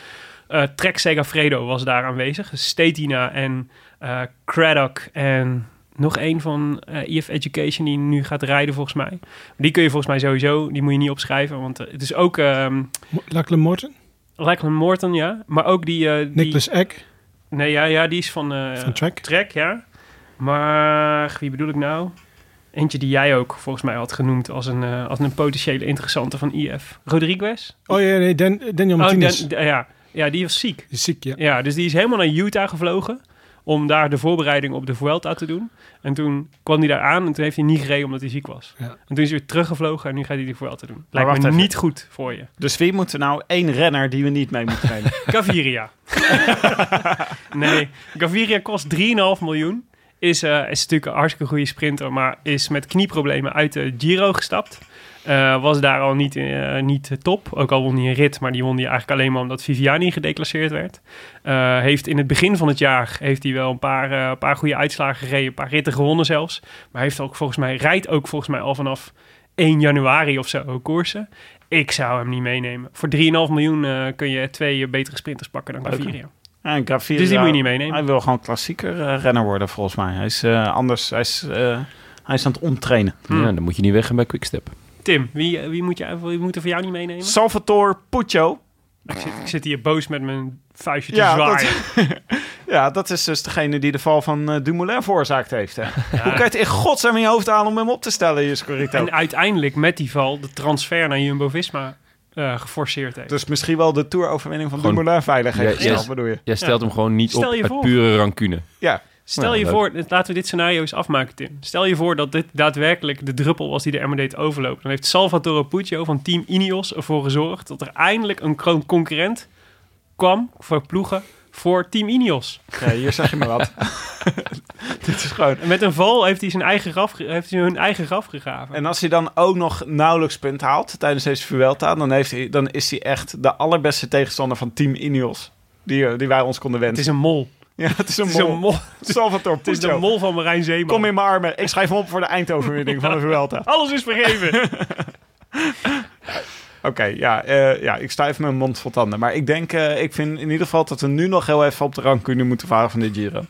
eh Trek Segafredo was daar aanwezig. Dus Stetina en eh Craddock en nog één van eh EF Education die nu gaat rijden volgens mij. Die kun je volgens mij sowieso, die moet je niet opschrijven. Want eh, het is ook ehm
Lachlan Morton,
Lachlan Morton, ja. Maar ook die... eh, die
Nicholas Eck
Nee, ja, ja, die is van, eh
van Trek.
Trek, ja. Maar wie bedoel ik nou? Eentje die jij ook volgens mij had genoemd als een, eh, als een potentiële interessante van IF. Rodriguez?
Oh ja, nee, Dan, Daniel Martinez.
dan- ja. ja, die was ziek.
Die is ziek, ja.
Ja, dus die is helemaal naar Utah gevlogen om daar de voorbereiding op de Vuelta te doen. En toen kwam hij daar aan en toen heeft hij niet gereden omdat hij ziek was.
Ja.
En toen is hij weer teruggevlogen en nu gaat hij de Vuelta doen. Lijkt
wacht
me
even.
niet goed voor je.
Dus wie moeten we nou één renner die we niet mee moeten nemen?
Gaviria. nee, Gaviria kost 3,5 miljoen. Is, eh, is natuurlijk een hartstikke goede sprinter, maar is met knieproblemen uit de Giro gestapt. Eh, was daar al niet, eh, niet top. Ook al won hij een rit, maar die won hij eigenlijk alleen maar omdat Viviani gedeclasseerd werd. Eh, heeft in het begin van het jaar heeft hij wel een paar, eh, paar goede uitslagen gereden, een paar ritten gewonnen zelfs. Maar heeft ook volgens mij, rijdt ook volgens mij al vanaf 1 januari of zo koersen. Ik zou hem niet meenemen. Voor 3,5 miljoen eh, kun je twee eh, betere sprinters pakken dan Gaviria.
En Gaviria,
Dus die moet je niet meenemen.
Hij wil gewoon klassieker eh, renner worden, volgens mij. Hij is eh, anders, hij is, eh, hij is aan het omtrainen.
Hmm.
Ja, dan moet je niet weg bij Quickstep.
Tim, wie, eh, wie, moet je, wie moet er voor jou niet meenemen?
Salvatore Puccio.
Ik zit, ik zit hier boos met mijn vuistje te
Ja,
zwaaien.
Ja, dat is dus degene die de val van eh, Dumoulin veroorzaakt heeft. Hè. Hoe kan je het in godsnaam in je hoofd halen om hem op te stellen, je Scorito?
En uiteindelijk met die val de transfer naar Jumbo-Visma eh, geforceerd heeft.
Dus misschien wel de toeroverwinning van
Gewoon-
Dumoulin veilig heeft
Ja,
gesteld,
yes.
bedoel je?
Jij stelt hem gewoon niet
Stel
op
je
uit
voor.
pure rancune.
Ja,
Stel je
leuk.
voor, laten we dit scenario eens afmaken, Tim. Stel je voor dat dit daadwerkelijk de druppel was die de emmer deed overlopen. Dan heeft Salvatore Puccio van Team Ineos ervoor gezorgd dat er eindelijk een kro- concurrent kwam voor ploegen voor Team Ineos.
Ja, hier zeg je maar wat. Dit is gewoon...
En met een val heeft hij, zijn eigen graf, ge- heeft hij hun eigen graf gegraven.
En als hij dan ook nog nauwelijks punt haalt tijdens deze Vuelta, dan, heeft hij, dan is hij echt de allerbeste tegenstander van Team Ineos. Die, eh, die wij ons konden
het
wensen.
is een mol.
ja, het is een
Het is
mol.
een mol.
Salvatore
Het is de
Puccio.
mol van Marijn Zeeman.
Kom in mijn armen. Ik schrijf hem op voor de eindoverwinning van de Vuelta.
Alles is vergeven.
Oké, ja, eh, ja, ik sta even met mijn mond vol tanden. Maar ik denk, eh, ik vind in ieder geval dat we nu nog heel even op de rank kunnen moeten varen van dit Giro.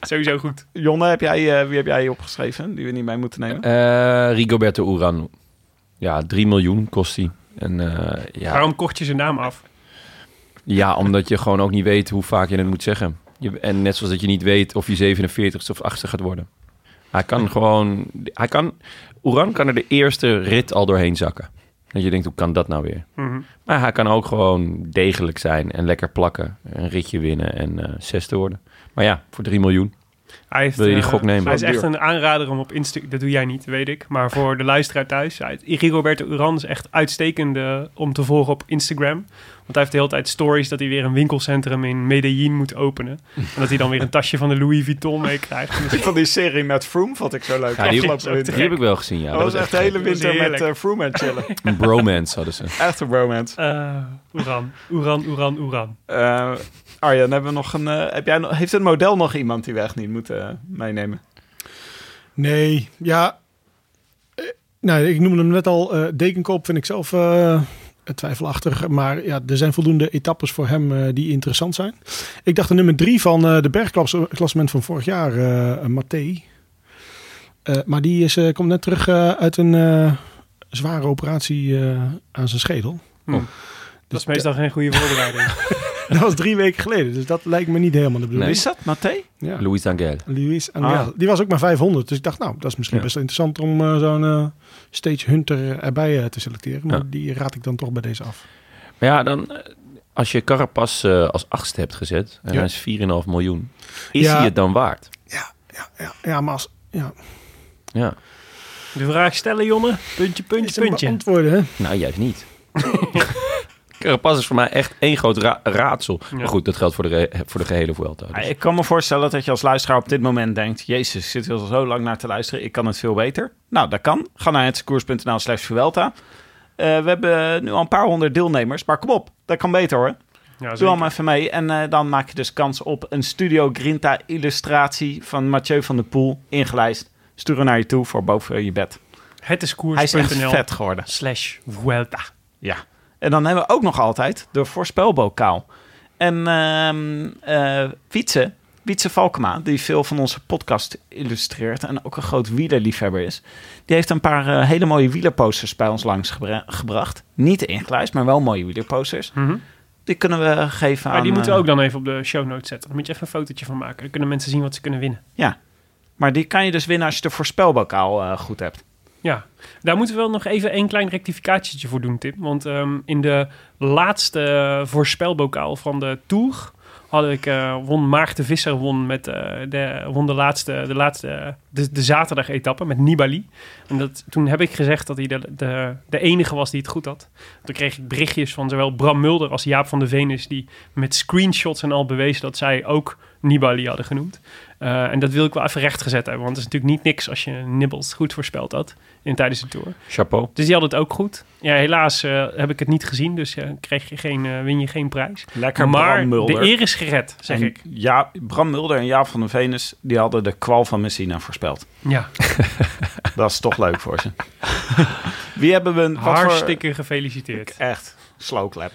Sowieso goed.
Jonne, heb jij, eh, wie heb jij opgeschreven die we niet mee moeten nemen?
Eh, Rigoberto Uran. Ja, 3 miljoen kost hij. En, eh, ja,
Waarom kocht je zijn naam af?
ja, omdat je gewoon ook niet weet hoe vaak je het moet zeggen. Je, en net zoals dat je niet weet of je 47ste of 8ste gaat worden. Hij kan gewoon... Hij kan, Uran kan er de eerste rit al doorheen zakken. Dat je denkt, hoe kan dat nou weer?
Mhm.
Maar hij kan ook gewoon degelijk zijn en lekker plakken. Een ritje winnen en eh zesde worden. Maar ja, voor 3 miljoen.
Hij heeft,
Wil je die
eh,
gok nemen?
Hij is echt
Duur.
een aanrader om op Instagram... Dat doe jij niet, weet ik. Maar voor de luisteraar thuis... hij- Rigoberto Uran is echt uitstekend eh, om te volgen op Instagram. Want hij heeft de hele tijd stories dat hij weer een winkelcentrum in Medellin moet openen. En dat hij dan weer een tasje van de Louis Vuitton meekrijgt. Dus, En dat-
Ik vond die serie met Froome vond ik zo leuk.
Ja, die,
Afgelopen
zo
winter.
die heb ik wel gezien, ja.
Oh, Dat was echt de hele
Dat was
winter met
heerlijk.
eh, Froome en chillen.
Een bromance hadden ze.
Echt een romance.
eh Uran, Uran, Uran, Uran.
Eh, Arjan, hebben we nog een, eh, heb jij, nog- heeft het model nog iemand die we echt niet moeten eh, meenemen?
Nee, ja. eh, nou, ik noemde hem net al. eh, Dekenkop vind ik zelf eh, twijfelachtig. Maar ja, er zijn voldoende etappes voor hem eh, die interessant zijn. Ik dacht de nummer drie van eh, de bergklassement van vorig jaar, eh eh, Maté. Eh, maar die is, eh, komt net terug eh, uit een eh, zware operatie eh, aan zijn schedel.
Hm. Dat is
Dus
meestal geen goede voorbereiding.
Dat was drie weken geleden, dus dat lijkt me niet helemaal de
Wie
bedoeling.
is dat, Mathé?
Ja.
Luis Angel.
Luis Angel.
Ah.
Die was ook maar 500, dus ik dacht, nou, dat is misschien
Ja.
best wel interessant om eh, zo'n eh, Stage Hunter erbij eh, te selecteren. Maar
Ja.
die raad ik dan toch bij deze af.
Maar ja, dan, eh, als je Carapaz eh, als achtste hebt gezet en
Ja.
hij is 4,5 miljoen, is
Ja.
hij het dan waard?
Ja, ja maar als... Ja,
Ja.
De vraag stellen, jongen. Puntje,
is
puntje,
een
puntje.
beantwoorden, hè?
Nou, juist niet. Carapaz is voor mij echt één groot ra- raadsel.
Ja.
Maar goed, dat geldt voor de, re- voor de gehele Vuelta.
Ja,
Dus.
Ah, Ik kan me voorstellen dat je als luisteraar op dit moment denkt... Jezus, ik zit er al zo lang naar te luisteren. Ik kan het veel beter. Nou, dat kan. Ga naar hetsecours.nl slash Vuelta. Eh, we hebben nu al een paar honderd deelnemers. Maar kom op, dat kan beter hoor.
Ja,
Doe
zeker.
allemaal even mee. En eh, dan maak je dus kans op een Studio Grinta illustratie van Mathieu van der Poel. Ingelijst. Stuur hem naar je toe voor boven je bed.
Het is
Hij is echt
koers.nl
vet geworden.
slash Vuelta.
Ja. En dan hebben we ook nog altijd de voorspelbokaal. En ehm eh Wietse, Wietse Valkema, die veel van onze podcast illustreert en ook een groot wielerliefhebber is, die heeft een paar eh, hele mooie wielerposters bij ons langs gebra- gebracht. Niet ingelijst, maar wel mooie wielerposters.
Mhm.
Die kunnen we geven aan...
Maar die moeten
eh,
we ook dan even op de show notes zetten. Dan moet je even een fotootje van maken. Dan kunnen mensen zien wat ze kunnen winnen.
Maar die kan je dus winnen als je de voorspelbokaal eh, goed hebt.
Ja, daar moeten we wel nog even een klein rectificatietje voor doen, Tim. Want ehm, in de laatste eh, voorspelbokaal van de Tour had ik, eh, won Maarten Visser won, met, eh, de, won de laatste, de, laatste eh, de, de zaterdag-etappe met Nibali. En dat, toen heb ik gezegd dat hij de, de, de enige was die het goed had. Toen kreeg ik berichtjes van zowel Bram Mulder als Jaap van de Venus... die met screenshots en al bewezen dat zij ook Nibali hadden genoemd. Eh, en dat wil ik wel even rechtgezet hebben. Want het is natuurlijk niet niks als je Nibbles goed voorspeld had in, tijdens de tour.
Chapeau.
Dus die had het ook goed. Ja, helaas eh, heb ik het niet gezien, dus eh, kreeg je geen, eh, win je geen prijs.
Lekker
maar de eer is gered, zeg
en
ik.
Ja, Bram Mulder en Jaap van de Venus, die hadden de kwal van Messina voorspeld.
Ja,
Dat is toch leuk voor ze. Wie hebben we... een- wat voor-
hartstikke gefeliciteerd.
Echt, slow clap.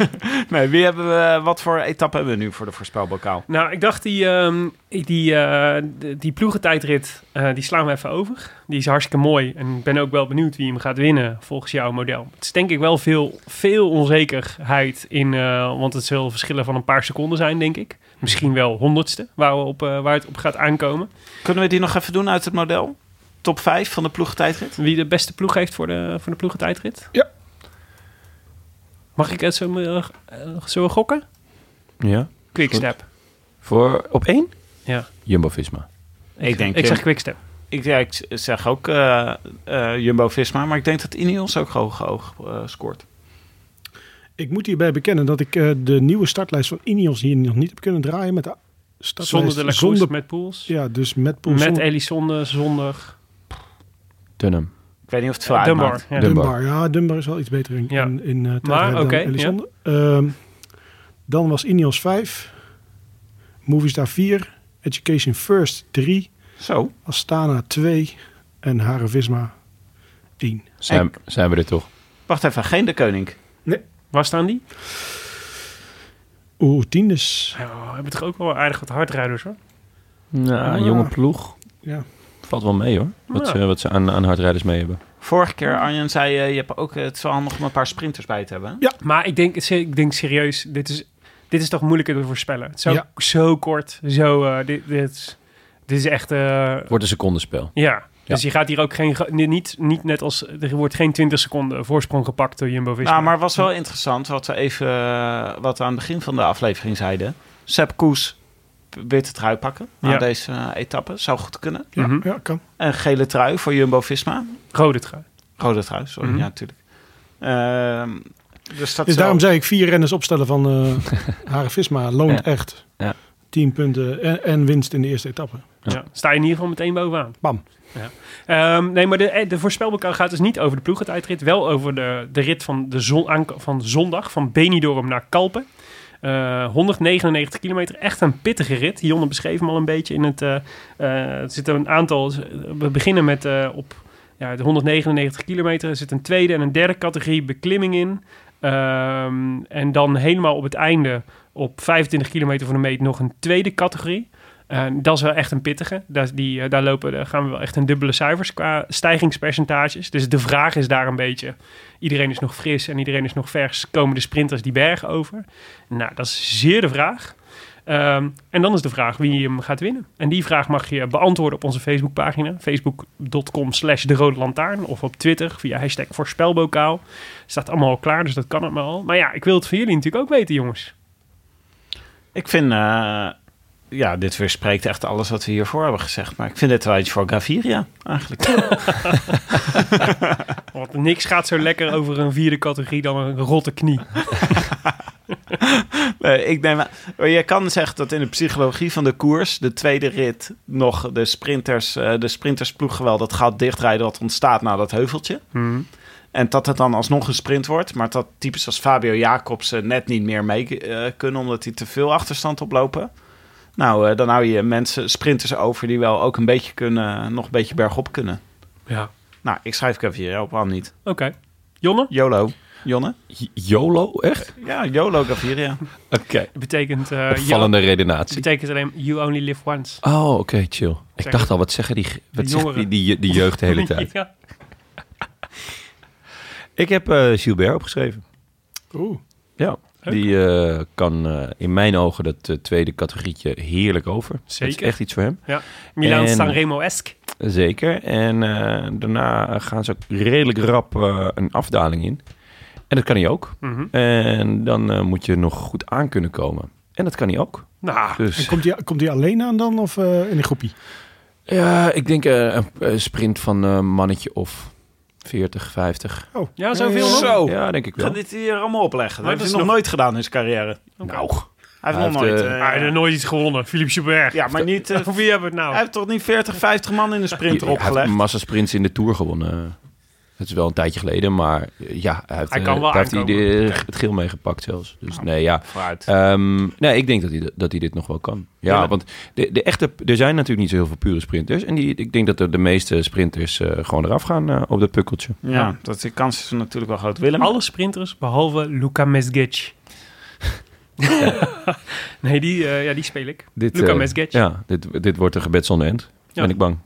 nee, wie hebben we, wat voor etappe hebben we nu voor de voorspelbokaal?
Nou, ik dacht die, ehm, die, eh, de- die ploegentijdrit, eh, die slaan we even over. Die is hartstikke mooi en ik ben ook wel benieuwd wie hem gaat winnen volgens jouw model. Het is denk ik wel veel, veel onzekerheid in, eh, want het zullen verschillen van een paar seconden zijn, denk ik. Misschien wel honderdste waar, we op, eh, waar het op gaat aankomen.
Kunnen we die nog even doen uit het model? Top 5 van de ploegentijdrit?
Wie de beste ploeg heeft voor de, voor de ploegentijdrit?
Ja.
Mag ik het zo, eh, eh, zullen we gokken?
Ja.
Quickstep.
Voor op één?
Ja.
Jumbo-Visma.
Ik denk,
Ik
eh,
zeg Quickstep.
Ik, ja, ik zeg ook eh, eh, Jumbo-Visma, maar ik denk dat Ineos ook hoog, hoog eh, scoort.
Ik moet hierbij bekennen dat ik eh, de nieuwe startlijst van Ineos hier nog niet heb kunnen draaien. Met de startlijst
Zonder de Lacroix,
zonder-
met Pools.
Ja, dus met Poel,
Met
zonder
Elisonde, zonder
Dunham.
Ik weet niet of het veel
Ja, Eh, Dunbar.
uitmaakt.
Ja.
Dunbar.
Dunbar. Ja, Dunbar is wel iets beter in,
Ja.
in, in eh, tijdrijden
Maar,
dan
oké, ja.
Elizondo. Ehm, dan was Ineos 5, Movistar 4, Education First 3,
Zo,
Astana 2 en Hare Visma 1.
Zijn, zijn we er toch?
wacht even, geen de koning.
Waar staan die?
Oeh, 10 is...
Ja, we hebben toch ook wel aardig wat hardrijders hoor.
Nou,
Ja.
jonge ploeg.
Ja.
Valt wel mee hoor. Wat
Ja.
ze, wat ze aan, aan hardrijders mee hebben.
Vorige keer, Arjen, zei je, je hebt ook, eh, het is wel handig om een paar sprinters bij te hebben. hè?
Maar ik denk, ik denk serieus, dit is, dit is toch moeilijker te voorspellen. Zo,
Ja.
zo kort, zo, eh, dit, dit, is, dit is echt... eh,
Wordt een secondenspel.
ja. Dus je gaat hier ook geen, gro- nee, niet, niet net als, er wordt geen 20 seconden voorsprong gepakt door Jumbo-Visma.
Nou, maar het was wel interessant wat we even eh, wat we aan het begin van de aflevering zeiden. Sepp Koes witte trui pakken aan
Ja.
deze eh, etappe. Zou goed kunnen.
Ja,
Mhm.
ja kan.
Een gele trui voor Jumbo-Visma.
Rode trui.
Rode trui, sorry.
Mhm.
Ja, natuurlijk. Ehm, dus dat
Dus
zou-
daarom zei ik vier renners opstellen van eh Hare Visma. Loont
Ja.
echt.
Ja.
10 punten en, en winst in de eerste etappe.
Ja. Sta je in ieder geval meteen bovenaan.
Bam.
Ja. Ehm, nee, maar de, eh, de voorspelbokaal gaat dus niet over de ploegentijdrit. Wel over de, de rit van, de zon, aank- van zondag van Benidorm naar Kalpen. Eh, 199 kilometer. Echt een pittige rit. Jonne beschreef hem al een beetje in het... eh, eh, er zitten een aantal... We beginnen met eh, op ja, de 199 kilometer. Er zit een tweede en een derde categorie beklimming in. Ehm, en dan helemaal op het einde, op 25 kilometer van de meet, nog een tweede categorie. En dat is wel echt een pittige. Daar, die, eh, daar, lopen, daar gaan we wel echt in dubbele cijfers qua stijgingspercentages. Dus de vraag is daar een beetje. Iedereen is nog fris en iedereen is nog vers. Komen de sprinters die bergen over? Nou, dat is zeer de vraag. Ehm, en dan is de vraag wie hem gaat winnen. En die vraag mag je beantwoorden op onze Facebookpagina. Facebook.com slash de Rode Lantaarn. Of op Twitter via hashtag voorspelbokaal. Staat allemaal al klaar, dus dat kan het maar al. Maar ja, ik wil het van jullie natuurlijk ook weten, jongens.
Ik vind, eh, ja, dit weerspreekt echt alles wat we hiervoor hebben gezegd. Maar ik vind dit wel iets voor Gaviria, eigenlijk.
Want niks gaat zo lekker over een vierde categorie dan een rotte knie.
Nee, Eh, ik neem aan- maar je kan zeggen dat in de psychologie van de koers, de tweede rit, nog de sprinters, eh, de sprintersploeg wel dat gaat dichtrijden wat ontstaat na dat heuveltje.
Mhm.
En dat het dan alsnog een sprint wordt, maar dat types als Fabio Jacobsen net niet meer mee eh, kunnen omdat die te veel achterstand oplopen. Nou, eh, dan hou je mensen, sprinters over die wel ook een beetje kunnen, nog een beetje bergop kunnen.
Ja, oké.
Nou, ik schrijf Gaviria op, waarom niet?
Jonne,
YOLO. Jonne?
J- YOLO, echt?
Ja, YOLO Gaviria.
Oké,
dat betekent, eh, you,
opvallende redenatie.
betekent alleen you only live once.
Oh, oké, chill. Ik
Zeg
dacht
het.
al, wat zeggen die, wat zegt die,
jongeren.
die, die jeugd de hele tijd?
Ja.
Ik heb eh Gilbert opgeschreven.
Oeh.
Ja,
Leuk.
die eh, kan eh, in mijn ogen dat eh, tweede categorietje heerlijk over. Dat
Zeker.
is echt iets voor hem.
Milaan
En-
Sanremo-esque.
Zeker. En eh, daarna gaan ze ook redelijk rap eh, een afdaling in. En dat kan hij ook.
Mhm.
En dan eh, moet je nog goed aan kunnen komen. En dat kan hij ook.
Nou,
Dus
En komt die, komt die alleen aan dan of eh, in een groepie?
ja, ik denk eh, een, een sprint van een mannetje of 40, 50.
Oh,
Ja, zoveel nog?
Zo,
Ja, denk ik
ga
wel.
dit hier allemaal opleggen. Dat
Maar
heeft hij
dat
nog,
is
nooit gedaan in zijn carrière.
Nou,
Hij
Hij
heeft nog
heeft,
nooit...
eh,
eh,
Ah, hij heeft nooit iets gewonnen. Philippe Gilbert.
ja, maar niet... eh,
Voor wie hebben we het
hij
nou?
heeft toch niet 40, 50 man in de sprinter
hij heeft
opgelegd?
massasprints in de Tour gewonnen. Dat is wel een tijdje geleden, maar eh, ja, hij heeft,
Hij
eh,
kan wel
daar heeft hij
aankomen.
de- het geel mee gepakt zelfs. Dus nee, ja.
Vooruit.
Ehm, nee, ik denk dat hij, d- dat hij dit nog wel kan. Ja,
Ja.
want de, de echte, er zijn natuurlijk niet zo heel veel pure sprinters. En die, ik denk dat de, de meeste sprinters eh, gewoon eraf gaan eh, op dat pukkeltje.
Ja, dat die kans is natuurlijk wel groot. Willem?
Alle sprinters behalve Luca Mesgic. nee, die, eh, ja, die speel ik.
Dit,
Luca
eh,
Mesgic.
Ja, dit, dit wordt een gebed zonder end.
Ja.
Ben ik bang.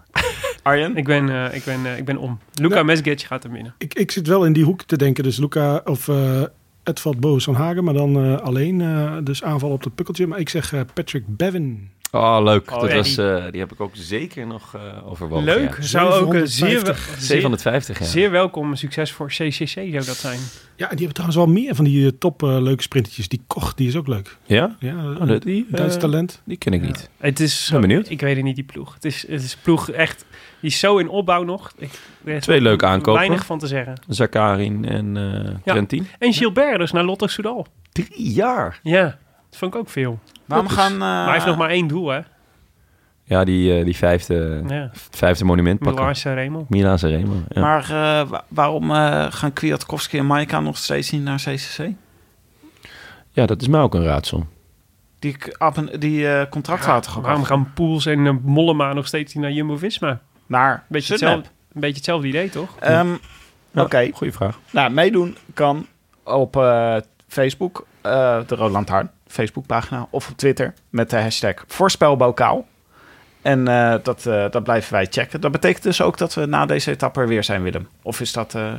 Arjen?
Ik, ben, eh, ik, ben, eh, ik ben om. Luca
Ja.
Mesgic gaat hem winnen.
Ik, ik zit wel in die hoek te denken. Dus Luca of eh Edvald Boos van Hagen. Maar dan eh, alleen. eh, dus aanval op het pukkeltje. Maar ik zeg eh, Patrick Bevin.
Oh, leuk.
Oh,
dat
ja,
was,
die-
eh, die heb ik ook zeker nog eh overwogen.
Leuk.
ja.
Zou ook een zeer, wel- zeer,
750, ja.
zeer welkom succes voor CCC zou dat zijn.
Ja, en die hebben trouwens wel meer van die eh, top eh, leuke sprintertjes. Die Koch, die is ook leuk.
Ja?
Ja,
Oh, dat- die, eh,
Duits talent.
die ken ik
Ja.
niet.
Het is
ben benieuwd.
Ik weet het niet, die ploeg. Het is, het is ploeg echt... Die is zo in opbouw nog. Ik, er is
Twee leuke aankopen.
Weinig van te zeggen.
Zakarin en eh
Ja.
Trentin.
En Gilbert dus naar Lotto Soudal.
Drie jaar.
Ja, dat vond ik ook veel.
Waarom gaan... eh,
Maar hij heeft nog maar één doel, hè?
Ja, die, eh, die vijfde,
Ja.
vijfde monument
Milan
pakken.
Sanremo.
Milaan Sanremo. Ja.
Maar eh, wa- waarom eh, gaan Kwiatkowski en Maika nog steeds niet naar CCC?
ja, dat is mij ook een raadsel.
Die, k- appen- die eh contract laten gaan.
Waarom gaan Poels en eh, Mollema nog steeds niet naar Jumbo-Visma?
Naar
Beetje
Sunweb.
hetzelfde, een beetje hetzelfde idee, toch?
Ehm,
Ja,
Oké.
Goeie vraag.
Nou, meedoen kan op eh, Facebook, eh, de Roland Lantaarn Facebookpagina, of op Twitter met de hashtag voorspelbokaal. En eh, dat, eh, dat blijven wij checken. Dat betekent dus ook dat we na deze etappe er weer zijn, Willem. Of is dat, eh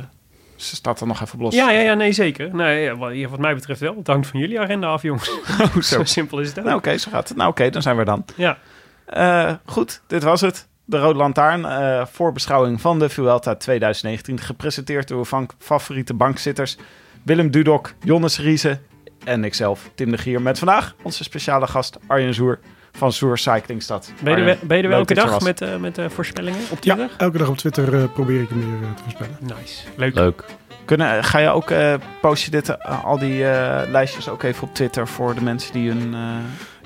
staat er nog even los?
Ja, ja, ja, nee, zeker. Nee, ja, wat, ja, wat mij betreft wel. Het hangt van jullie agenda af, jongens. zo simpel is het ook.
Nou, oké, zo gaat het. Nou, oké, dan zijn we er dan.
Ja.
Eh, goed, dit was het. De Rode Lantaarn, eh, voorbeschouwing van de Vuelta 2019. Gepresenteerd door van favoriete bankzitters Willem Dudok, Jonnes Riese en ikzelf, Tim de Gier. Met vandaag onze speciale gast Arjen Zoer van Zoer Cyclingstad.
Ben je er,
eh,
Arjen,
wel- ben je er wel
leuk
elke
dat je
dag met,
was.
eh, met eh, voorspellingen op
Ja,
Twitter?
elke dag op Twitter eh, probeer ik hem weer eh, te voorspellen.
Nice. Leuk.
Leuk.
Kunnen, ga je ook, eh, post je dit, eh, al die eh, lijstjes ook even op Twitter voor de mensen die hun... eh,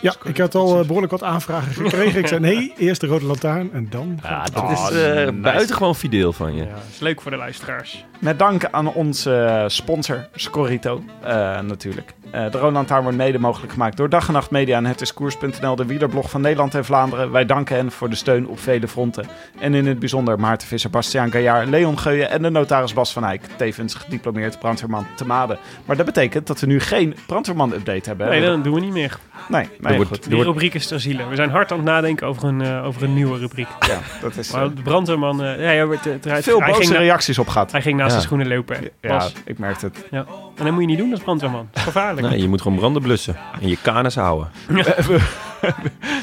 Ja, ik had al eh, behoorlijk wat aanvragen gekregen. ik zei nee, eerst de rode lantaarn en dan...
Ja, dat
Oh,
is eh,
nice.
buitengewoon fideel van je.
Ja, is leuk voor de luisteraars.
Met dank aan onze eh, sponsor, Scorrito, eh, natuurlijk. Eh, de Roland Town wordt mede mogelijk gemaakt door Dag en Nacht Media en Het is Koers.nl, de wielerblog van Nederland en Vlaanderen. Wij danken hen voor de steun op vele fronten. En in het bijzonder Maarten Visser, Bastiaan Gaillard, Leon Geuyen en de notaris Bas van Eyck. Tevens gediplomeerd brandweerman te Maden. Maar dat betekent dat we nu geen brandweerman-update hebben.
Nee,
nee,
dat doen we niet meer.
nee,
wordt-
goed.
Die rubriek is ter ziele. We zijn hard aan het nadenken over een, eh, over een nieuwe rubriek.
Ja, dat is, eh,
Maar de brandweerman... eh, ja, ja, het- het- het-
veel
hij, ging
boze
na-
reacties op gehad.
hij ging naast
Ja.
de schoenen lopen. hè.
Ja,
Bas.
ik merkte het.
En dat moet je niet doen als brandweerman. Dat is gevaarlijk.
Nee, je moet gewoon branden blussen. En je kanus houden.
Eh,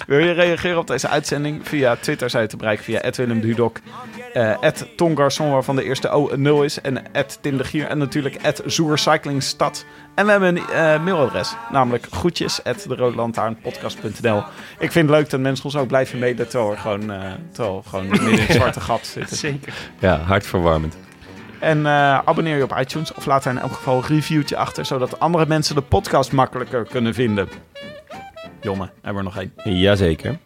Wil je reageren op deze uitzending? Via Twitter zijn te bereiken via Willem Dudok, eh, Tongarson, waarvan de eerste O een 0 is, en Tim de Gier en natuurlijk Zoercyclingstad. En we hebben een eh, mailadres, namelijk groetjes at deroodlantaarnpodcast.nl. Ik vind het leuk dat mensen ons ook blijven mailen terwijl we gewoon, eh, terwijl we gewoon midden in het zwarte gat zitten.
Zeker.
Ja, hartverwarmend.
En eh, abonneer je op iTunes of laat daar in elk geval een reviewtje achter, zodat andere mensen de podcast makkelijker kunnen vinden. Jonne, hebben we er nog één.
Jazeker.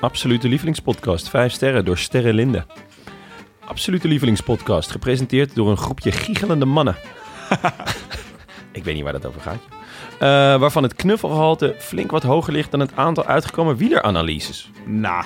Absolute Lievelingspodcast. Vijf sterren door Sterre Linde. Absolute Lievelingspodcast. Gepresenteerd door een groepje giechelende mannen. Ik weet niet waar dat over gaat. joh. Eh, waarvan het knuffelgehalte flink wat hoger ligt dan het aantal uitgekomen wieleranalyses.
Nou,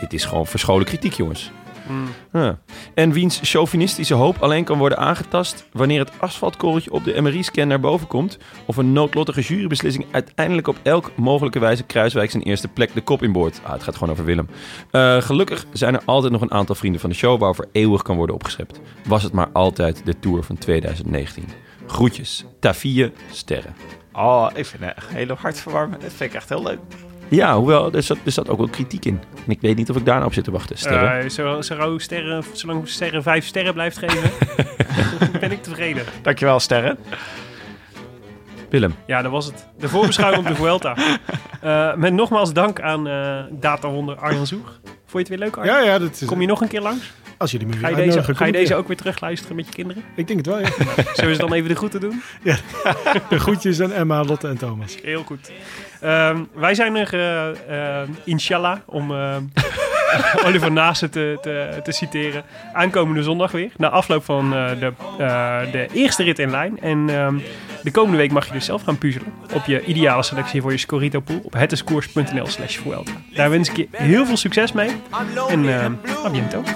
Dit is gewoon verscholen kritiek, jongens.
Mm.
Ja. En wiens chauvinistische hoop alleen kan worden aangetast wanneer het asfaltkorreltje op de MRI-scan naar boven komt of een noodlottige jurybeslissing uiteindelijk op elk mogelijke wijze Kruiswijk zijn eerste plek de kop inboort. Ah, het gaat gewoon over Willem. Eh, gelukkig zijn er altijd nog een aantal vrienden van de show waarover eeuwig kan worden opgeschept. Was het maar altijd de Tour van 2019. Groetjes, Tafie Sterren.
Oh, ik vind het echt heel hartverwarmend. Dat vind ik echt heel leuk.
Ja, hoewel, er zat, er zat ook wel kritiek in. En ik weet niet of ik daarna op zit te wachten. Sterren.
Eh, zo, zo- sterren, zolang sterren vijf sterren blijft geven, ben ik tevreden.
Dankjewel, Sterren.
Willem,
Ja, dat was het. De voorbeschouwing op de Vuelta. Eh, met nogmaals dank aan eh datahonder Arjan Zoeg. Vond je het weer leuk, Arjan?
Ja, ja, dat is,
Kom je nog een keer langs?
als jullie me weer
Ga je,
uitnodigen,
deze, ga
kom
je
ik
deze
weer.
ook weer terugluisteren met je kinderen?
Ik denk het wel, ja.
Zullen we ze dan even de groeten doen?
De groetjes aan Emma, Lotte en Thomas.
Heel goed. Ehm, wij zijn er, eh, eh, inshallah, om eh, Oliver Nase te, te, te citeren, aankomende zondag weer. Na afloop van eh, de, eh, de eerste rit in lijn. En ehm, de komende week mag je dus zelf gaan puzzelen op je ideale selectie voor je Scorito pool op hetiskoers.nl slash Vuelta. Daar wens ik je heel veel succes mee. En ehm à bientôt.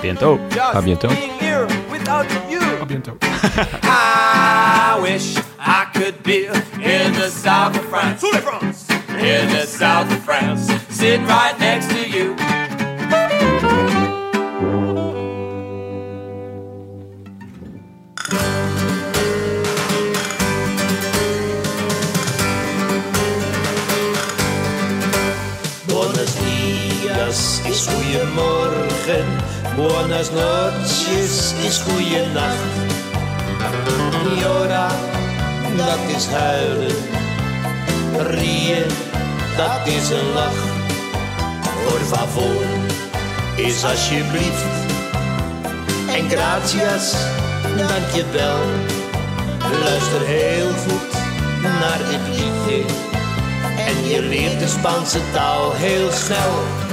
bientôt. A bientôt.
Being here without you.
Biento.
I wish I could be in the south of France. In the south of France. Sitting right next to you.
Buenos días is goeiemorgen. Buenas noches is goeienacht. Jora, dat is huilen. Rieën, dat is een lach. Por favor is alsjeblieft. En gratias, dankjewel. Luister heel goed naar het liedje. En je leert de Spaanse taal heel snel.